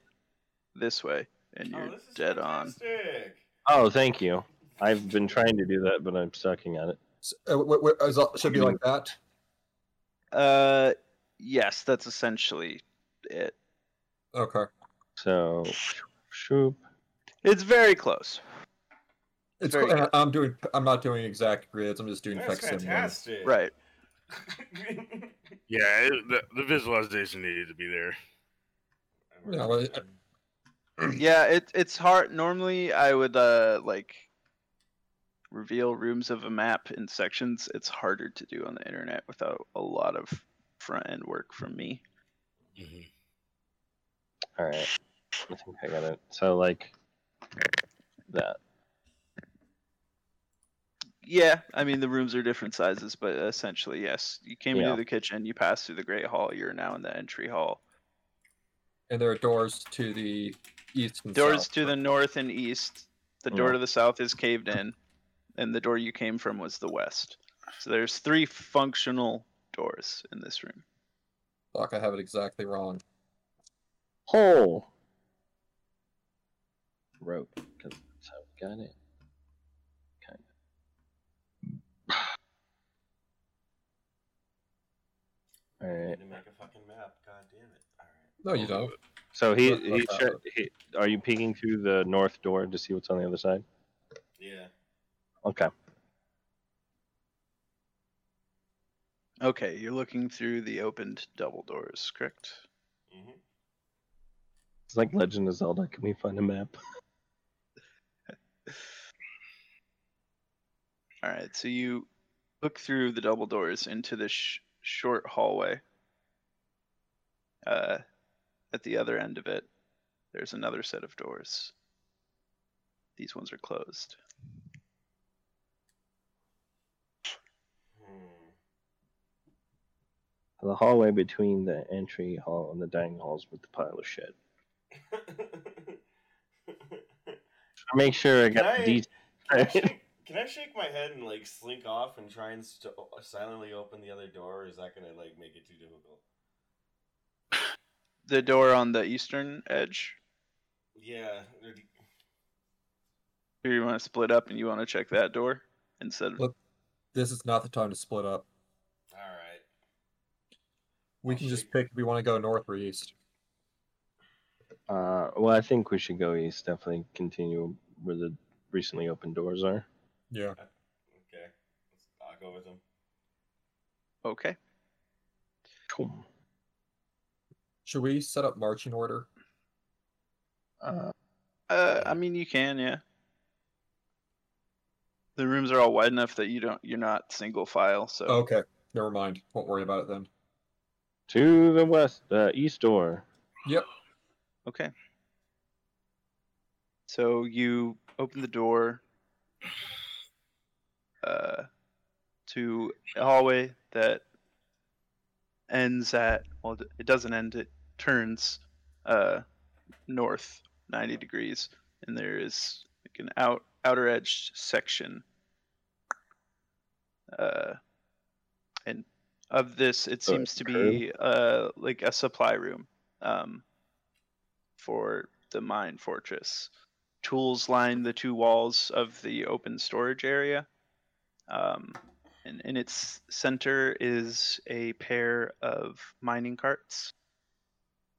Speaker 3: this way, and you're dead on.
Speaker 1: Fantastic.
Speaker 5: oh, thank you. I've been trying to do that, but I'm sucking at it.
Speaker 6: Uh, wh- wh- is it- should be like that.
Speaker 3: Uh, yes, that's essentially it.
Speaker 6: Okay.
Speaker 5: So, shoop.
Speaker 3: It's very close.
Speaker 6: It's
Speaker 3: Very
Speaker 6: cool. I'm doing. I'm not doing exact grids. I'm just doing
Speaker 1: That's
Speaker 6: facsimiles.
Speaker 1: fantastic. [LAUGHS]
Speaker 3: Right.
Speaker 8: Yeah, it, the, the visualization needed to be there.
Speaker 6: Yeah, well, uh,
Speaker 3: yeah, it, it's hard. Normally, I would uh like reveal rooms of a map in sections. It's harder to do on the internet without a lot of front end work from me.
Speaker 5: All right. I think I got it. So, like that.
Speaker 3: Yeah, I mean the rooms are different sizes, but essentially yes. You came
Speaker 5: Yeah.
Speaker 3: into the kitchen, you passed through the great hall, you're now in the entry hall.
Speaker 6: and there are doors to the east and
Speaker 3: Doors
Speaker 6: south.
Speaker 3: to the north and east. The door
Speaker 5: Yeah.
Speaker 3: to the south is caved in, and the door you came from was the west. So there's three functional doors in this room.
Speaker 6: Fuck, I have it exactly wrong.
Speaker 5: Hole. Rope. Because that's how we got it. Kind of. All
Speaker 1: I
Speaker 5: right.
Speaker 1: need to make a fucking map. God damn it. All right.
Speaker 6: No,
Speaker 3: Oh,
Speaker 6: you don't.
Speaker 5: So he,
Speaker 6: Look, look
Speaker 5: he,
Speaker 6: that
Speaker 5: check-
Speaker 6: up.
Speaker 5: he are you peeking through the north door to see what's on the other side?
Speaker 1: Yeah.
Speaker 5: Okay.
Speaker 3: Okay, you're looking through the opened double doors, correct?
Speaker 1: hmm
Speaker 5: It's like Legend of Zelda. Can we find a map?
Speaker 3: All right, so you look through the double doors into this sh- short hallway. Uh, at the other end of it, there's another set of doors. These ones are closed.
Speaker 1: Hmm.
Speaker 5: The hallway between the entry hall and the dining halls with the pile of shit.
Speaker 1: Hmm. [LAUGHS]
Speaker 5: Make sure I
Speaker 1: Can
Speaker 5: got
Speaker 1: I-
Speaker 5: the details.
Speaker 1: Can I, shake, can I shake my head and like slink off and try and st- silently open the other door? Or is that gonna like make it too difficult?
Speaker 3: The door on the eastern edge.
Speaker 1: Yeah. they're-
Speaker 3: Here, you want to split up and you want to check that door instead of.
Speaker 6: Look, This is not the time to split up.
Speaker 1: All right.
Speaker 6: We
Speaker 3: Oh,
Speaker 6: can just pick if we want to go north or east.
Speaker 5: Uh, well, I think we should go east. Definitely continue where the recently opened doors are.
Speaker 6: Yeah.
Speaker 1: Okay. I'll go with him.
Speaker 3: Okay.
Speaker 5: Cool.
Speaker 6: Should we set up marching order?
Speaker 5: Uh,
Speaker 3: Uh, I mean, you can, yeah. The rooms are all wide enough that you don't. You're not single file, so.
Speaker 6: Okay. Never mind. Won't worry about it then.
Speaker 5: to the west, uh, east door.
Speaker 6: Yep.
Speaker 3: Okay. So you open the door uh, to a hallway that ends at, well, it doesn't end, it turns uh, north 90 degrees, and there is like an out, outer edge section. Uh, and of this, it
Speaker 5: Oh,
Speaker 3: seems to be uh, like a supply room um, for the mine fortress. Tools line the two walls of the open storage area. Um, and in its center is a pair of mining carts.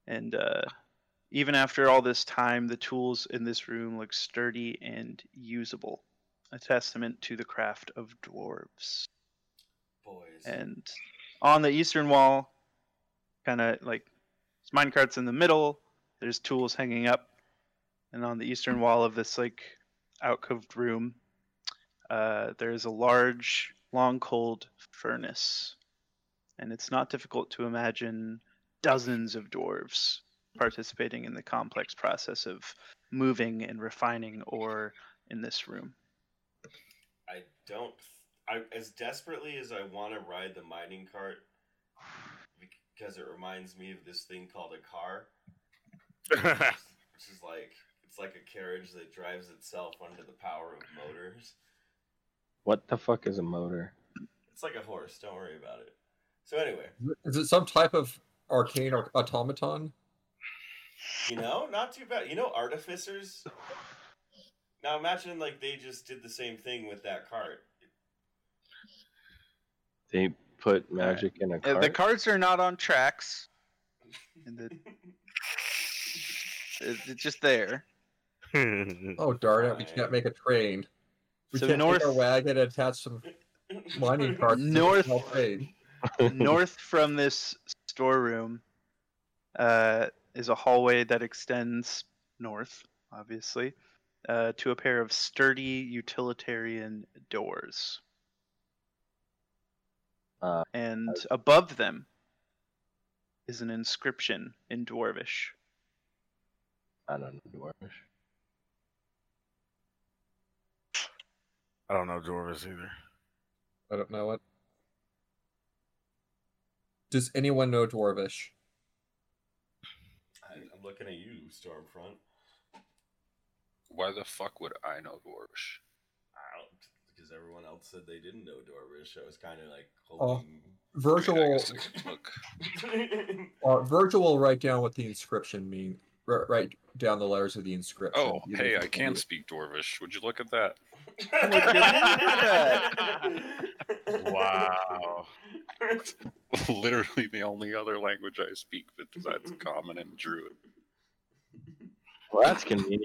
Speaker 3: And uh, even after all this time, the tools in this room look sturdy and usable, a testament to the craft of dwarves.
Speaker 1: Boys.
Speaker 3: And on the eastern wall, kind of like there's minecarts in the middle. There's tools hanging up, and on the eastern wall of this like outcoved room, uh, there is a large, long cold furnace, and it's not difficult to imagine dozens of dwarves participating in the complex process of moving and refining ore in this room.
Speaker 1: I don't. I as desperately as I want to ride the mining cart because it reminds me of this thing called a car, which is like it's like a carriage that drives itself under the power of motors.
Speaker 5: What the fuck is a motor?
Speaker 1: It's like a horse. Don't worry about it. So anyway,
Speaker 6: Is it some type of arcane or automaton?
Speaker 1: you know, not too bad. You know, artificers. Now imagine like they just did the same thing with that cart.
Speaker 5: They put magic in a
Speaker 3: Uh,
Speaker 5: cart.
Speaker 3: The cards are not on tracks. And the- It- it's just there.
Speaker 8: Mm-hmm. [LAUGHS]
Speaker 6: Oh darn it! We can't make a train. We
Speaker 3: So
Speaker 6: can't
Speaker 3: north-
Speaker 6: take our wagon and attach some mining carts. to the
Speaker 3: North-
Speaker 6: small train.
Speaker 3: North from this storeroom uh, is a hallway that extends north, obviously, uh, to a pair of sturdy utilitarian doors.
Speaker 5: Uh,
Speaker 3: and above them is an inscription in Dwarvish.
Speaker 5: I don't know dwarvish.
Speaker 8: I don't know Dwarves either.
Speaker 6: I don't know it. Does anyone know Dwarvish?
Speaker 1: I- I'm looking at you, Stormfront.
Speaker 4: Why the fuck would I know Dwarvish?
Speaker 1: I don't because everyone else said they didn't know Dorvish. I was kind of like holding.
Speaker 6: Virgil, will-
Speaker 4: Look,
Speaker 6: uh, Virgil will write down what the inscription mean. wri- Write down the letters of the inscription.
Speaker 4: oh,
Speaker 6: [LAUGHS] You
Speaker 4: hey,
Speaker 6: can-
Speaker 4: I can speak Dwarvish. Would you look at that? [LAUGHS]
Speaker 8: [LAUGHS] Wow.
Speaker 4: Literally the only other language I speak that- that's common in Druid.
Speaker 5: Well, that's convenient.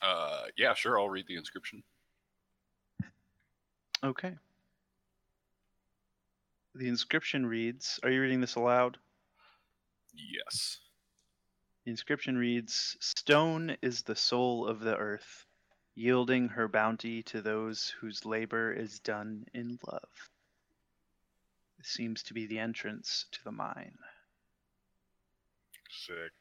Speaker 4: Uh, yeah, sure. I'll read the inscription.
Speaker 3: Okay. The inscription reads Are you reading this aloud?
Speaker 4: Yes.
Speaker 3: The inscription reads Stone is the soul of the earth, yielding her bounty to those whose labor is done in love. This seems to be the entrance to the mine.
Speaker 8: Sick.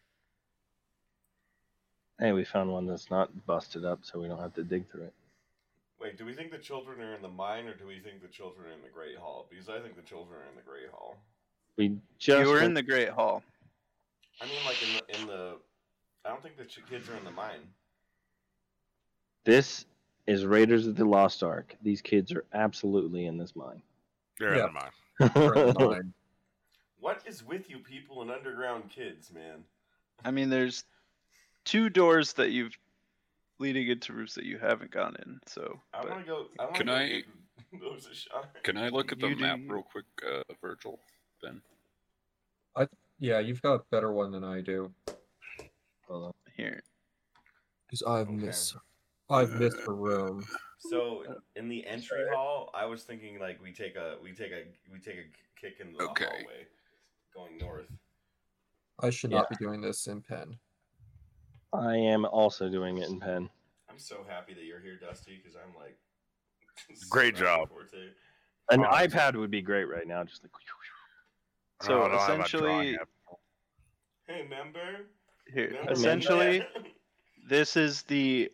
Speaker 5: Hey, we found one that's not busted up, so we don't have to dig through it.
Speaker 1: [LAUGHS] Wait, do we think the children are in the mine, or do we think the children are in the Great Hall? Because I think the children are in the Great Hall.
Speaker 5: We just
Speaker 3: you were in
Speaker 5: went-
Speaker 3: the Great Hall.
Speaker 1: I mean, like in the, in the I don't think the ch- kids are in the mine.
Speaker 5: This is Raiders of the Lost Ark. These kids are absolutely in this mine.
Speaker 8: They're
Speaker 6: Yeah.
Speaker 8: in the mine.
Speaker 5: [LAUGHS]
Speaker 6: Correct line.
Speaker 1: What is with you people and underground kids, man?
Speaker 3: I mean, there's two doors that you've leading into rooms that you haven't gone in. So,
Speaker 1: I
Speaker 3: but
Speaker 1: want to go. I want to
Speaker 4: Can
Speaker 1: go
Speaker 4: I-
Speaker 1: give [LAUGHS] those a shot.
Speaker 4: Can I look at the
Speaker 3: You do-
Speaker 4: map real quick, uh, Virgil? Ben.
Speaker 6: Yeah, you've got a better one than I do.
Speaker 5: Hold on.
Speaker 3: here,
Speaker 6: Because I've
Speaker 1: Okay.
Speaker 6: missed, I've missed
Speaker 4: Uh,
Speaker 6: a room.
Speaker 1: So in the entry hall, I was thinking like we take a we take a we take a kick in the
Speaker 4: Okay.
Speaker 1: hallway, going north.
Speaker 6: I should not be doing this in pen.
Speaker 5: I am also doing it in pen.
Speaker 1: I'm so happy that you're here, Dusty, because I'm like. [LAUGHS]
Speaker 8: Great job.
Speaker 1: Forte.
Speaker 5: An
Speaker 8: Oh,
Speaker 5: iPad would be great right now. Just like
Speaker 8: I
Speaker 3: So
Speaker 8: don't have a drawing
Speaker 3: essentially-
Speaker 8: app.
Speaker 1: Remember?
Speaker 3: Here,
Speaker 1: Remember?
Speaker 3: essentially,
Speaker 1: [LAUGHS]
Speaker 3: this is the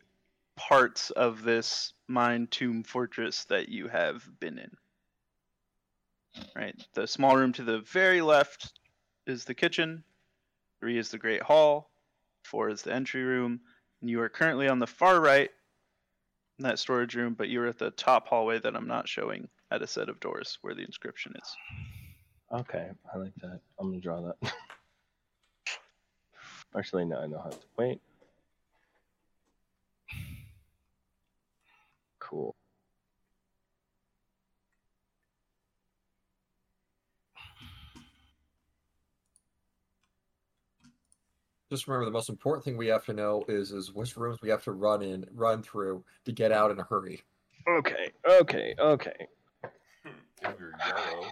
Speaker 3: parts of this mine tomb fortress that you have been in. Right, the small room to the very left is the kitchen. Three is the great hall. Four is the entry room. And you are currently on the far right in that storage room, but you're at the top hallway that I'm not showing at a set of doors where the inscription is.
Speaker 5: Okay, I like that. I'm gonna draw that. [LAUGHS] Actually, no, I know how to wait. Cool.
Speaker 6: Just remember the most important thing we have to know is is which rooms we have to run in, run through to get out in a hurry.
Speaker 5: Okay, okay, okay.
Speaker 1: If you're yellow.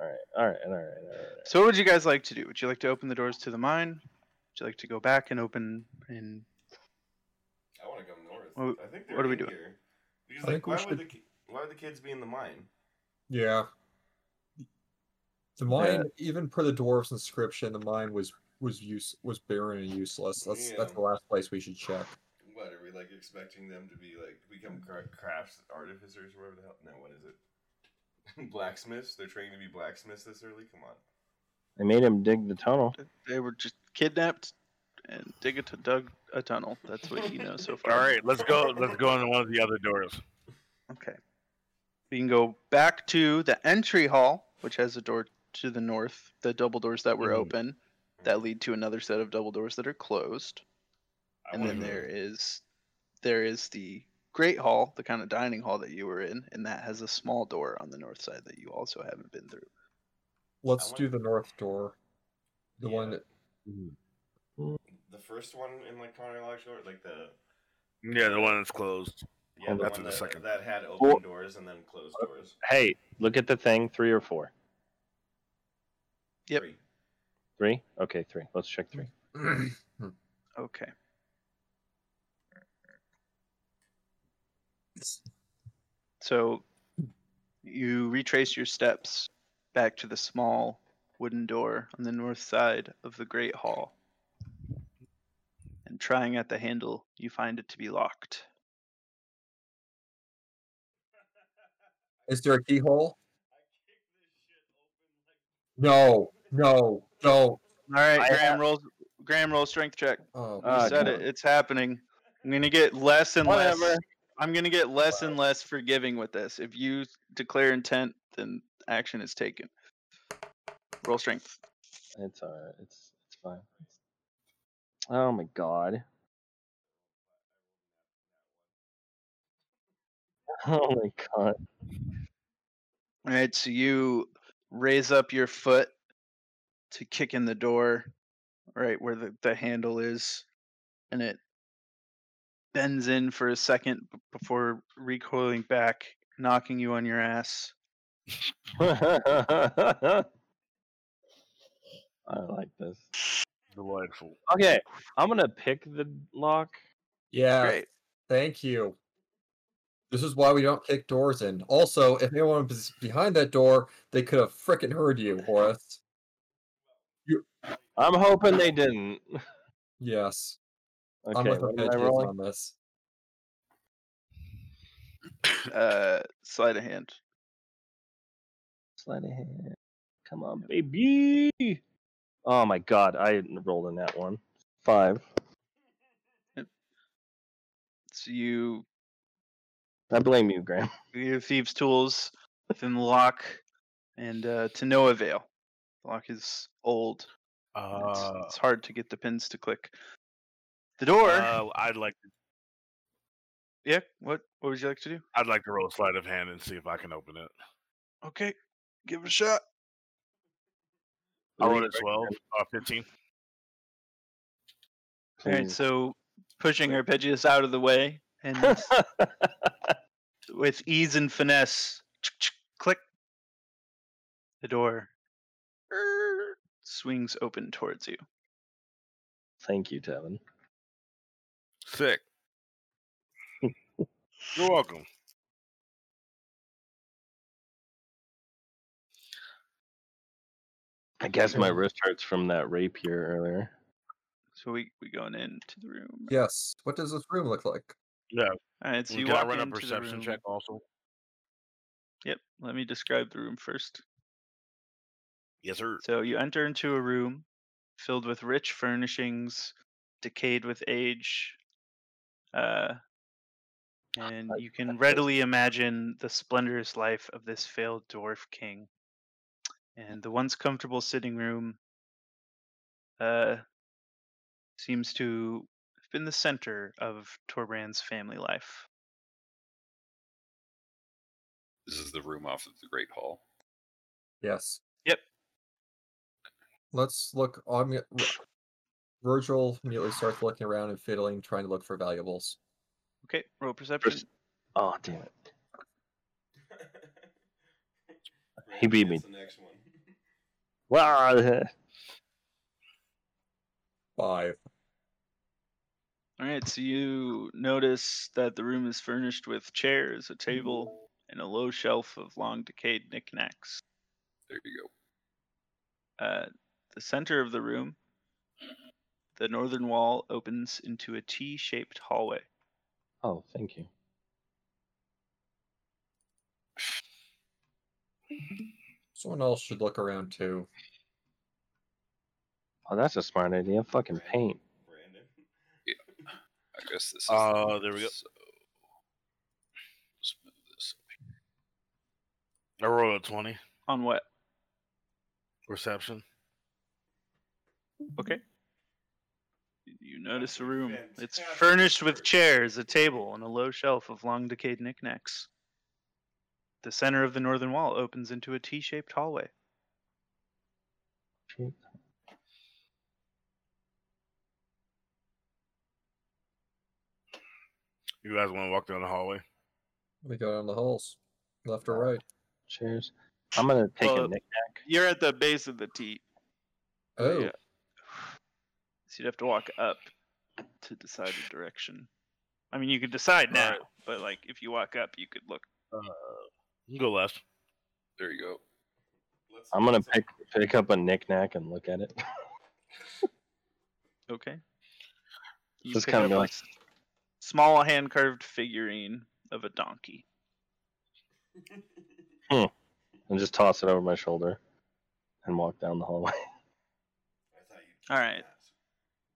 Speaker 5: All right, all right, all right, all right.
Speaker 3: So, what would you guys like to do? Would you like to open the doors to the mine? Would you like to go back and open and
Speaker 1: I want to go north.
Speaker 3: What-
Speaker 1: I think they're
Speaker 3: what are we
Speaker 1: in
Speaker 3: doing?
Speaker 1: Here. Because,
Speaker 6: I
Speaker 1: like,
Speaker 6: think we
Speaker 1: why would
Speaker 6: should-
Speaker 1: the ki- why would the kids be in the mine?
Speaker 6: Yeah. The mine, even per the dwarf's inscription, the mine was was use was barren and useless. That's that's
Speaker 1: Yeah.
Speaker 6: the last place we should check.
Speaker 1: What are we like expecting them to be like become cra- crafts artificers or whatever the hell? No, what is it? [LAUGHS] blacksmiths? They're training to be blacksmiths this early? Come on.
Speaker 5: They made him dig the tunnel.
Speaker 3: they were just kidnapped and dig a t- dug a tunnel? That's what you know so
Speaker 8: [LAUGHS]
Speaker 3: far.
Speaker 8: All right, let's go. Let's go into one of the other doors.
Speaker 3: Okay. We can go back to the entry hall, which has a door to the north, the double doors that were
Speaker 8: Mm.
Speaker 5: Mhm.
Speaker 3: open that lead to another set of double doors that are closed. [LAUGHS]
Speaker 8: I
Speaker 3: and then
Speaker 8: wanna go-
Speaker 3: there is there is the great hall, the kind of dining hall that you were in, and that has a small door on the north side that you also haven't been through.
Speaker 6: Let's
Speaker 1: wanna-
Speaker 6: do the north door. The one that
Speaker 1: The first one in like chronological order, like the
Speaker 8: Yeah, the one that's closed.
Speaker 1: yeah,
Speaker 5: Hold
Speaker 1: the
Speaker 5: on.
Speaker 1: one
Speaker 8: Oh, That's the
Speaker 1: that,
Speaker 8: second.
Speaker 1: that had open
Speaker 5: Four-
Speaker 1: doors and then closed
Speaker 5: uh,
Speaker 1: doors.
Speaker 5: Hey, look at the thing. Three or four?
Speaker 3: Yep.
Speaker 5: [LAUGHS]
Speaker 1: Three.
Speaker 5: Three? Okay, three. Let's check three.
Speaker 3: Okay. So you retrace your steps back to the small wooden door on the north side of the great hall. And trying at the handle, you find it to be locked.
Speaker 6: [CLEARS THROAT] is there a keyhole? No, no, no.
Speaker 3: All right,
Speaker 5: I
Speaker 3: Graham rolls Graham rolls strength check.
Speaker 6: Oh,
Speaker 3: You
Speaker 5: Uh,
Speaker 3: said it, it's happening. I'm going to get less and less
Speaker 5: Whatever.
Speaker 3: I'm gonna get less and less forgiving with this. If you declare intent, then action is taken. Roll strength.
Speaker 5: It's alright. It's it's fine. Oh my god. [LAUGHS] Oh my god.
Speaker 3: All right, so you raise up your foot to kick in the door, right where the, the handle is, and it bends in for a second b- before recoiling back, knocking you on your ass.
Speaker 5: [LAUGHS] I like this.
Speaker 8: Delightful.
Speaker 5: Okay, I'm gonna pick the lock.
Speaker 6: Yeah.
Speaker 3: Great.
Speaker 6: Thank you. This is why we don't kick doors in. Also, if anyone was behind that door, they could have frickin' heard you, Horace.
Speaker 5: I'm hoping they didn't. [LAUGHS]
Speaker 6: Yes. I'm
Speaker 5: Okay,
Speaker 6: with the
Speaker 5: what am I
Speaker 6: veggies
Speaker 5: rolling?
Speaker 6: on this.
Speaker 3: Uh, sleight of hand.
Speaker 5: Sleight of hand. Come on, baby. Oh my god, I rolled in that one. Five.
Speaker 3: So you
Speaker 5: I blame you, Graham.
Speaker 3: your thieves' tools within the lock, and uh, to no avail. The lock is old. and It's,
Speaker 8: Uh,
Speaker 3: it's hard to get the pins to click. The door.
Speaker 8: uh, I'd like to,
Speaker 3: yeah. What What would you like to do?
Speaker 8: I'd like to roll a sleight of hand and see if I can open it.
Speaker 3: Okay, give it a shot.
Speaker 8: I rolled a 12, uh, 15.
Speaker 3: All right. So pushing arpeggios out of the way, and
Speaker 8: [LAUGHS]
Speaker 3: with ease and finesse, click. The door swings open towards you.
Speaker 5: [LAUGHS] Thank you, Tevin.
Speaker 8: [LAUGHS] Sick. You're welcome.
Speaker 5: I guess my wrist hurts from that rapier earlier.
Speaker 3: So we we going into the room.
Speaker 6: Yes. What does this room look like?
Speaker 8: Yeah.
Speaker 3: All right. So you
Speaker 8: Can I
Speaker 3: walk
Speaker 8: run a
Speaker 3: into the
Speaker 8: perception
Speaker 3: room.
Speaker 8: check also?
Speaker 3: Yep. Let me describe the room first.
Speaker 8: Yes, sir.
Speaker 3: So you enter into a room filled with rich furnishings, decayed with age, uh, and you can readily imagine the splendorous life of this failed dwarf king. And the once comfortable sitting room uh, seems to have been the center of Torbrand's family life.
Speaker 4: This is the room off of the Great Hall.
Speaker 6: Yes.
Speaker 3: Yep.
Speaker 6: Let's look. I'm, gonna- Vir- Virgil immediately starts looking around and fiddling, trying to look for valuables.
Speaker 3: Okay, roll perception.
Speaker 5: Oh damn it! He beat me.
Speaker 1: It's the next one. [LAUGHS]
Speaker 5: Wow.
Speaker 6: Five.
Speaker 3: All right, so you notice that the room is furnished with chairs, a table, and a low shelf of long decayed knickknacks.
Speaker 4: There you go.
Speaker 3: Uh, the center of the room, the northern wall opens into a T shaped hallway.
Speaker 5: [LAUGHS] Oh, thank you.
Speaker 6: Someone else should look around too.
Speaker 5: Oh, that's a smart idea. Fucking paint.
Speaker 1: Brandon.
Speaker 4: I guess this is.
Speaker 8: Uh, there we go.
Speaker 4: So, let's move this.
Speaker 8: I rolled a 20
Speaker 3: On what?
Speaker 8: reception.
Speaker 3: Okay. You notice a room. It's
Speaker 1: fantastic
Speaker 3: furnished with
Speaker 1: work.
Speaker 3: chairs, a table, and a low shelf of long decayed knickknacks. The center of the northern wall opens into a T shaped hallway.
Speaker 8: You guys want to walk down the hallway?
Speaker 6: We go down the halls, left
Speaker 3: Uh,
Speaker 6: or right.
Speaker 5: Cheers. I'm gonna take
Speaker 3: Well,
Speaker 5: a knickknack.
Speaker 3: You're at the base of the T.
Speaker 6: Oh,
Speaker 3: yeah. So you'd have to walk up to decide a direction. I mean, you could decide now,
Speaker 8: Alright.
Speaker 3: but like if you walk up, you could look.
Speaker 8: Uh, you can go left.
Speaker 4: There you go.
Speaker 1: Let's-
Speaker 5: I'm gonna
Speaker 1: let's-
Speaker 5: pick pick up a knickknack and look at it. [LAUGHS]
Speaker 3: Okay. You
Speaker 5: Just
Speaker 3: pick
Speaker 5: kinda
Speaker 3: up
Speaker 5: go-
Speaker 3: a s- small hand carved figurine of a donkey.
Speaker 5: and just toss it over my shoulder and walk down the hallway.
Speaker 1: I thought you'd-
Speaker 3: All right.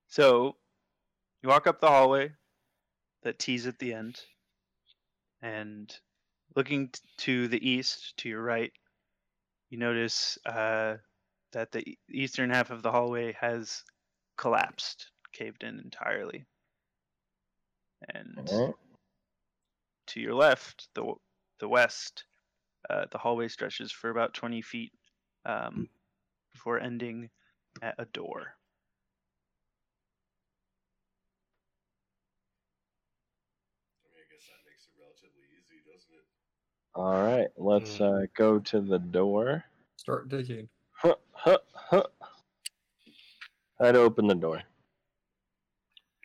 Speaker 3: So you walk up the hallway that tees at the end, and looking t- to the east, to your right, you notice uh, that the e- eastern half of the hallway has collapsed, caved in entirely. And
Speaker 5: Alright.
Speaker 3: to your left, the w- the west, uh, the hallway stretches for about 20 feet um, before ending at a door.
Speaker 1: I mean, I guess that makes it relatively easy, doesn't it?
Speaker 5: All right, let's uh, go to the door.
Speaker 6: start digging.
Speaker 5: Huh, huh, huh. I'd open the door.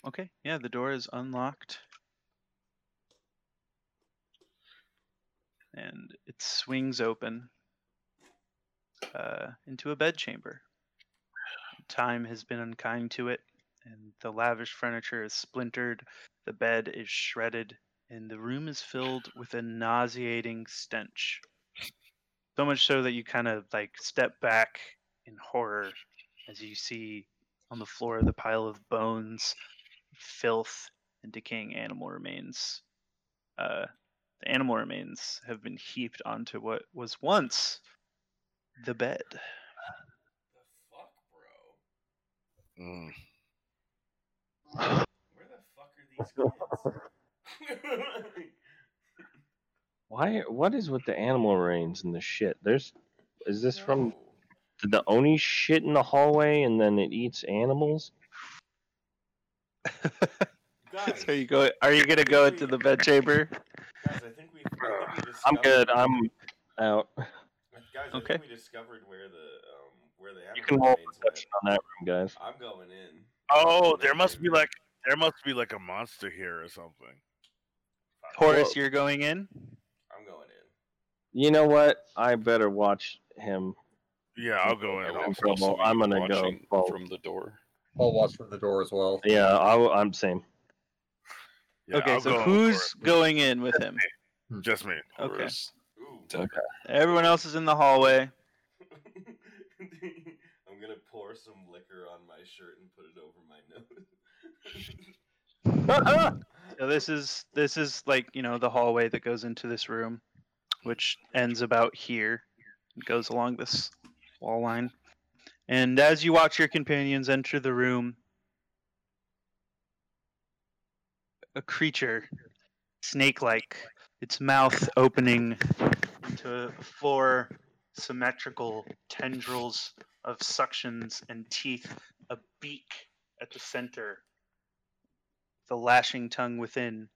Speaker 3: Okay, yeah, the door is unlocked. And it swings open uh, into a bedchamber. Time has been unkind to it, and the lavish furniture is splintered, the bed is shredded, and the room is filled with a nauseating stench. So much so that you kind of like step back in horror as you see on the floor the pile of bones filth and decaying animal remains. Uh, the animal remains have been heaped onto what was once the bed.
Speaker 1: The fuck, bro?
Speaker 8: Mm.
Speaker 1: Where the fuck are these
Speaker 5: [LAUGHS]
Speaker 1: kids? [LAUGHS]
Speaker 5: Why? What is with the animal reins and the shit? There's, is this from
Speaker 1: No.
Speaker 5: did the Oni shit in the hallway and then it eats animals?
Speaker 1: guys?
Speaker 3: [LAUGHS] so you go? Are you gonna go into the
Speaker 8: [LAUGHS]
Speaker 3: bedchamber?
Speaker 1: Guys, I think we. I think we
Speaker 5: I'm
Speaker 1: discovered-
Speaker 5: good. I'm out.
Speaker 1: Guys, I
Speaker 3: Okay.
Speaker 1: think we discovered where the um where the
Speaker 5: You
Speaker 1: animal
Speaker 5: can roll
Speaker 1: remains
Speaker 5: perception on that room, guys.
Speaker 1: went. I'm going in.
Speaker 8: Oh, there must be like there must be like a monster here or something.
Speaker 3: Horace, you're going in.
Speaker 1: I'm going in.
Speaker 5: You know what? I better watch him
Speaker 8: Yeah, I'll go in.
Speaker 4: Everyone
Speaker 8: also.
Speaker 4: else will be
Speaker 5: I'm gonna go
Speaker 4: watching
Speaker 5: both.
Speaker 4: from the door.
Speaker 6: I'll watch from the door as well.
Speaker 5: Yeah, I, am [LAUGHS] same.
Speaker 8: Yeah,
Speaker 3: okay,
Speaker 8: I'll
Speaker 3: so
Speaker 8: go
Speaker 3: who's going in with him?
Speaker 8: Just me.
Speaker 3: Okay.
Speaker 4: Okay.
Speaker 3: Everyone else is in the hallway.
Speaker 1: [LAUGHS] I'm gonna pour some liquor on my shirt and put it over my nose.
Speaker 3: So this is this is like you know the hallway that goes into this room, which ends about here, and goes along this wall line. And as you watch your companions enter the room, a creature, snake-like, its mouth opening into four symmetrical tendrils of suctions and teeth, a beak at the center the lashing tongue within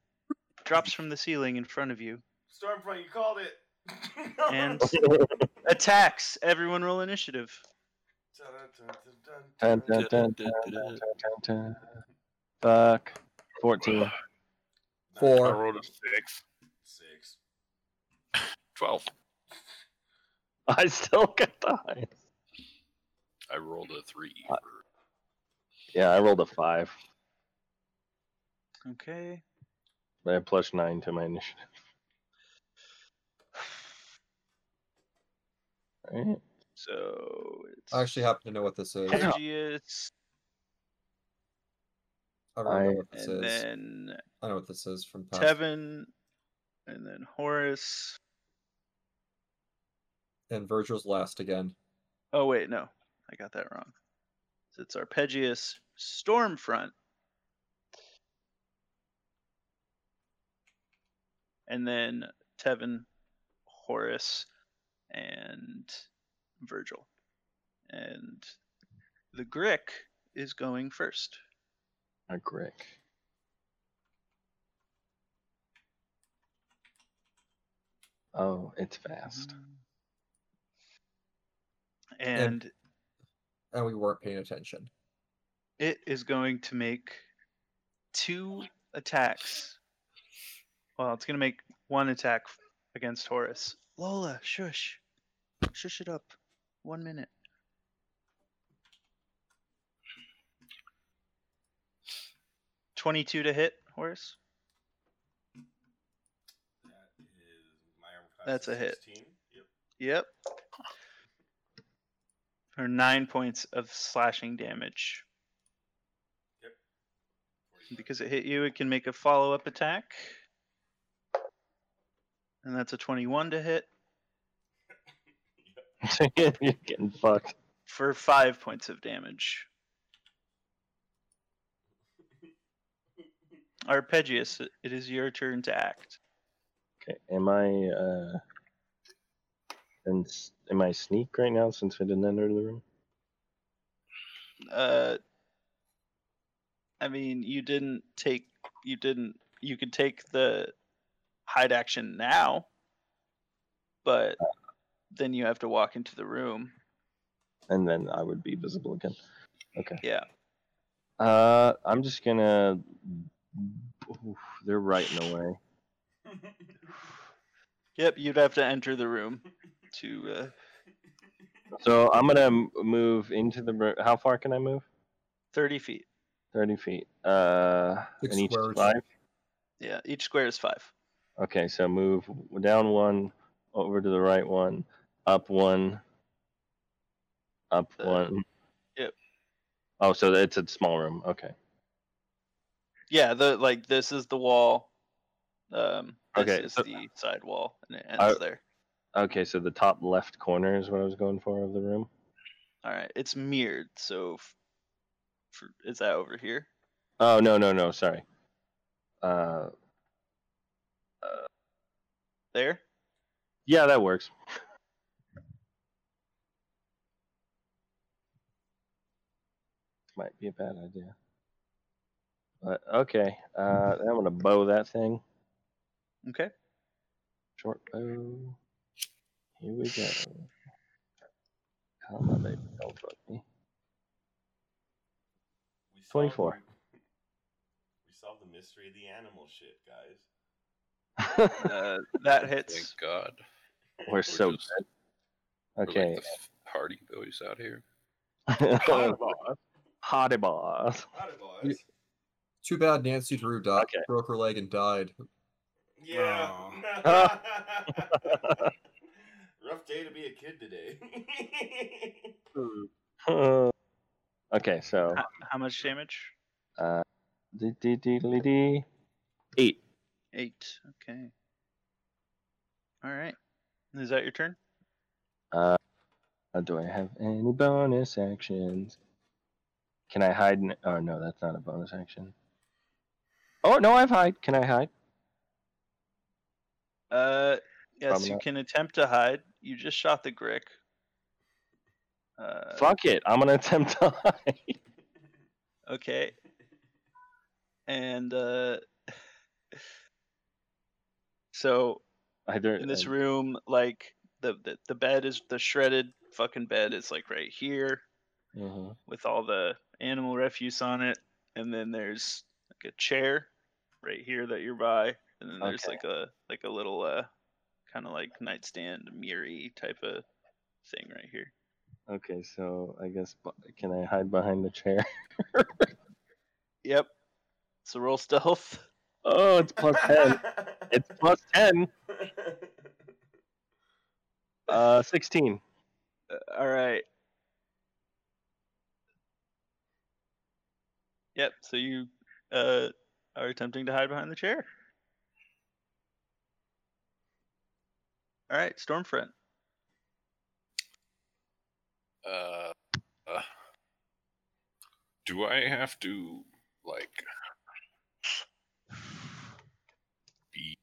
Speaker 3: drops from the ceiling in front of you
Speaker 1: Stormfront, you called it. [LAUGHS]
Speaker 3: and attacks. Everyone roll initiative.
Speaker 5: Dun, dun, dun, dun, dun, dun, dun. Fuck. 14.
Speaker 8: I
Speaker 6: Four.
Speaker 8: rolled a six.
Speaker 1: Six.
Speaker 4: 12.
Speaker 5: [LAUGHS] I still got the highest.
Speaker 4: I rolled a 3.
Speaker 5: Uh, Yeah, I rolled a 5.
Speaker 3: Okay.
Speaker 5: I have plus 9 to my initiative. Alright.
Speaker 3: So it's
Speaker 6: I actually happen to know what this is. I
Speaker 3: Sergius,
Speaker 6: don't know what this
Speaker 3: and
Speaker 6: is.
Speaker 3: then
Speaker 6: I know what this is from past.
Speaker 3: Tevin, and then Horace.
Speaker 6: And Virgil's last again.
Speaker 3: Oh wait, no, I got that wrong. So it's Arpeggius Stormfront. And then Tevin, Horace, and Virgil. And the Grick is going first.
Speaker 5: A Grick. Oh, it's fast. [LAUGHS]
Speaker 3: And
Speaker 6: And we weren't paying attention.
Speaker 3: it is going to make two attacks. Well, it's going to make one attack against Horace. Lola, shush. Shush it up. One minute. Twenty-two to hit, Horace.
Speaker 1: That is my arm class.
Speaker 3: That's
Speaker 1: is
Speaker 3: a hit.
Speaker 1: 16. Yep.
Speaker 3: Yep. For nine points of slashing damage.
Speaker 1: Yep.
Speaker 3: Because it hit you, it can make a follow up attack. And that's a 21 to hit
Speaker 5: You're getting fucked.
Speaker 3: for five points of damage. Arpeggius, it is your turn to act.
Speaker 5: Okay, am I uh and s- am I sneak right now since I didn't enter the room?
Speaker 3: Uh, I mean, you didn't take. You didn't. You could take the hide action now, but then you have to walk into the room.
Speaker 5: And then I would be visible again. Okay.
Speaker 3: Yeah.
Speaker 5: Uh I'm just gonna Oof, they're right in the way.
Speaker 3: Yep, you'd have to enter the room to. Uh,
Speaker 5: So I'm gonna m- move into the room. How far can I move?
Speaker 3: 30 feet.
Speaker 5: Thirty feet. Uh,
Speaker 6: Six
Speaker 5: and each is
Speaker 6: squares.
Speaker 5: five.
Speaker 3: Yeah, each square is five.
Speaker 5: Okay, so move down one, over to the right one, up one, up
Speaker 3: Uh,
Speaker 5: one.
Speaker 3: yep.
Speaker 5: Oh, so it's a small room. Okay.
Speaker 3: Yeah, the like this is the wall. Um, this
Speaker 5: Okay,
Speaker 3: is
Speaker 5: so-
Speaker 3: the side wall, and it ends
Speaker 5: I-
Speaker 3: there.
Speaker 5: Okay, so the top left corner is what I was going for of the room.
Speaker 3: All right, it's mirrored. So, f- for, is that over here?
Speaker 5: Oh no no no sorry. Uh,
Speaker 3: There.
Speaker 5: yeah, that works. [LAUGHS] Might be a bad idea. But okay, uh, I'm gonna bow that thing.
Speaker 3: Okay.
Speaker 5: Short bow. Here we go. How my baby don't fuck me.
Speaker 1: We solved
Speaker 5: 24.
Speaker 1: the- We solved the mystery of the animal shit, guys.
Speaker 3: Uh, that
Speaker 4: Thank
Speaker 3: hits.
Speaker 4: God.
Speaker 5: We're so
Speaker 4: just-
Speaker 5: good.
Speaker 4: we're
Speaker 5: [LAUGHS]
Speaker 4: like
Speaker 5: Okay,
Speaker 4: the f- Hardy Boys out here.
Speaker 5: [LAUGHS] Hottie boss. Hottie boss.
Speaker 6: Too bad Nancy Drew died, broke her leg and died.
Speaker 1: Yeah.
Speaker 5: Aw.
Speaker 1: [LAUGHS] Rough day to be a kid today.
Speaker 5: Uh, okay, so
Speaker 3: How, how much damage?
Speaker 5: uh, dee, dee, dee, dee, dee. eight.
Speaker 3: Eight. Okay. All right. Is that your turn?
Speaker 5: Uh, uh, do I have any bonus actions? Can I hide? In... Oh no, that's not a bonus action. Oh no, I've hide. Can I hide?
Speaker 3: Uh, yes,
Speaker 5: Probably
Speaker 3: you
Speaker 5: not.
Speaker 3: can attempt to hide. You just shot the Grick. Uh,
Speaker 5: Fuck it, I'm gonna [LAUGHS] attempt to hide.
Speaker 3: Okay. And uh, [LAUGHS] so
Speaker 5: Either
Speaker 3: in this room, like the, the the bed is the shredded fucking bed is like right here
Speaker 5: Mhm.
Speaker 3: with all the animal refuse on it, and then there's like a chair right here that you're by, and then there's
Speaker 5: Okay.
Speaker 3: like a like a little uh kind of like nightstand mirror type of thing right here.
Speaker 5: Okay, so I guess b- can I hide behind the chair? [LAUGHS]
Speaker 3: Yep. So roll stealth. [LAUGHS]
Speaker 5: Oh, it's [LAUGHS] plus ten.
Speaker 1: [LAUGHS]
Speaker 5: It's plus ten. Uh, sixteen.
Speaker 3: Uh, all right. Yep. So you uh, are attempting to hide behind the chair. All right, Stormfront.
Speaker 4: Uh, uh, do I have to like be?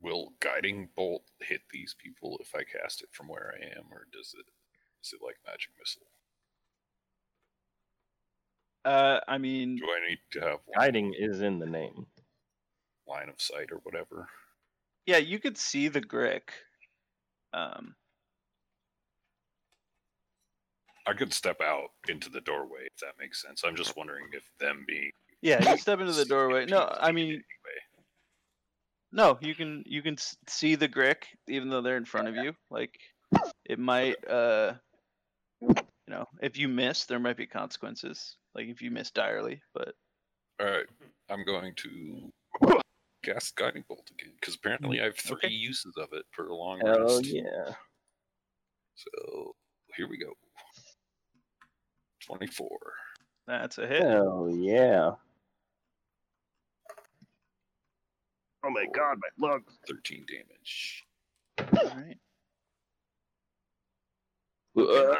Speaker 4: Will guiding bolt hit these people if I cast it from where I am, or does it? Is it like magic missile?
Speaker 3: Uh, I mean,
Speaker 4: Do I need to have
Speaker 5: Guiding is in the name.
Speaker 4: line of sight or whatever?
Speaker 3: yeah, you could see the Grick. Um,
Speaker 4: I could step out into the doorway if that makes sense. I'm just wondering if them being
Speaker 3: yeah, you step into the doorway. No, I mean, no, you can you can s- see the Grick even though they're in front of you. Like, it might, uh, you know, if you miss, there might be consequences. Like if you miss direly, but
Speaker 4: All right, I'm going to cast guiding bolt again because apparently I have three uses of it per long
Speaker 5: Hell
Speaker 4: rest.
Speaker 5: yeah.
Speaker 4: So here we go. Twenty-four.
Speaker 3: that's a hit.
Speaker 5: Hell yeah.
Speaker 8: Oh my god, my lugs.
Speaker 4: Thirteen damage.
Speaker 3: Alright. The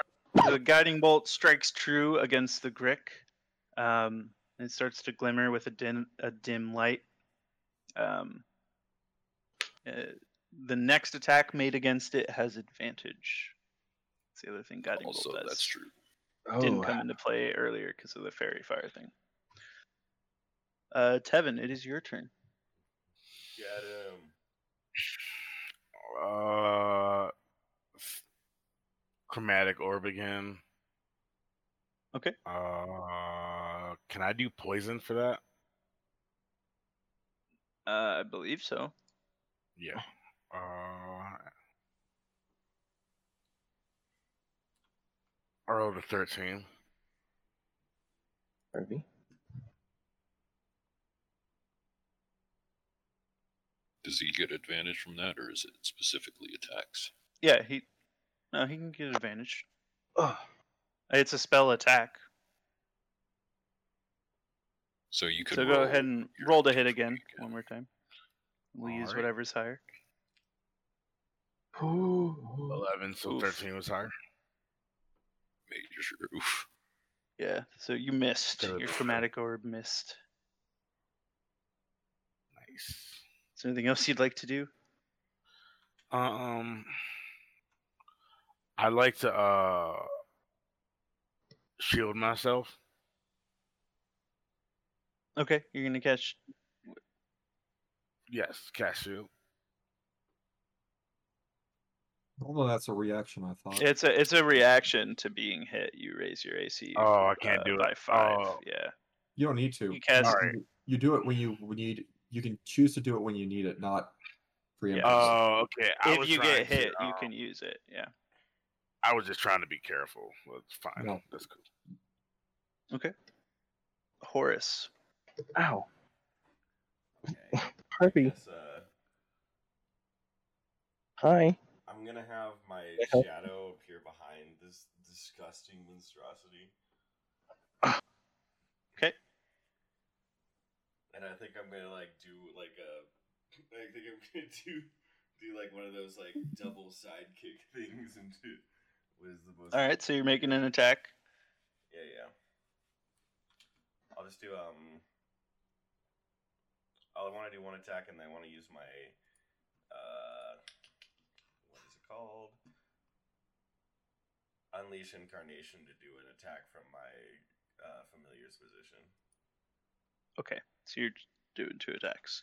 Speaker 3: uh, guiding bolt strikes true against the Grick. Um, and it starts to glimmer with a dim, a dim light. Um, uh, the next attack made against it has advantage. That's the other thing guiding
Speaker 4: Also,
Speaker 3: bolt does.
Speaker 4: that's true.
Speaker 3: Didn't
Speaker 5: Oh.
Speaker 3: come into play earlier because of the fairy fire thing. Uh, Tevin, it is your turn.
Speaker 1: Get him.
Speaker 8: Uh, f- chromatic orb again.
Speaker 3: Okay.
Speaker 8: Uh, can I do poison for that?
Speaker 3: Uh, I believe so.
Speaker 8: Yeah.
Speaker 3: Oh.
Speaker 8: Uh, I rolled a thirteen.
Speaker 5: Harvey.
Speaker 4: Does he get advantage from that, or is it specifically attacks?
Speaker 3: Yeah, he. No, he can get advantage.
Speaker 5: Ugh.
Speaker 3: It's a spell attack.
Speaker 4: So you could
Speaker 3: So go
Speaker 4: roll-
Speaker 3: ahead and roll to hit again one more time. We'll use
Speaker 8: Alright.
Speaker 3: whatever's higher.
Speaker 8: Eleven, so
Speaker 3: Oof.
Speaker 8: thirteen was higher.
Speaker 4: Major oof.
Speaker 3: Yeah. So you missed.
Speaker 8: So
Speaker 3: Your
Speaker 8: it's-
Speaker 3: chromatic orb missed.
Speaker 8: Nice.
Speaker 3: Is there anything else you'd like to do?
Speaker 8: Um, I like to uh shield myself.
Speaker 3: Okay, you're gonna catch.
Speaker 8: Yes, cast shield.
Speaker 6: Although that's a reaction, I thought.
Speaker 3: It's a it's a reaction to being hit. You raise your AC.
Speaker 8: Oh, I can't
Speaker 3: uh,
Speaker 8: do it.
Speaker 3: by five.
Speaker 8: Oh.
Speaker 3: Yeah.
Speaker 6: you don't need to.
Speaker 3: You cast.
Speaker 8: Alright.
Speaker 6: You do it when you need. You can choose to do it when you need it, not Pre and
Speaker 3: Yeah.
Speaker 6: post.
Speaker 8: Oh, okay. I
Speaker 3: if
Speaker 8: was
Speaker 3: you
Speaker 8: trying
Speaker 3: get
Speaker 8: to,
Speaker 3: hit, you
Speaker 8: uh,
Speaker 3: can use it. Yeah.
Speaker 8: I was just trying to be careful. That's fine.
Speaker 6: No.
Speaker 8: That's cool.
Speaker 3: Okay. Horace.
Speaker 5: Ow.
Speaker 1: I
Speaker 5: [LAUGHS] Harvey.
Speaker 1: guess, uh,
Speaker 5: Hi.
Speaker 1: I'm gonna have my
Speaker 5: Yeah.
Speaker 1: shadow appear behind this disgusting monstrosity.
Speaker 3: Okay.
Speaker 1: And I think I'm gonna like do like a. [LAUGHS] I think I'm gonna do do like one of those like double sidekick [LAUGHS] things and do what is the most.
Speaker 3: All right, so you're making an attack.
Speaker 1: Yeah, yeah. I'll just do um. I'll want to do one attack, and I want to use my uh, what is it called? Unleash incarnation to do an attack from my uh, familiar's position.
Speaker 3: Okay, so you're doing two attacks.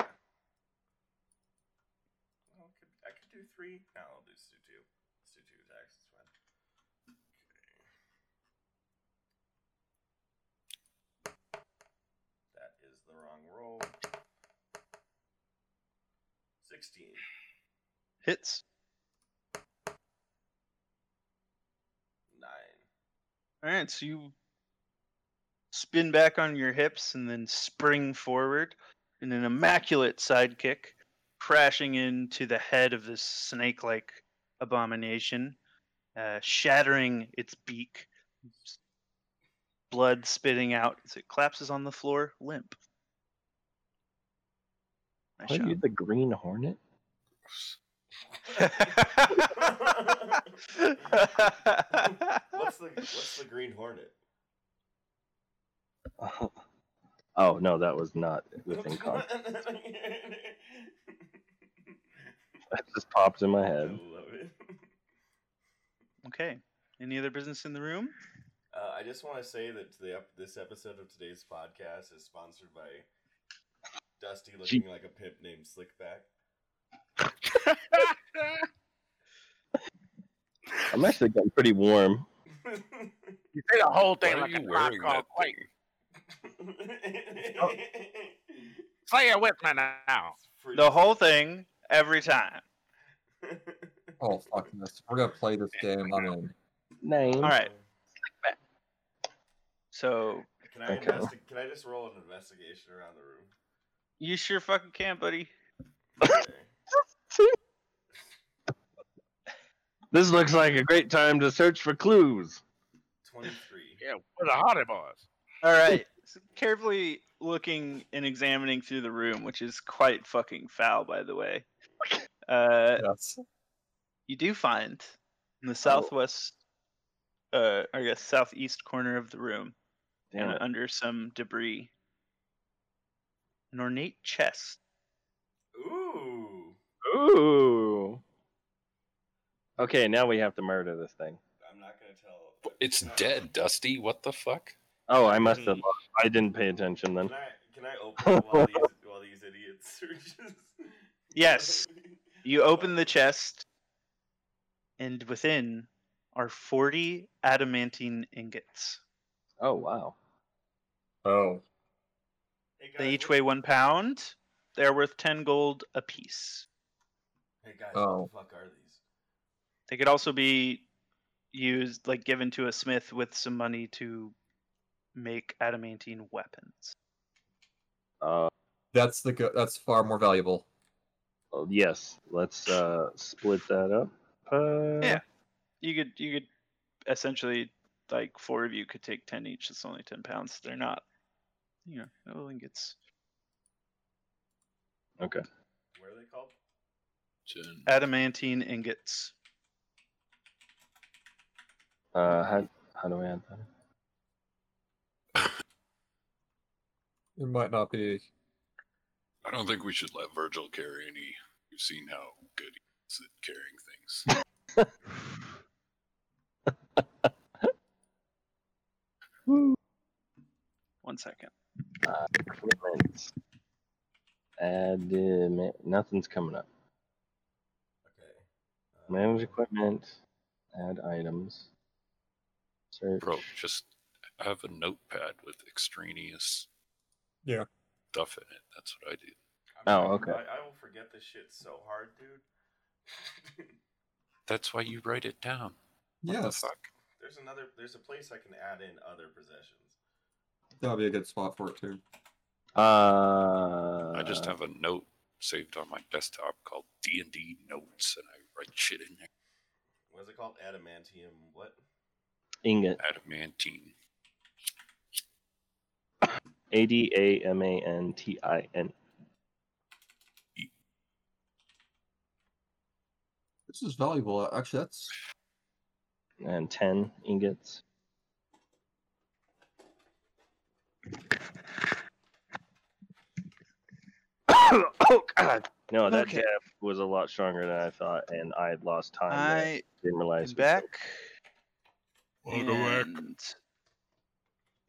Speaker 1: Well, I could, I could do three. No, I'll do just do two. Let's do two attacks. It's fine. Okay. That is the wrong roll. Sixteen.
Speaker 3: Hits.
Speaker 1: Nine.
Speaker 3: All right, so you spin back on your hips and then spring forward in an immaculate sidekick, crashing into the head of this snake like abomination, uh, shattering its beak, blood spitting out as it collapses on the floor, limp. Nice
Speaker 5: Are
Speaker 3: job.
Speaker 5: you the Green Hornet?
Speaker 1: [LAUGHS] What's the What's the Green Hornet?
Speaker 5: Uh-huh. [LAUGHS] oh no, that was not within
Speaker 1: [LAUGHS]
Speaker 5: context. [LAUGHS] That just popped in my
Speaker 1: I
Speaker 5: head.
Speaker 1: love it.
Speaker 3: [LAUGHS] Okay. Any other business in the room?
Speaker 1: Uh, I just want to say that the, ep- this episode of today's podcast is sponsored by Dusty looking like a pimp named Slickback.
Speaker 5: I'm actually getting pretty warm.
Speaker 8: [LAUGHS] You say the whole thing
Speaker 4: Why are
Speaker 8: like
Speaker 4: you
Speaker 8: a
Speaker 4: wearing
Speaker 8: popcorn
Speaker 4: that
Speaker 8: plate.
Speaker 4: thing?
Speaker 8: Say it with me now.
Speaker 3: The whole
Speaker 1: [LAUGHS]
Speaker 3: thing, every time.
Speaker 6: Oh fuck this! We're gonna play this game. I'm in.
Speaker 5: Name.
Speaker 3: All right. So
Speaker 1: Can I
Speaker 5: Okay.
Speaker 1: investi- Can I just roll an investigation around the room?
Speaker 3: you sure fucking can, buddy.
Speaker 1: Okay.
Speaker 5: This looks like a great time to search for clues.
Speaker 1: Twenty-three.
Speaker 3: [LAUGHS]
Speaker 8: Yeah, with a hottie boss.
Speaker 3: All right. So carefully looking and examining through the room, which is quite fucking foul, by the way. Uh,
Speaker 6: Yes.
Speaker 3: you do find in the southwest, uh, I guess southeast corner of the room,
Speaker 5: Damn
Speaker 3: and
Speaker 5: it.
Speaker 3: under some debris, an ornate chest.
Speaker 1: Ooh,
Speaker 5: Ooh. Okay, now we have to murder this thing.
Speaker 1: I'm not gonna tell.
Speaker 4: It's
Speaker 1: Can I-
Speaker 4: dead, Dusty. What the fuck?
Speaker 5: Oh, I must have. I didn't pay attention
Speaker 1: [LAUGHS]
Speaker 5: then.
Speaker 1: Can I Can I open it while these while these idiots searches? [LAUGHS]
Speaker 3: Yes. You open the chest, and within are 40 adamantine ingots.
Speaker 5: Oh wow.
Speaker 6: Oh,
Speaker 1: Hey guys,
Speaker 3: They each
Speaker 1: what-
Speaker 3: weigh one pound. They're worth 10 gold apiece.
Speaker 1: Hey guys,
Speaker 6: Oh.
Speaker 1: what the fuck are these?
Speaker 3: They could also be used, like given to a smith with some money to make adamantine weapons.
Speaker 5: Uh,
Speaker 6: that's the go- that's far more valuable.
Speaker 5: oh, yes. Let's uh split that up. Uh,
Speaker 3: Yeah. You could, you could essentially, like, four of you could take 10 each. It's only 10 pounds. They're not, you know, little ingots.
Speaker 5: Okay.
Speaker 1: What are they called?
Speaker 4: Jen-
Speaker 3: Adamantine ingots.
Speaker 5: Uh, how how do I add that?
Speaker 6: It might not be.
Speaker 4: I don't think we should let Virgil carry any. You've seen how good he is at carrying
Speaker 7: [LAUGHS]
Speaker 4: things.
Speaker 3: One second.
Speaker 5: Uh, equipment. Adamant. Nothing's coming up.
Speaker 1: Okay. Uh,
Speaker 5: Manage equipment. Add items. Search.
Speaker 4: Bro, just have a notepad with extraneous
Speaker 6: Yeah.
Speaker 4: stuff in it. That's what I did.
Speaker 5: Oh, okay.
Speaker 1: I, I will forget this shit so hard, dude. [LAUGHS]
Speaker 7: That's why you write it down.
Speaker 1: What the
Speaker 6: Yes.
Speaker 1: fuck? There's another. There's a place I can add in other possessions.
Speaker 6: That would be a good spot for it too.
Speaker 5: Uh,
Speaker 7: I just have a note saved on my desktop called D and D notes, and I write shit in there.
Speaker 1: What is it called? Adamantium. What?
Speaker 5: ingot.
Speaker 7: Adamantine.
Speaker 5: A D A M A N T I N.
Speaker 6: This is valuable. uh, Actually, that's
Speaker 5: And 10 ingots.
Speaker 3: [COUGHS] oh God!
Speaker 5: No, that
Speaker 3: Okay.
Speaker 5: jab was a lot stronger than I thought, and I had lost time. that
Speaker 3: I
Speaker 5: didn't realize.
Speaker 3: am
Speaker 5: was
Speaker 3: back.
Speaker 4: Welcome back.
Speaker 3: and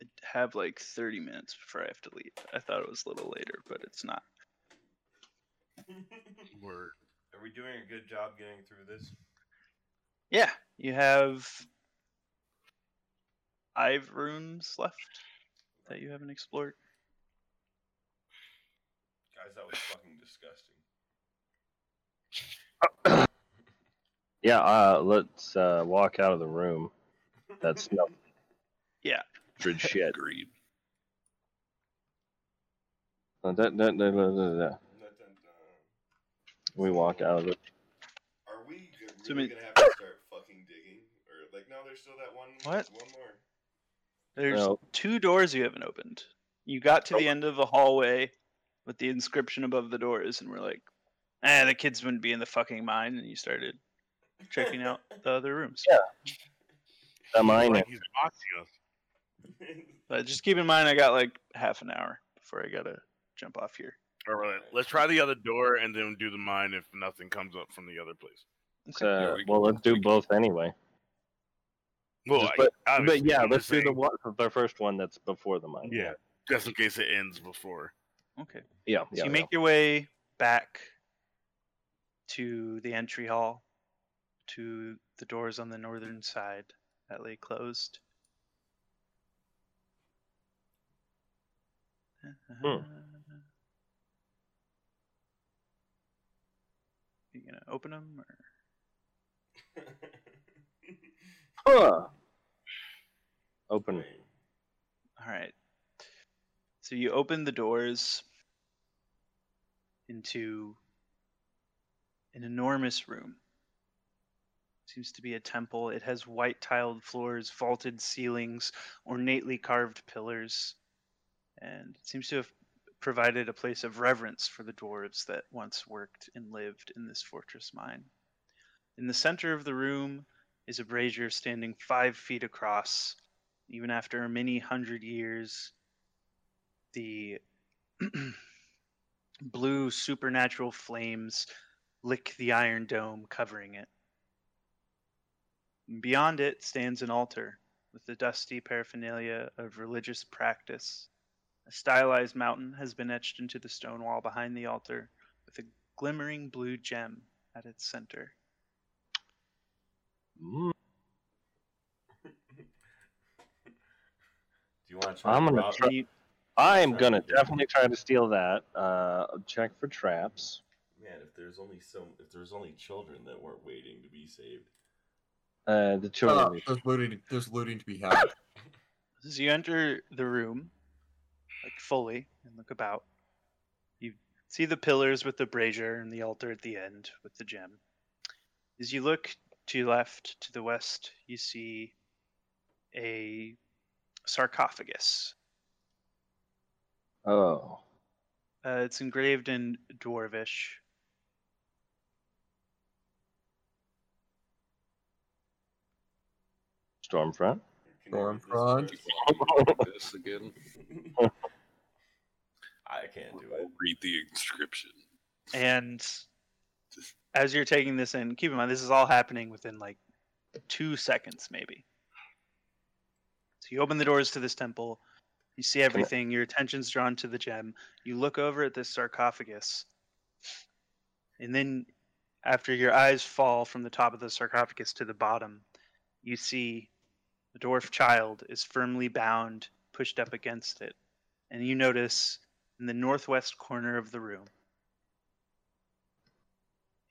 Speaker 3: I have like 30 minutes before I have to leave. I thought it was a little later, but it's not.
Speaker 1: Word. Are we doing a good job getting through this?
Speaker 3: Yeah, you have five rooms left that you haven't explored.
Speaker 1: Guys, that was fucking disgusting.
Speaker 5: Yeah, uh, let's uh, walk out of the room.
Speaker 3: [LAUGHS]
Speaker 5: That's no
Speaker 3: Yeah.
Speaker 5: good shit.
Speaker 7: Agreed.
Speaker 5: Uh, da- da- da- da- da- da.
Speaker 1: Dun, dun, dun.
Speaker 5: We walk out of the.
Speaker 1: Are we g-
Speaker 3: So
Speaker 1: really
Speaker 3: many-
Speaker 1: gonna have to start fucking digging? Or like, no, there's still that one.
Speaker 3: What?
Speaker 1: One more.
Speaker 3: There's
Speaker 5: No.
Speaker 3: two doors you haven't opened. You got to the end of the hallway with the inscription above the doors, and we're like, eh, the kids wouldn't be in the fucking mine, and you started checking
Speaker 1: [LAUGHS]
Speaker 3: out the other rooms.
Speaker 5: Yeah. That mine.
Speaker 8: Like he's watching us.
Speaker 3: But just keep in mind, I got like half an hour before I gotta jump off here.
Speaker 8: All right, let's try the other door and then do the mine if nothing comes up from the other place.
Speaker 5: uh,
Speaker 7: Yeah, we
Speaker 5: well,
Speaker 7: can-
Speaker 5: let's do both anyway.
Speaker 8: Well,
Speaker 5: Just-
Speaker 8: I-
Speaker 5: but, but
Speaker 8: obviously,
Speaker 5: yeah,
Speaker 8: I'm
Speaker 5: let's
Speaker 8: just
Speaker 5: do the
Speaker 8: saying,
Speaker 5: one, the first one that's before the mine.
Speaker 8: Yeah, just in case it ends before.
Speaker 3: Okay.
Speaker 5: yeah.
Speaker 3: So
Speaker 5: yeah,
Speaker 3: you
Speaker 5: yeah.
Speaker 3: make your way back to the entry hall, to the doors on the northern side that lay closed. Uh-huh. You gonna open them? Or...
Speaker 5: Huh. Open.
Speaker 3: All right. So you open the doors into an enormous room. Seems to be a temple. It has white tiled floors, vaulted ceilings, ornately carved pillars, and it seems to have provided a place of reverence for the dwarves that once worked and lived in this fortress mine. In the center of the room is a brazier standing five feet across, even after many hundred years, the [CLEARS THROAT] blue supernatural flames lick the iron dome covering it. Beyond it stands an altar with the dusty paraphernalia of religious practice. A stylized mountain has been etched into the stone wall behind the altar with a glimmering blue gem at its center.
Speaker 5: Mm.
Speaker 1: Do you want to try?
Speaker 5: I'm
Speaker 1: the
Speaker 5: gonna.
Speaker 1: route?
Speaker 5: Try, I'm gonna definitely try to steal that. Uh, check for traps.
Speaker 1: Man, if there's only some, if there's only children that weren't waiting to be saved.
Speaker 5: Uh, the
Speaker 6: uh,
Speaker 5: children.
Speaker 6: there's looting. There's looting to be had.
Speaker 3: As you enter the room, like fully, and look about, you see the pillars with the brazier and the altar at the end with the gem. As you look to your left, to the west, you see a sarcophagus.
Speaker 5: oh,
Speaker 3: Uh, it's engraved in dwarvish.
Speaker 8: [LAUGHS]
Speaker 5: Stormfront.
Speaker 1: Can you read this
Speaker 6: Stormfront.
Speaker 1: for us?
Speaker 7: This again.
Speaker 1: [LAUGHS] I can't do it. [LAUGHS]
Speaker 7: I'll read the inscription.
Speaker 3: And as you're taking this in, keep in mind this is all happening within like two seconds, maybe. So you open the doors to this temple, you see everything, your attention's drawn to the gem, you look over at this sarcophagus, and then after your eyes fall from the top of the sarcophagus to the bottom, you see the dwarf child is firmly bound, pushed up against it, and you notice in the northwest corner of the room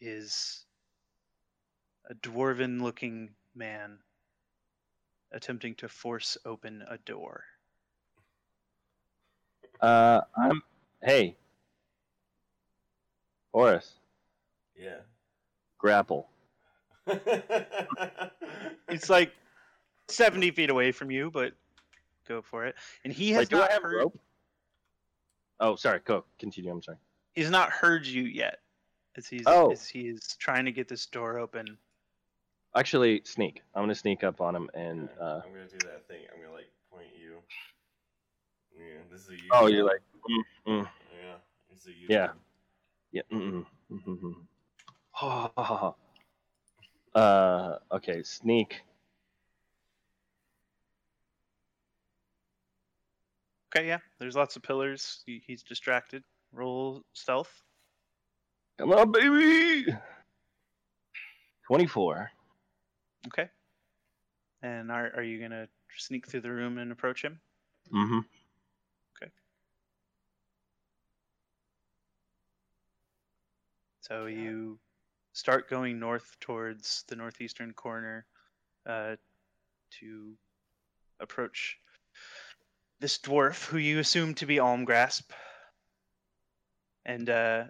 Speaker 3: is a dwarven looking man attempting to force open a door.
Speaker 5: Uh, I'm. Hey, Horace, [LAUGHS]
Speaker 1: Yeah.
Speaker 5: grapple.
Speaker 1: [LAUGHS]
Speaker 3: It's like 70 feet away from you, but go for it. And he has
Speaker 5: Wait, do I
Speaker 3: not
Speaker 5: have
Speaker 3: heard
Speaker 5: rope? Oh, sorry. Go continue. I'm sorry.
Speaker 3: he's not heard you yet. As he's
Speaker 5: Oh.
Speaker 3: as he's trying to get this door open.
Speaker 5: Actually, sneak. I'm gonna sneak up on him and. Uh,
Speaker 1: I'm gonna do that thing. I'm gonna like point you. Yeah, this is a you.
Speaker 5: oh, you're like. mm, mm,
Speaker 1: Yeah, it's a you.
Speaker 5: yeah. Yeah. Mm, mm, mm, mm, mm. [LAUGHS] uh. Okay. Sneak.
Speaker 3: Okay, yeah. There's lots of pillars. He, he's distracted. Roll stealth.
Speaker 5: Come on, baby. Twenty-four.
Speaker 3: Okay. And are are you gonna sneak through the room and approach him?
Speaker 5: Mm-hmm.
Speaker 3: So you start going north towards the northeastern corner uh, to approach this dwarf, who you assume to be Almgrasp. And uh,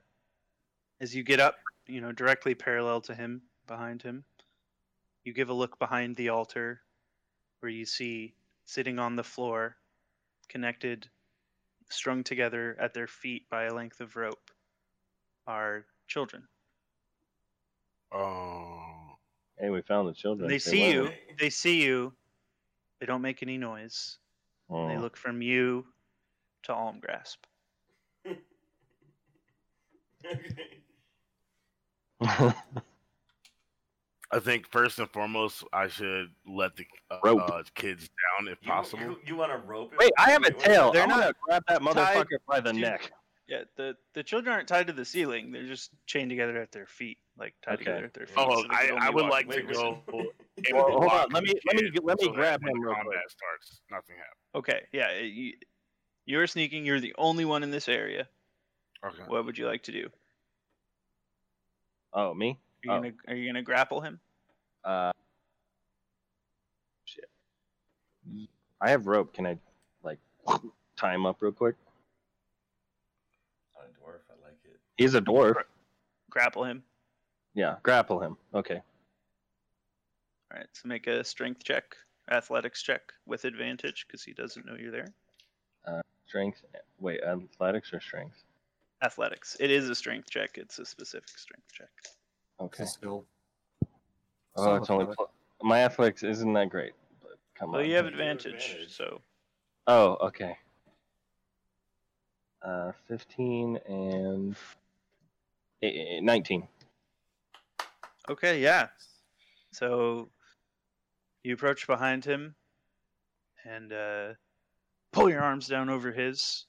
Speaker 3: as you get up, you know, directly parallel to him, behind him, you give a look behind the altar where you see sitting on the floor, connected, strung together at their feet by a length of rope, are children.
Speaker 8: Oh.
Speaker 5: Hey, we found the children.
Speaker 3: They see
Speaker 5: went
Speaker 3: you.
Speaker 5: away.
Speaker 3: They see you. They don't make any noise. and They
Speaker 5: Oh.
Speaker 3: look from you to Almgrasp.
Speaker 1: [LAUGHS]
Speaker 5: [LAUGHS]
Speaker 8: I think first and foremost, I should let the uh,
Speaker 5: Rope.
Speaker 8: uh, kids down if
Speaker 1: You,
Speaker 8: possible.
Speaker 1: You, you want to rope it?
Speaker 5: Wait, I have a
Speaker 1: Wait, wait.
Speaker 5: tail.
Speaker 3: They're
Speaker 5: I'm gonna
Speaker 3: not
Speaker 5: grab that
Speaker 3: tied
Speaker 5: motherfucker by the
Speaker 3: to-
Speaker 5: neck.
Speaker 3: Yeah, the the children aren't tied to the ceiling. They're just chained together at their feet, like tied
Speaker 5: Okay.
Speaker 3: together at their feet.
Speaker 8: Oh,
Speaker 3: so they
Speaker 8: I,
Speaker 3: can only
Speaker 8: I would
Speaker 3: walk.
Speaker 8: like
Speaker 1: [LAUGHS]
Speaker 8: to
Speaker 1: Wait, wait.
Speaker 8: go. and
Speaker 5: [LAUGHS] Well, hold
Speaker 8: block
Speaker 5: on, let
Speaker 8: the
Speaker 5: me- let me
Speaker 8: kid
Speaker 5: get- let me
Speaker 8: so that
Speaker 5: grab
Speaker 8: when
Speaker 5: him real
Speaker 8: combat
Speaker 5: quick.
Speaker 8: starts. Nothing happens.
Speaker 3: Okay, yeah, it- you, you're sneaking. You're the only one in this area.
Speaker 8: Okay.
Speaker 3: What would you like to do?
Speaker 5: Oh, me?
Speaker 3: Are you
Speaker 5: Oh.
Speaker 3: gonna are you gonna grapple him?
Speaker 5: Uh, shit. I have rope. Can I, like, tie him up real quick?
Speaker 1: I'm a dwarf. I like it.
Speaker 5: He's a dwarf.
Speaker 3: Grapple him.
Speaker 5: Yeah, grapple him. Okay.
Speaker 3: All right, so make a strength check, athletics check with advantage because he doesn't know you're there.
Speaker 5: Strength. Wait, athletics or strength?
Speaker 3: Athletics. It is a strength check. It's a specific strength check.
Speaker 5: Okay.
Speaker 6: Still.
Speaker 5: Oh, it's only. pl- My athletics isn't that great. But come
Speaker 3: Well,
Speaker 5: on.
Speaker 3: you have
Speaker 1: You do
Speaker 3: advantage,
Speaker 1: advantage.
Speaker 3: so
Speaker 5: Oh, okay. Uh, 15 and eh, eh, 19.
Speaker 3: [LAUGHS] okay, yeah. So you approach behind him and uh, pull your arms down over his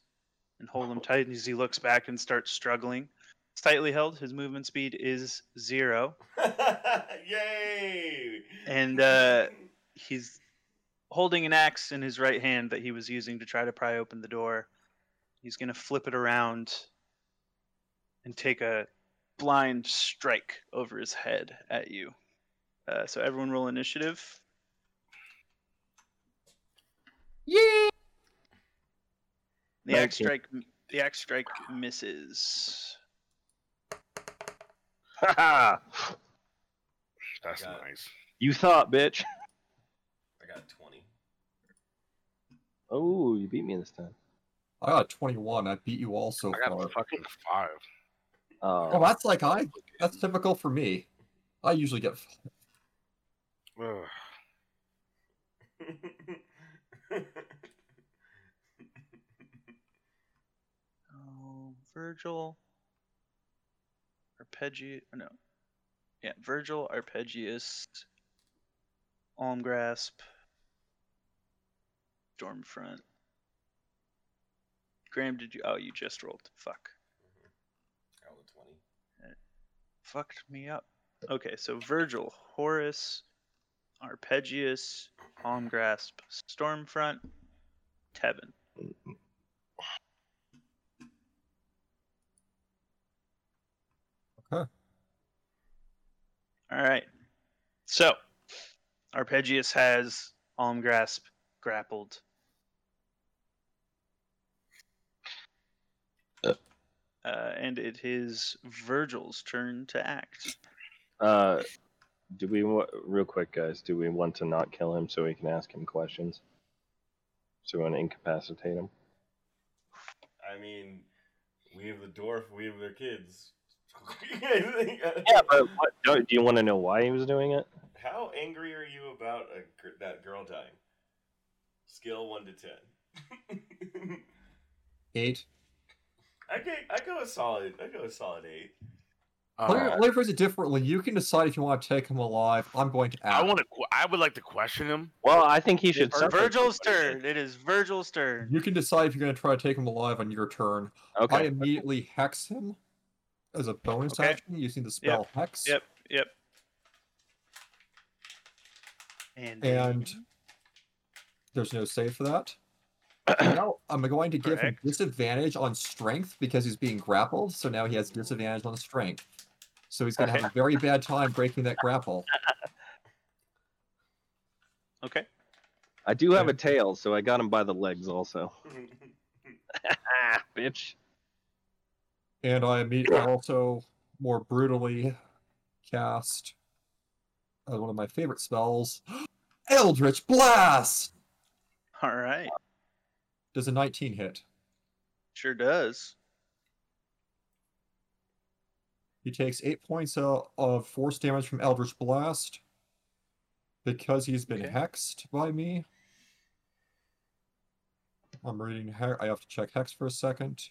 Speaker 3: and hold him tight. And as he looks back and starts struggling, it's tightly held. His movement speed is zero.
Speaker 1: [LAUGHS] Yay!
Speaker 3: And, uh, he's holding an axe in his right hand that he was using to try to pry open the door. He's going to flip it around and take a blind strike over his head at you. Uh, so everyone roll initiative. Yeah. The axe
Speaker 5: Nineteen.
Speaker 3: strike. The axe strike misses.
Speaker 8: That's
Speaker 1: Got it.
Speaker 8: nice.
Speaker 5: you thought, bitch.
Speaker 1: I got 20.
Speaker 5: Oh, you beat me this time.
Speaker 6: I got 21. I beat you all so
Speaker 8: I got
Speaker 6: far.
Speaker 8: a fucking five.
Speaker 5: Oh,
Speaker 6: Oh, that's like I. That's typical for me. I usually get.
Speaker 8: Ugh.
Speaker 1: [LAUGHS]
Speaker 3: Oh, Virgil. Arpeggi No. Yeah, Virgil, Arpeggius, Almgrasp, Stormfront. Graham, did you? Oh, you just rolled. Fuck.
Speaker 1: I rolled a 20.
Speaker 3: Fucked me up. Okay, so Virgil, Horus, Arpeggius, Almgrasp, Stormfront, Tevin. All right. So, Arpeggius has Alm Grasp grappled.
Speaker 5: Uh.
Speaker 3: Uh, and it is Virgil's turn to act.
Speaker 5: Uh, do we wa- real quick, guys? Do we want to not kill him so we can ask him questions? So we want to incapacitate him?
Speaker 1: I mean, we have the dwarf, we have their kids. [LAUGHS]
Speaker 5: Yeah, but what, do, do you want to know why he was doing it?
Speaker 1: How angry are you about a, gr- that girl dying? Skill one to ten. [LAUGHS]
Speaker 6: Eight.
Speaker 1: I go, I go a solid. I go a solid eight.
Speaker 6: let,
Speaker 3: Uh,
Speaker 6: me, let me phrase it differently. You can decide if you want to take him alive. I'm going to
Speaker 8: I
Speaker 6: act.
Speaker 8: want to. I would like to question him.
Speaker 5: Well, I think he
Speaker 3: It's Virgil's turn. It is Virgil's turn.
Speaker 6: You can decide if you're going to try to take him alive on your turn.
Speaker 5: Okay.
Speaker 6: I immediately hex him as a bonus
Speaker 3: Okay.
Speaker 6: action using the spell hex.
Speaker 3: Yep, yep. And,
Speaker 6: And there's no save
Speaker 3: [CLEARS THROAT]
Speaker 6: for that. now I'm going to give him disadvantage on strength because he's being grappled. So now he has disadvantage on strength. So he's going to have a very bad time breaking that grapple.
Speaker 3: okay.
Speaker 5: I do have a tail, so I got him by the legs also. Ah, Bitch.
Speaker 6: And I immediately also more brutally cast uh, one of my favorite spells, [GASPS] Eldritch Blast.
Speaker 3: [LAUGHS] All right.
Speaker 6: Does a 19 hit?
Speaker 3: Sure does.
Speaker 6: He takes eight points uh, of force damage from Eldritch Blast because he's been hexed by me. I'm reading hex. I have to check hex for a second.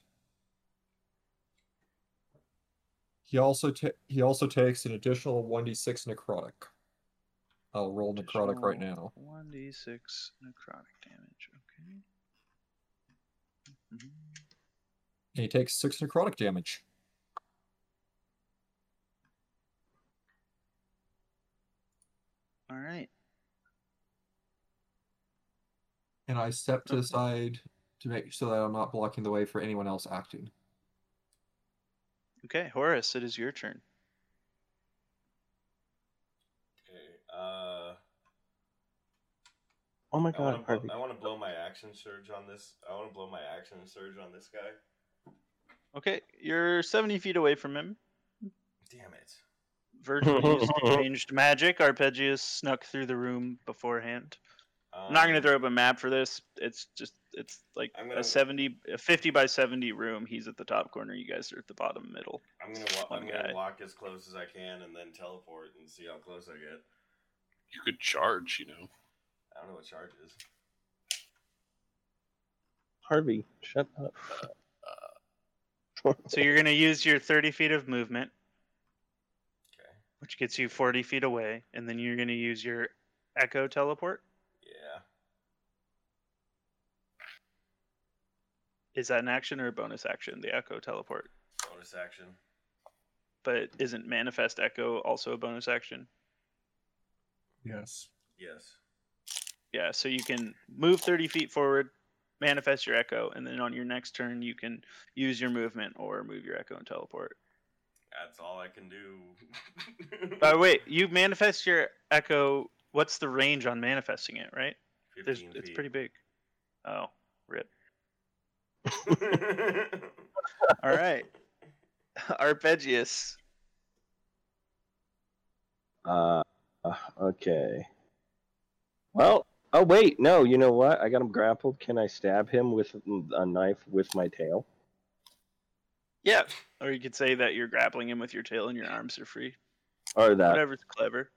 Speaker 6: He also ta- he also takes an additional 1d6 necrotic. I'll roll necrotic right now.
Speaker 3: 1d6 necrotic damage. Okay. Mm-hmm.
Speaker 6: And he takes six necrotic damage.
Speaker 3: All right.
Speaker 6: And I step to the side to make so that I'm not blocking the way for anyone else acting.
Speaker 3: Okay, Horace, it is your turn.
Speaker 1: Okay. Uh,
Speaker 5: Oh my
Speaker 1: I wanna
Speaker 5: god,
Speaker 1: blow-
Speaker 5: Harvey.
Speaker 1: I want to blow my action surge on this. I want to blow my action surge on this guy.
Speaker 3: Okay, you're 70 feet away from him.
Speaker 1: Damn it. [LAUGHS]
Speaker 3: Virgil used changed magic. Arpeggius snuck through the room beforehand. I'm not going to
Speaker 1: Um,
Speaker 3: throw up a map for this. It's just it's like
Speaker 1: I'm gonna-
Speaker 3: a 70 a 50 by 70 room. He's at the top corner, you guys are at the bottom middle.
Speaker 1: I'm gonna wa-
Speaker 3: One
Speaker 1: I'm gonna
Speaker 3: guy.
Speaker 1: walk as close as I can and then teleport and see how close I get.
Speaker 4: You could charge, you know.
Speaker 1: I don't know what charge is.
Speaker 5: Harvey, shut up.
Speaker 3: So you're going to use your 30 feet of movement.
Speaker 1: Okay.
Speaker 3: Which gets you 40 feet away and then you're going to use your echo teleport.
Speaker 1: Yeah.
Speaker 3: Is that an action or a bonus action? The echo teleport.
Speaker 1: Bonus action.
Speaker 3: But isn't manifest echo also a bonus action?
Speaker 6: Yes.
Speaker 1: Yes.
Speaker 3: Yeah, so you can move 30 feet forward, manifest your echo, and then on your next turn, you can use your movement or move your echo and teleport.
Speaker 1: That's all I can do.
Speaker 3: [LAUGHS] By the way, Uh, you manifest your echo. What's the range on manifesting it, right? [LAUGHS] There's,
Speaker 1: 15
Speaker 3: it's
Speaker 1: feet.
Speaker 3: pretty big. Oh, rip. All right. Arpeggius.
Speaker 5: Uh, uh, okay. Well, oh wait, no. You know what? I got him grappled. Can I stab him with a knife with my tail?
Speaker 3: Yeah. Or you could say that you're grappling him with your tail and your arms are free.
Speaker 5: Or that?
Speaker 3: Whatever's clever.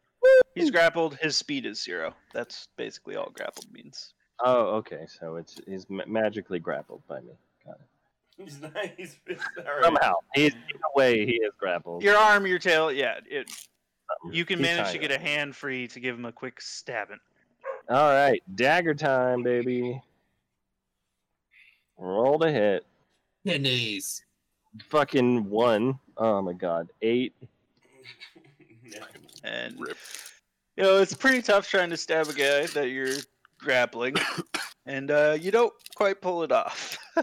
Speaker 3: He's grappled. His speed is zero. That's basically all grappled means.
Speaker 5: Oh, okay. So it's he's ma- magically grappled by me. Got it.
Speaker 1: [LAUGHS] He's nice. [LAUGHS] He's,
Speaker 3: Oh
Speaker 1: alright.
Speaker 5: Somehow, he's in a way he is grappled.
Speaker 3: Your arm, your tail, yeah. It, you can
Speaker 5: He's
Speaker 3: manage to
Speaker 5: tired.
Speaker 3: get a hand free to give him a quick stabbing.
Speaker 5: All right, dagger time, baby. Roll to hit.
Speaker 6: Kidneys.
Speaker 5: Fucking one. Oh my god, eight.
Speaker 3: And
Speaker 4: Rip.
Speaker 3: you know, it's pretty tough trying to stab a guy that you're grappling, and uh, you don't quite pull it off.
Speaker 1: [LAUGHS]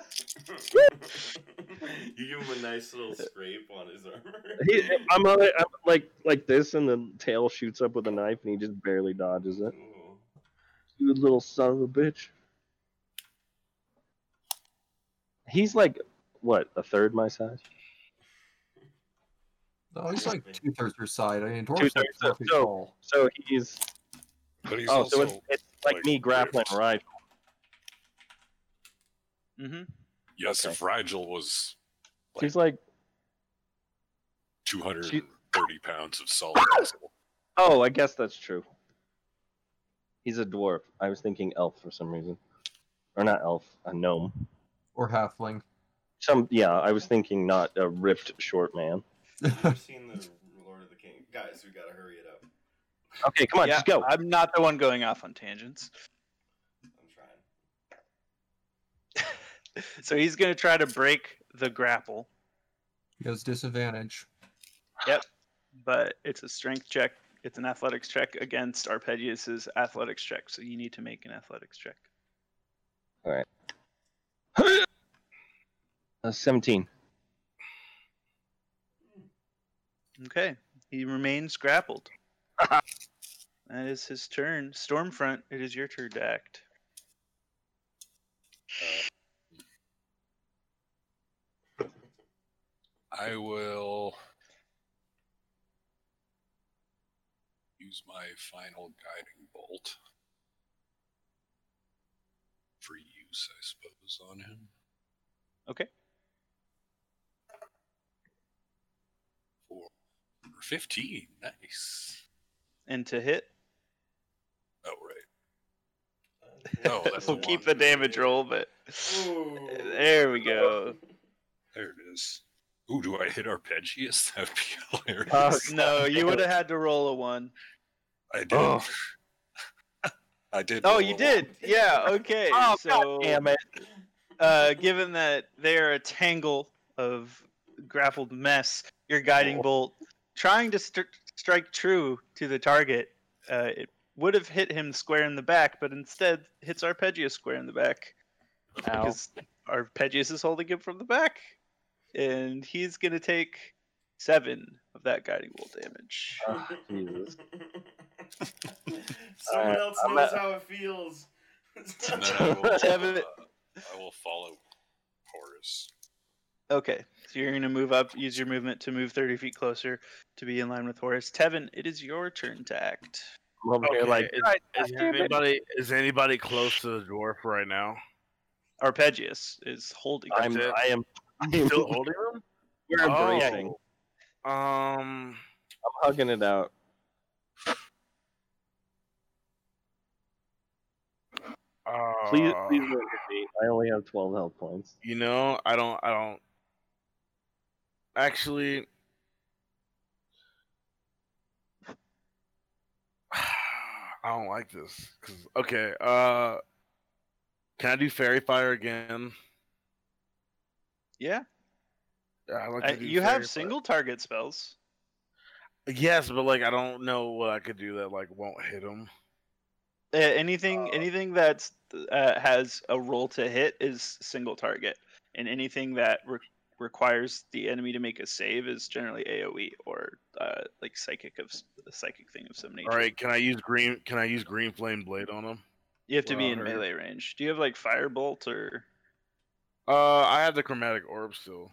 Speaker 1: you give him a nice little scrape on his armor.
Speaker 5: He,
Speaker 1: [LAUGHS]
Speaker 5: I'm, on it, I'm like like this, and the tail shoots up with a knife, and he just barely dodges it. You little son of a bitch. He's like what a third my size.
Speaker 6: No, he's like two thirds your side. I mean, Dwarf's
Speaker 5: Two
Speaker 6: like
Speaker 5: thirds. So,
Speaker 6: four feet
Speaker 5: so,
Speaker 6: tall.
Speaker 5: so he's.
Speaker 4: But he's
Speaker 5: oh,
Speaker 4: also,
Speaker 5: so it's, it's like, me grappling a rifle.
Speaker 3: Mm-hmm.
Speaker 4: yes, if Rigel was
Speaker 5: He's like,
Speaker 4: 230 pounds of solid muscle,
Speaker 5: oh, I guess that's true. He's a dwarf. I was thinking elf for some reason, or not elf, a gnome.
Speaker 6: or halfling. [LAUGHS]
Speaker 5: Some yeah, I was thinking not a ripped short man.
Speaker 1: I've seen the Lord of the King. Guys, we gotta hurry it up.
Speaker 5: Okay, come on,
Speaker 3: Yeah,
Speaker 5: just go.
Speaker 3: I'm not the one going off on tangents.
Speaker 1: I'm trying.
Speaker 3: So he's going to try to break the grapple.
Speaker 6: He has disadvantage.
Speaker 3: Yep. But it's a strength check. It's an athletics check against Arpeggius's athletics check. So you need to make an athletics check.
Speaker 5: All right. Uh, Seventeen.
Speaker 3: Okay. He remains grappled. that is his turn. Stormfront, it is your turn to act.
Speaker 4: I will use my final guiding bolt for use, I suppose, on him.
Speaker 3: Okay.
Speaker 4: For 15. Nice.
Speaker 3: And to hit,
Speaker 4: Oh, right. Oh,
Speaker 3: [LAUGHS]
Speaker 4: that's
Speaker 3: we'll
Speaker 4: a
Speaker 3: keep
Speaker 4: one.
Speaker 3: the damage roll, but there we go.
Speaker 4: There it is. Ooh, do I hit Arpeggius? [LAUGHS] That'd be hilarious.
Speaker 3: Oh, [LAUGHS] no, you would have had to roll a one.
Speaker 4: I did. [LAUGHS] I did.
Speaker 3: Oh,
Speaker 4: roll
Speaker 3: you
Speaker 4: a
Speaker 3: did. Yeah. Okay.
Speaker 5: Oh,
Speaker 3: so,
Speaker 5: damn it.
Speaker 3: Uh, given that they're a tangle of grappled mess, your guiding bolt trying to st- strike true to the target, uh, it would have hit him square in the back, but instead hits Arpeggius square in the back because Arpeggius is holding him from the back, and he's gonna take seven of that guiding bolt damage.
Speaker 5: Uh, Jesus.
Speaker 1: [LAUGHS] Someone
Speaker 3: Alright,
Speaker 1: else
Speaker 3: I'm
Speaker 1: knows
Speaker 3: at-
Speaker 1: how it feels.
Speaker 4: And
Speaker 1: [LAUGHS]
Speaker 4: then I
Speaker 3: [LAUGHS]
Speaker 4: will,
Speaker 3: Seven.
Speaker 4: uh, I will follow Horus.
Speaker 3: Okay, so you're going to move up, use your movement to move 30 feet closer to be in line with Horus. Tevin, it is your turn to act.
Speaker 5: I'm over here
Speaker 8: Okay,
Speaker 5: like
Speaker 8: is-
Speaker 5: "God
Speaker 8: is,
Speaker 5: damn it."
Speaker 8: anybody is anybody close to the dwarf right [LAUGHS] now?
Speaker 3: Arpeggius is holding.
Speaker 5: I'm,
Speaker 8: it.
Speaker 5: I am. I [LAUGHS] am
Speaker 8: Still holding him?
Speaker 5: we're
Speaker 8: Oh.
Speaker 5: embracing.
Speaker 8: Um,
Speaker 5: I'm hugging it out.
Speaker 8: uh,
Speaker 5: Please, please look at me. I only have twelve health points.
Speaker 8: You know, I don't. I don't. Actually, [SIGHS] I don't like this. 'cause- okay, uh, can I do fairy fire again?
Speaker 3: Yeah,
Speaker 8: Yeah, I'd like
Speaker 3: I-
Speaker 8: to do
Speaker 3: you
Speaker 8: fairy
Speaker 3: have
Speaker 8: fire.
Speaker 3: single target spells.
Speaker 8: Yes, but like I don't know what I could do that like won't hit him.
Speaker 3: Uh, anything, anything that's uh, has a roll to hit is single target, and anything that re- requires the enemy to make a save is generally AOE or uh, like psychic of s- a psychic thing of some nature.
Speaker 8: All right, can I use green? Can I use green flame blade on him?
Speaker 3: You have to be
Speaker 8: Well,
Speaker 3: in
Speaker 8: her-
Speaker 3: melee range. Do you have like firebolt or?
Speaker 8: Uh, I have the chromatic orb still,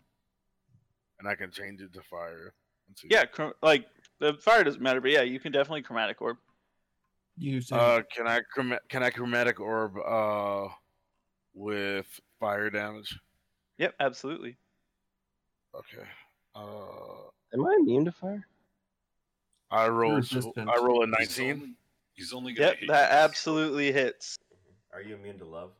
Speaker 8: and I can change it to fire. Let's see.
Speaker 3: Yeah, chrom- like the fire doesn't matter, but yeah, you can definitely chromatic orb.
Speaker 6: Use
Speaker 8: Uh, can I chroma- can I chromatic orb uh with fire damage?
Speaker 3: Yep, absolutely.
Speaker 8: Okay. Uh,
Speaker 5: Am I immune to fire?
Speaker 8: I roll tw-
Speaker 6: Resistant.
Speaker 8: I roll a
Speaker 4: He's
Speaker 8: nineteen.
Speaker 4: only, he's only gonna
Speaker 3: Yep,
Speaker 4: hit
Speaker 3: that
Speaker 4: you.
Speaker 3: absolutely hits.
Speaker 1: Are you immune to love?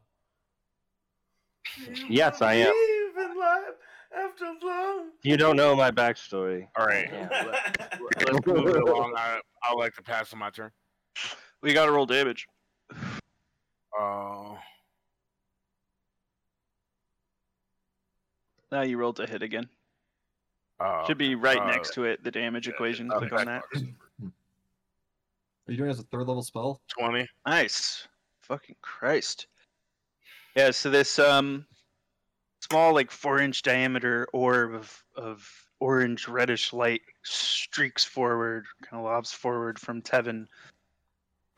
Speaker 5: Yes, I am.
Speaker 1: Believe in life after love.
Speaker 5: You don't know my backstory.
Speaker 8: All right.
Speaker 1: [LAUGHS]
Speaker 8: Let's move it along. I I would like to pass on my turn.
Speaker 3: We gotta roll damage.
Speaker 8: Uh,
Speaker 3: Now you rolled to hit again.
Speaker 8: uh
Speaker 3: Should be right
Speaker 8: uh,
Speaker 3: next to it. The damage equation.
Speaker 8: okay.
Speaker 3: Click on that.
Speaker 6: Are you doing it as a third level spell?
Speaker 8: twenty.
Speaker 3: Nice. Fucking Christ. Yeah, so this um small, like four inch diameter orb of, of orange reddish light streaks forward, kind of lobs forward from Tevin,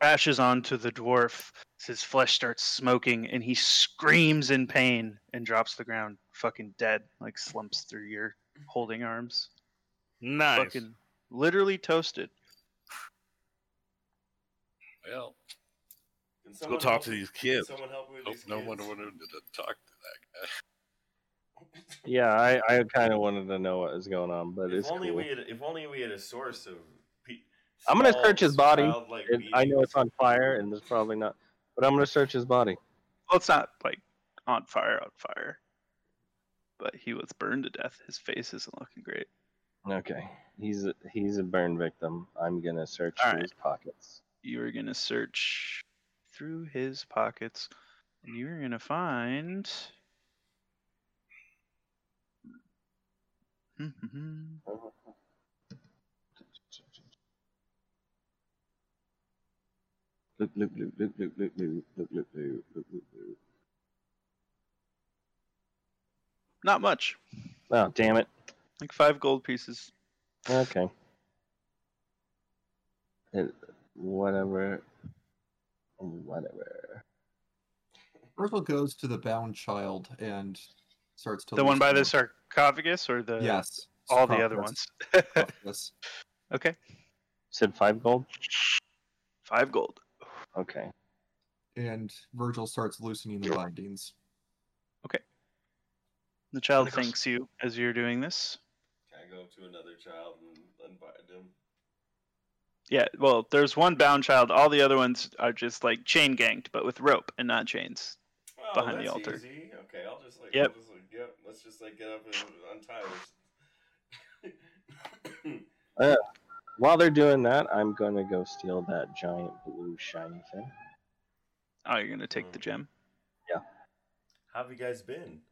Speaker 3: crashes onto the dwarf. His flesh starts smoking, and he screams in pain and drops to the ground, fucking dead, like slumps through your holding arms.
Speaker 8: Nice.
Speaker 3: Fucking literally toasted.
Speaker 4: Well,
Speaker 1: Can
Speaker 4: Go
Speaker 1: someone
Speaker 4: talk
Speaker 1: help-
Speaker 4: to these kids.
Speaker 1: Can someone help me with
Speaker 4: nope,
Speaker 1: these
Speaker 4: no
Speaker 1: kids?
Speaker 4: one wanted to talk to that guy.
Speaker 5: Yeah, I, I kind of wanted to know what was going on, but
Speaker 1: If
Speaker 5: it's
Speaker 1: only
Speaker 5: cool.
Speaker 1: we had, if only we had a source of. Pe-
Speaker 5: I'm gonna
Speaker 1: small,
Speaker 5: search his body.
Speaker 1: childlike
Speaker 5: It- I know it's on fire, and it's probably not, but I'm gonna search his body.
Speaker 3: Well, it's not like on fire, on fire. But he was burned to death. His face isn't looking great.
Speaker 5: Okay, he's a, he's a burn victim. I'm gonna search
Speaker 3: All
Speaker 5: through
Speaker 3: right.
Speaker 5: his pockets.
Speaker 3: You are gonna search through his pockets, and you're gonna find. Hmm,
Speaker 5: Loop, loop, loop, loop, loop, loop, loop, loop, loop, loop, loop, loop, loop.
Speaker 3: Not much,
Speaker 5: Oh, damn it.
Speaker 3: like five gold pieces.
Speaker 5: Okay. It, whatever. Whatever.
Speaker 6: Virgil goes to the bound child and starts to
Speaker 3: the one by the
Speaker 6: loosen
Speaker 3: sarcophagus, or the
Speaker 6: Yes.
Speaker 3: all the other ones. [LAUGHS]
Speaker 6: Sarcophagus. Yes.
Speaker 3: Okay,
Speaker 5: Said five gold?
Speaker 3: five gold.
Speaker 5: Okay.
Speaker 6: and Virgil starts loosening the bindings.
Speaker 3: The child thanks you as you're doing this.
Speaker 1: Can I go up to another child and unbind him?
Speaker 3: Yeah, well, there's one bound child. All the other ones are just like chain ganked, but with rope and not chains
Speaker 1: Oh,
Speaker 3: behind the
Speaker 1: that's
Speaker 3: altar.
Speaker 1: Easy. Okay, I'll just like,
Speaker 3: Yep.
Speaker 1: I'll just, like yep, let's just like get up and untie this.
Speaker 5: Uh, while they're doing that, I'm gonna go steal that giant blue shiny thing.
Speaker 3: Oh, you're gonna take
Speaker 5: Hmm.
Speaker 3: the gem.
Speaker 1: How have you guys [LAUGHS] been?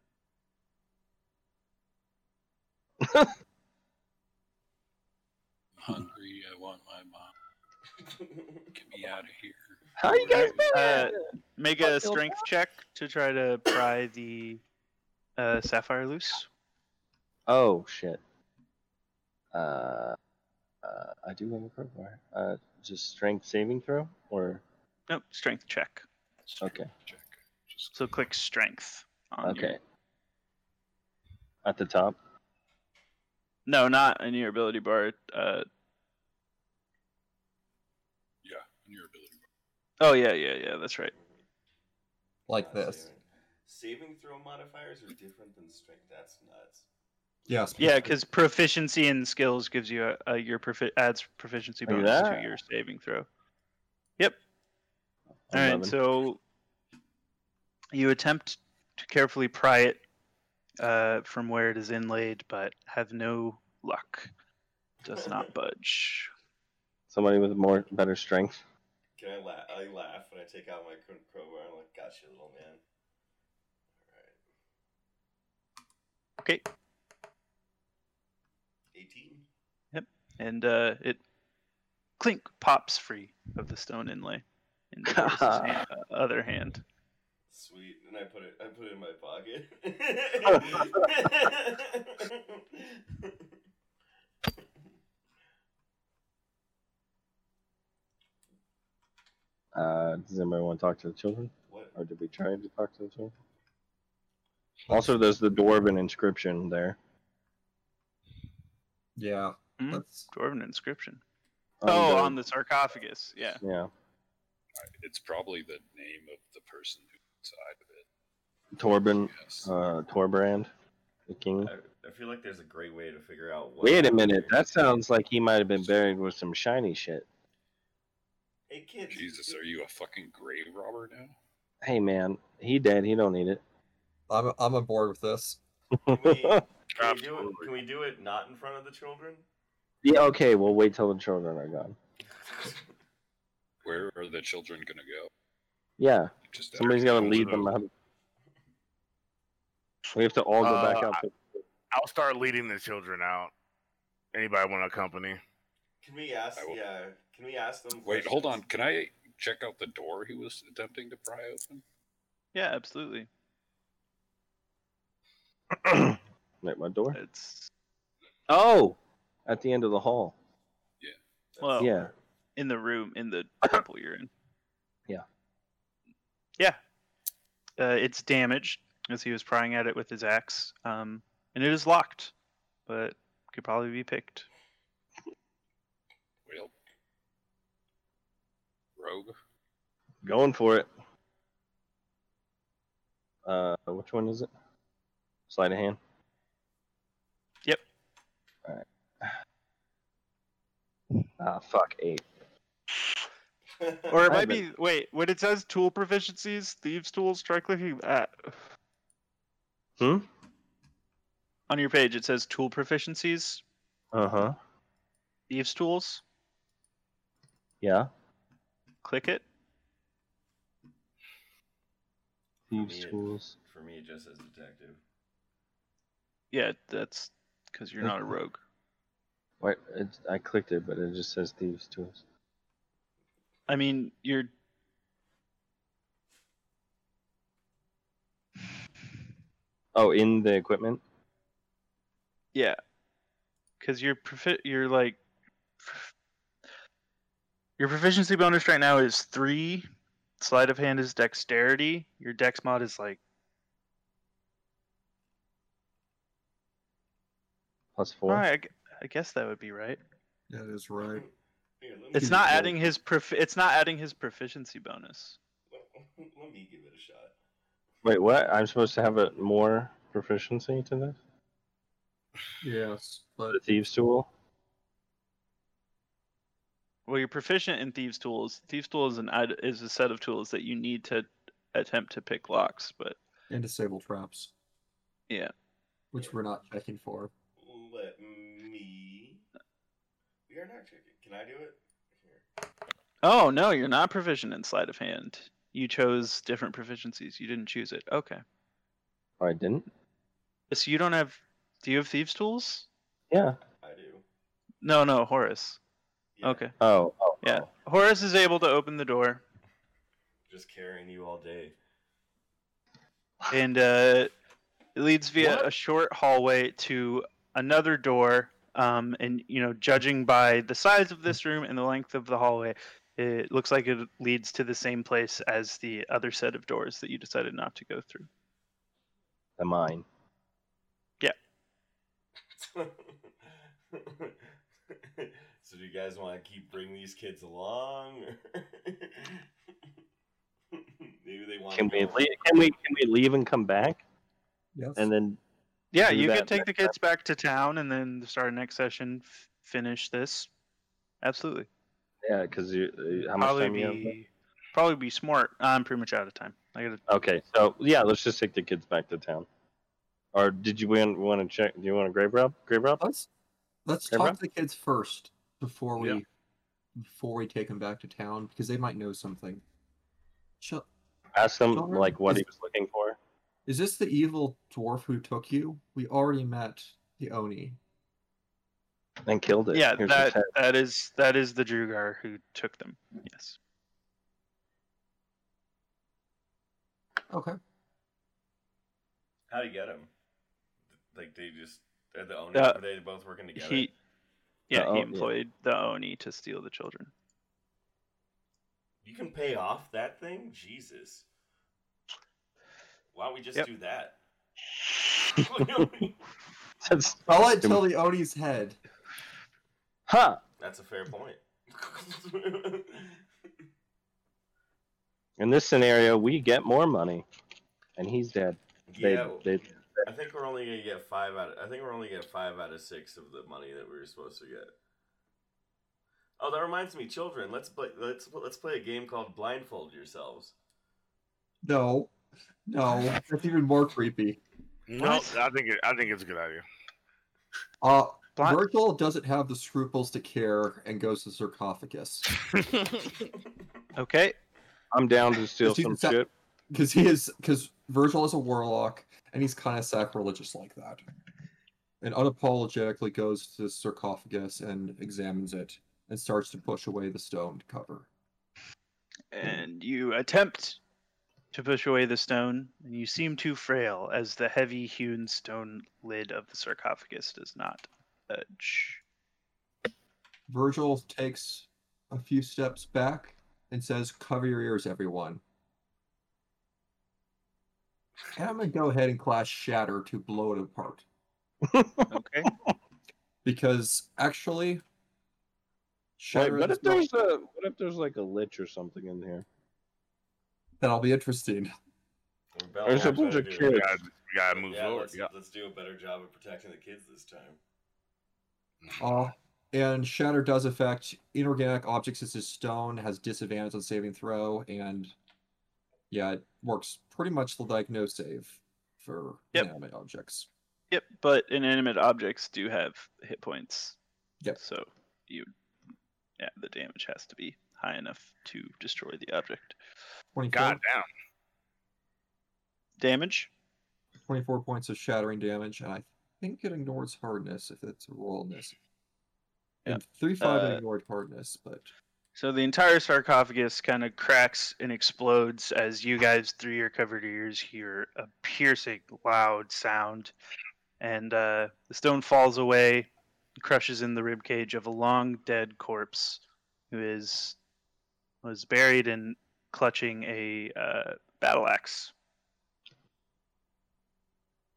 Speaker 4: I'm hungry. I want my mom. Get me out of here.
Speaker 5: How you guys
Speaker 3: Uh, make
Speaker 5: I
Speaker 3: a
Speaker 5: feel
Speaker 3: strength check to try to pry the uh, sapphire loose.
Speaker 5: Oh shit. Uh, uh, I do have a crowbar. Uh, just strength saving throw, or
Speaker 3: Nope, strength check.
Speaker 5: okay,
Speaker 3: So click strength. On your-
Speaker 5: okay. At the top.
Speaker 3: No, not in your ability bar. Uh,
Speaker 4: Yeah, in your ability.
Speaker 3: oh yeah, yeah, yeah. That's right.
Speaker 6: Like this.
Speaker 1: Saving throw modifiers are different than strength. That's nuts.
Speaker 6: Yes.
Speaker 3: Yeah, because proficiency in skills gives you a, a your profi- adds proficiency
Speaker 5: Look at
Speaker 3: bonus to
Speaker 5: that.
Speaker 3: your saving throw. Yep. All right,
Speaker 5: Eleven.
Speaker 3: so you attempt to carefully pry it uh, from where it is inlaid, but have no luck. Does
Speaker 5: [LAUGHS]
Speaker 3: not budge.
Speaker 5: Somebody with more better strength.
Speaker 1: Can I laugh? I laugh and I take out my cr- crowbar and I'm like, gotcha, little man. All
Speaker 3: Okay,
Speaker 1: right, eighteen.
Speaker 3: and uh, it clink pops free of the stone inlay in the
Speaker 5: [LAUGHS]
Speaker 3: dwarf's hand, uh, other hand.
Speaker 1: Sweet, and I put it. I put it in my [LAUGHS] pocket.
Speaker 5: Uh, does anybody want to talk to the children,
Speaker 1: what?
Speaker 5: or did we try to talk to the children? Also, there's the dwarven inscription there.
Speaker 6: Yeah.
Speaker 3: Hmm?
Speaker 6: Let's
Speaker 3: Dwarven inscription.
Speaker 5: Um,
Speaker 3: oh,
Speaker 5: the-
Speaker 3: on the sarcophagus. Yeah.
Speaker 5: yeah,
Speaker 4: It's probably the name of the person who's inside of it.
Speaker 5: Torben,
Speaker 4: Yes.
Speaker 5: uh, Torbrand, the king.
Speaker 1: I, I feel like there's a great way to figure out. What
Speaker 5: Wait a minute, that sounds like he might have been buried with some shiny shit.
Speaker 1: Hey kids.
Speaker 4: Jesus, are you a fucking grave robber now?
Speaker 5: Hey man, he dead. He don't need it.
Speaker 6: I'm I'm on board with this.
Speaker 1: Can we, can, we do it,
Speaker 4: Absolutely.
Speaker 1: can we do it not in front of the children?
Speaker 5: [LAUGHS] yeah. Okay. We'll wait till the children are gone.
Speaker 4: Where are the children gonna go?
Speaker 5: Yeah.
Speaker 4: Just out.
Speaker 5: Somebody's gonna lead them out. We have to all go back
Speaker 8: Uh,
Speaker 5: out. To...
Speaker 8: I'll start leading the children out. Anybody want to accompany?
Speaker 1: Can we ask?
Speaker 4: I will-
Speaker 1: Yeah. Can we ask them?
Speaker 4: Wait, hold on.
Speaker 1: questions?
Speaker 4: Can I check out the door he was attempting to pry open?
Speaker 3: Yeah, absolutely.
Speaker 5: At my door. It's oh, at the end of the hall.
Speaker 3: Well,
Speaker 5: Yeah.
Speaker 3: in the room, in
Speaker 5: [COUGHS]
Speaker 3: the temple you're in.
Speaker 5: Yeah.
Speaker 3: Yeah. Uh, it's damaged as he was prying at it with his axe, um, and it is locked, but could probably be picked.
Speaker 4: Well, rogue.
Speaker 5: Going for it. Uh, which one is it? Sleight of hand.
Speaker 3: Yep.
Speaker 5: All right. Ah, fuck eight.
Speaker 3: Or it
Speaker 5: I
Speaker 3: might be wait when it says tool proficiencies, thieves tools. Try clicking that.
Speaker 5: Hmm.
Speaker 3: On your page, it says tool proficiencies,
Speaker 5: Uh
Speaker 3: Uh-huh.
Speaker 5: huh.
Speaker 3: thieves tools.
Speaker 5: Yeah.
Speaker 3: Click it.
Speaker 5: Thieves
Speaker 1: it-
Speaker 5: tools.
Speaker 1: For me, it just says detective.
Speaker 3: Yeah, that's because you're not a rogue.
Speaker 5: Wait, it's, I clicked it, but it just says thieves tools.
Speaker 3: I mean, you're.
Speaker 5: Oh, in the equipment.
Speaker 3: Yeah, because your profi- your like your proficiency bonus right now is three. Sleight of hand is dexterity. Your dex mod is like
Speaker 5: Plus
Speaker 3: all
Speaker 5: four.
Speaker 3: right, I, gu- I guess that would be right.
Speaker 6: Yeah, that is right.
Speaker 3: It's not adding his prof- It's not adding his proficiency bonus.
Speaker 1: [LAUGHS] Let me give it a shot.
Speaker 5: Wait, what? I'm supposed to have a more proficiency to this?
Speaker 6: Yes, but
Speaker 5: The thieves tool.
Speaker 3: Well, you're proficient in thieves' tools. Thieves' tool is an id- is a set of tools that you need to attempt to pick locks. But
Speaker 6: and disable traps,
Speaker 3: yeah,
Speaker 6: which we're not checking for.
Speaker 1: Let me. We are not checking. Can I do it?
Speaker 3: Oh no, you're not proficient in sleight of hand. You chose different proficiencies. You didn't choose it. Okay.
Speaker 5: Oh, I didn't.
Speaker 3: So you don't have. Do you have thieves' tools?
Speaker 5: Yeah.
Speaker 1: I do.
Speaker 3: No, no, Horace. Okay.
Speaker 5: Oh. oh
Speaker 3: Yeah. Horace is able to open the door,
Speaker 1: Just carrying you all day. [LAUGHS]
Speaker 3: and uh, it leads via a short hallway to another door. Um, and you know, judging by the size of this room and the length of the hallway, it looks like it leads to the same place as the other set of doors that you decided not to go through.
Speaker 5: The mine.
Speaker 1: so do you guys want to keep bringing these kids along? [LAUGHS] Or... Maybe they want.
Speaker 5: Can
Speaker 1: to
Speaker 5: we
Speaker 1: go-
Speaker 5: leave, can we can we leave and come back?
Speaker 6: Yes.
Speaker 5: And then
Speaker 3: Yeah,
Speaker 5: do
Speaker 3: you
Speaker 5: that
Speaker 3: can take the
Speaker 5: next time?
Speaker 3: kids back to town and then start our next session, f- finish this. Absolutely.
Speaker 5: Yeah, because you uh, how much
Speaker 3: probably
Speaker 5: time you have?
Speaker 3: be probably be smart. I'm pretty much out of time. I gotta
Speaker 5: Okay, so yeah, let's just take the kids back to town. Or did you want want to check? Do you want to grave rob? Grave rob?
Speaker 6: Let's let's
Speaker 5: Grave
Speaker 6: talk
Speaker 5: rob?
Speaker 6: to the kids first before we
Speaker 5: Yeah.
Speaker 6: before we take them back to town because they might know something. Shut.
Speaker 5: Ask them
Speaker 6: Don't worry,
Speaker 5: like what he
Speaker 6: it's-
Speaker 5: was looking for.
Speaker 6: Is this the evil dwarf who took you? We already met the Oni.
Speaker 5: and killed it.
Speaker 3: Yeah,
Speaker 5: Here's
Speaker 3: that
Speaker 5: his head.
Speaker 3: that is that is the Drugar who took them. Yes.
Speaker 6: Okay.
Speaker 1: How do you get them? Like they just they're the owner.
Speaker 3: Uh,
Speaker 1: were they both working together.
Speaker 3: He Yeah,
Speaker 5: The O-
Speaker 3: he
Speaker 5: yeah.
Speaker 3: employed the Oni to steal the children.
Speaker 1: You can pay off that thing, Jesus. Why don't we just
Speaker 3: Yep.
Speaker 1: do
Speaker 3: [LAUGHS]
Speaker 1: that? [LAUGHS]
Speaker 5: [LAUGHS] That's
Speaker 6: I'll let till the Oni's head.
Speaker 5: huh.
Speaker 1: That's a fair point. [LAUGHS]
Speaker 5: In this scenario, we get more money, and he's dead. They,
Speaker 1: yeah,
Speaker 5: they,
Speaker 1: I think we're only gonna get five out. Of, I think we're only gonna get five out of six of the money that we were supposed to get. Oh, that reminds me, children. Let's play. Let's let's play a game called Blindfold
Speaker 3: [LAUGHS]
Speaker 1: Yourselves.
Speaker 6: No, no, that's even more creepy.
Speaker 8: No, I think it, I think it's a good
Speaker 3: [LAUGHS]
Speaker 8: idea.
Speaker 6: Uh,
Speaker 3: Bli-
Speaker 6: Virgil doesn't have the scruples to care and goes to sarcophagus
Speaker 3: Okay.
Speaker 5: I'm down to steal
Speaker 6: Just use
Speaker 5: some
Speaker 6: the sa-
Speaker 5: shit.
Speaker 6: because he is because Virgil is a warlock and he's kind of sacrilegious like that, and unapologetically goes to the sarcophagus and examines it and starts to push away the stone cover.
Speaker 3: And you attempt to push away the stone, and you seem too frail as the heavy hewn stone lid of the sarcophagus does not
Speaker 5: [LAUGHS]
Speaker 3: budge.
Speaker 6: Virgil takes a few steps back and says, Cover your ears, everyone. And I'm going to go ahead and clash Shatter to blow it apart.
Speaker 3: okay.
Speaker 6: Because actually,
Speaker 5: Wait,
Speaker 6: Shatter
Speaker 5: what
Speaker 6: is
Speaker 5: if there's a what if there's like a lich or something in here?
Speaker 6: That'll be interesting.
Speaker 1: Bell
Speaker 5: There's a
Speaker 1: knows how
Speaker 5: bunch
Speaker 1: to
Speaker 5: of
Speaker 1: do it.
Speaker 5: kids.
Speaker 1: Yeah,
Speaker 5: We
Speaker 8: gotta move forward,
Speaker 1: Let's,
Speaker 8: yeah.
Speaker 1: let's do a better job of protecting the kids this time.
Speaker 6: Uh, and Shatter does affect inorganic objects as his stone, has disadvantage on saving throw, and yeah, it works pretty much like no save for
Speaker 3: Yep.
Speaker 6: inanimate objects.
Speaker 3: Yep, but inanimate objects do have hit points.
Speaker 6: Yep.
Speaker 3: So you, yeah, the damage has to be high enough to destroy the object.
Speaker 6: 24,
Speaker 8: God damn.
Speaker 3: Damage.
Speaker 6: 24 points of shattering damage, and I think it ignores hardness if it's a rollness. And 3 5
Speaker 3: Uh,
Speaker 6: ignored hardness, but
Speaker 3: So the entire sarcophagus kind of cracks and explodes as you guys, through your covered ears, hear a piercing, loud sound, and uh, the stone falls away, crushes in the rib cage of a long dead corpse, who is was buried and clutching a uh, battle axe.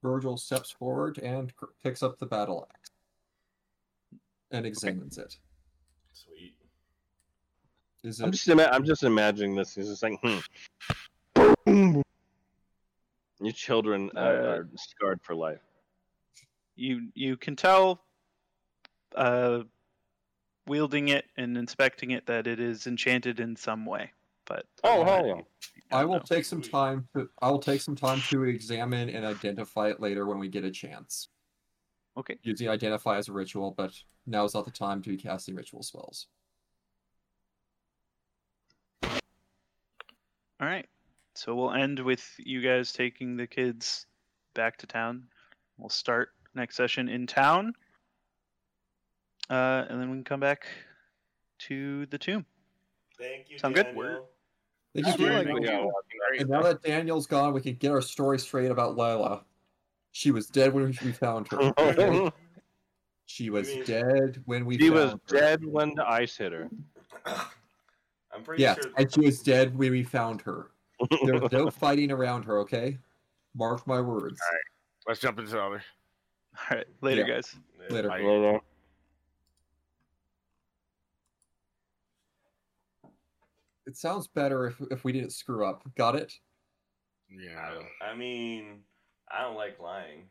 Speaker 6: Virgil steps forward and cr- picks up the battle axe and examines it.
Speaker 1: Sweet.
Speaker 6: Is
Speaker 5: I'm
Speaker 6: it
Speaker 5: just ima- I'm just imagining this. He's just like, hmm. Boom. Your children uh,
Speaker 3: Uh,
Speaker 5: are scarred for [LAUGHS] life.
Speaker 3: you you can tell uh wielding it and inspecting it that it is enchanted in some way but
Speaker 5: Oh,
Speaker 3: other than
Speaker 5: hell
Speaker 3: that,
Speaker 5: yeah.
Speaker 3: you- you
Speaker 6: I
Speaker 3: don't
Speaker 6: will
Speaker 3: know.
Speaker 6: take some time to I will take some time to examine and identify it later when we get a chance.
Speaker 3: Okay.
Speaker 6: Using identify as a ritual, but now is not the time to be casting ritual spells.
Speaker 3: all right so we'll end with you guys taking the kids back to town we'll start next session in town uh and then we can come back to the tomb [LAUGHS]
Speaker 1: Thank you.
Speaker 3: Sound good?
Speaker 1: Daniel.
Speaker 6: Thank
Speaker 5: I
Speaker 6: you,
Speaker 5: feel like
Speaker 6: Daniel.
Speaker 5: we got a lot of
Speaker 6: And now that Daniel's gone, we can get our story straight about Lila. She was dead when we
Speaker 5: [LAUGHS]
Speaker 6: found her.
Speaker 5: great-
Speaker 6: She was
Speaker 1: mean-
Speaker 6: dead when we
Speaker 5: she
Speaker 6: found
Speaker 5: was
Speaker 6: her.
Speaker 5: dead when the ice hit her.
Speaker 1: [COUGHS] I'm pretty
Speaker 6: Yes,
Speaker 1: sure.
Speaker 6: and she was dead when we found her.
Speaker 5: [LAUGHS]
Speaker 6: There's no fighting around her, okay? Mark my words.
Speaker 8: Let's jump into the other.
Speaker 3: all right later
Speaker 6: Yeah.
Speaker 3: guys
Speaker 6: Later.
Speaker 8: Like,
Speaker 5: Later.
Speaker 6: It sounds better if, if we didn't screw up. Got it?
Speaker 1: I,
Speaker 8: yeah,
Speaker 1: don't- I mean, I don't like lying.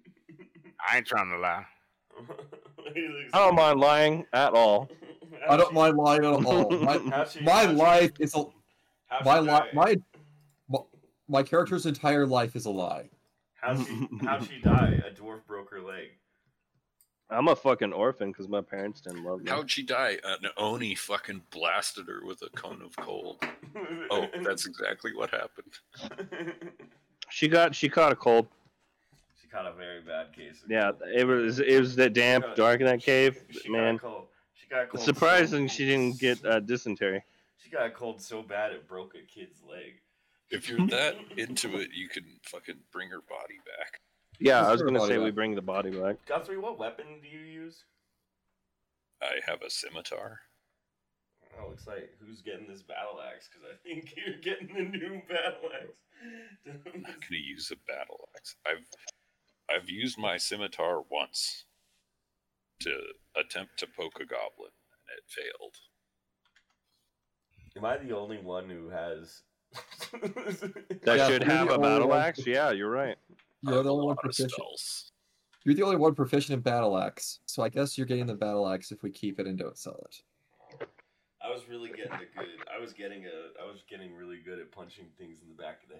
Speaker 1: [LAUGHS]
Speaker 8: I ain't trying to lie.
Speaker 5: I
Speaker 1: [LAUGHS]
Speaker 5: don't mind lying at all.
Speaker 6: I don't mind
Speaker 5: [LAUGHS]
Speaker 6: lying at all. My,
Speaker 1: How'd she-
Speaker 6: my
Speaker 1: how'd she-
Speaker 6: life is a
Speaker 1: how'd she
Speaker 6: my li-
Speaker 1: die?
Speaker 6: my my- my character's entire life is a lie.
Speaker 1: How'd she,
Speaker 6: [LAUGHS]
Speaker 1: how'd she die? A dwarf broke her leg.
Speaker 5: I'm a fucking orphan because my parents didn't love me.
Speaker 4: How'd she die? An Oni fucking blasted her with a cone of cold. Oh, that's exactly what happened.
Speaker 5: She got she caught a cold.
Speaker 1: [LAUGHS] she caught a very bad case. of
Speaker 5: Yeah,
Speaker 1: cold.
Speaker 5: it was it was that damp,
Speaker 1: She got-
Speaker 5: dark in that cave.
Speaker 1: She, she
Speaker 5: Man,
Speaker 1: got cold. She got cold.
Speaker 5: it's
Speaker 1: so-
Speaker 5: surprising she didn't get uh, dysentery.
Speaker 1: She got a cold so bad it broke a kid's leg.
Speaker 4: If you're that into it, you can fucking bring her body back.
Speaker 5: Yeah,
Speaker 6: Just
Speaker 5: I was
Speaker 6: her
Speaker 5: gonna
Speaker 6: body
Speaker 5: say we
Speaker 6: back.
Speaker 5: bring the body back.
Speaker 1: [LAUGHS] Guthrie, what weapon do you use?
Speaker 4: I have a scimitar.
Speaker 1: Oh, looks like who's getting this battle axe? Because I think [LAUGHS] you're getting the new battle
Speaker 4: I'm not
Speaker 1: axe. [LAUGHS]
Speaker 4: gonna use a battle axe. I've I've used my scimitar once to attempt to poke a goblin, and it failed.
Speaker 1: Am I the only one who has?
Speaker 5: That
Speaker 6: Yeah,
Speaker 5: should
Speaker 6: you're the
Speaker 5: have a
Speaker 6: only
Speaker 5: battle
Speaker 6: one-
Speaker 5: axe. Yeah, you're right.
Speaker 4: I
Speaker 6: You're
Speaker 4: have
Speaker 6: the
Speaker 4: a
Speaker 6: only one
Speaker 4: lot of
Speaker 6: proficient.
Speaker 4: spells.
Speaker 6: You're the only one proficient in battle axe, so I guess you're getting the battle axe if we keep it and don't sell it.
Speaker 1: I was really getting a good. I was getting a. I was getting really good at punching things in the back of the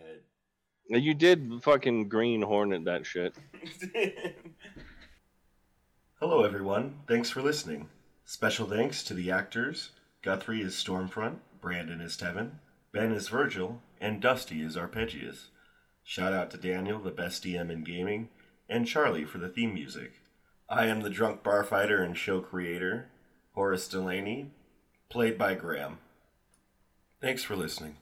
Speaker 5: Now, You did fucking green hornet that shit.
Speaker 1: head. [LAUGHS] Hello, everyone. Thanks for listening. Special thanks to the actors. Guthrie is Stormfront, Brandon is Tevin, Ben is Virgil, and Dusty is Arpeggius. Shout out to Daniel, the best DM in gaming, and Charlie for the theme music. I am the drunk bar fighter and show creator, Horace Delaney, played by Graham. Thanks for listening.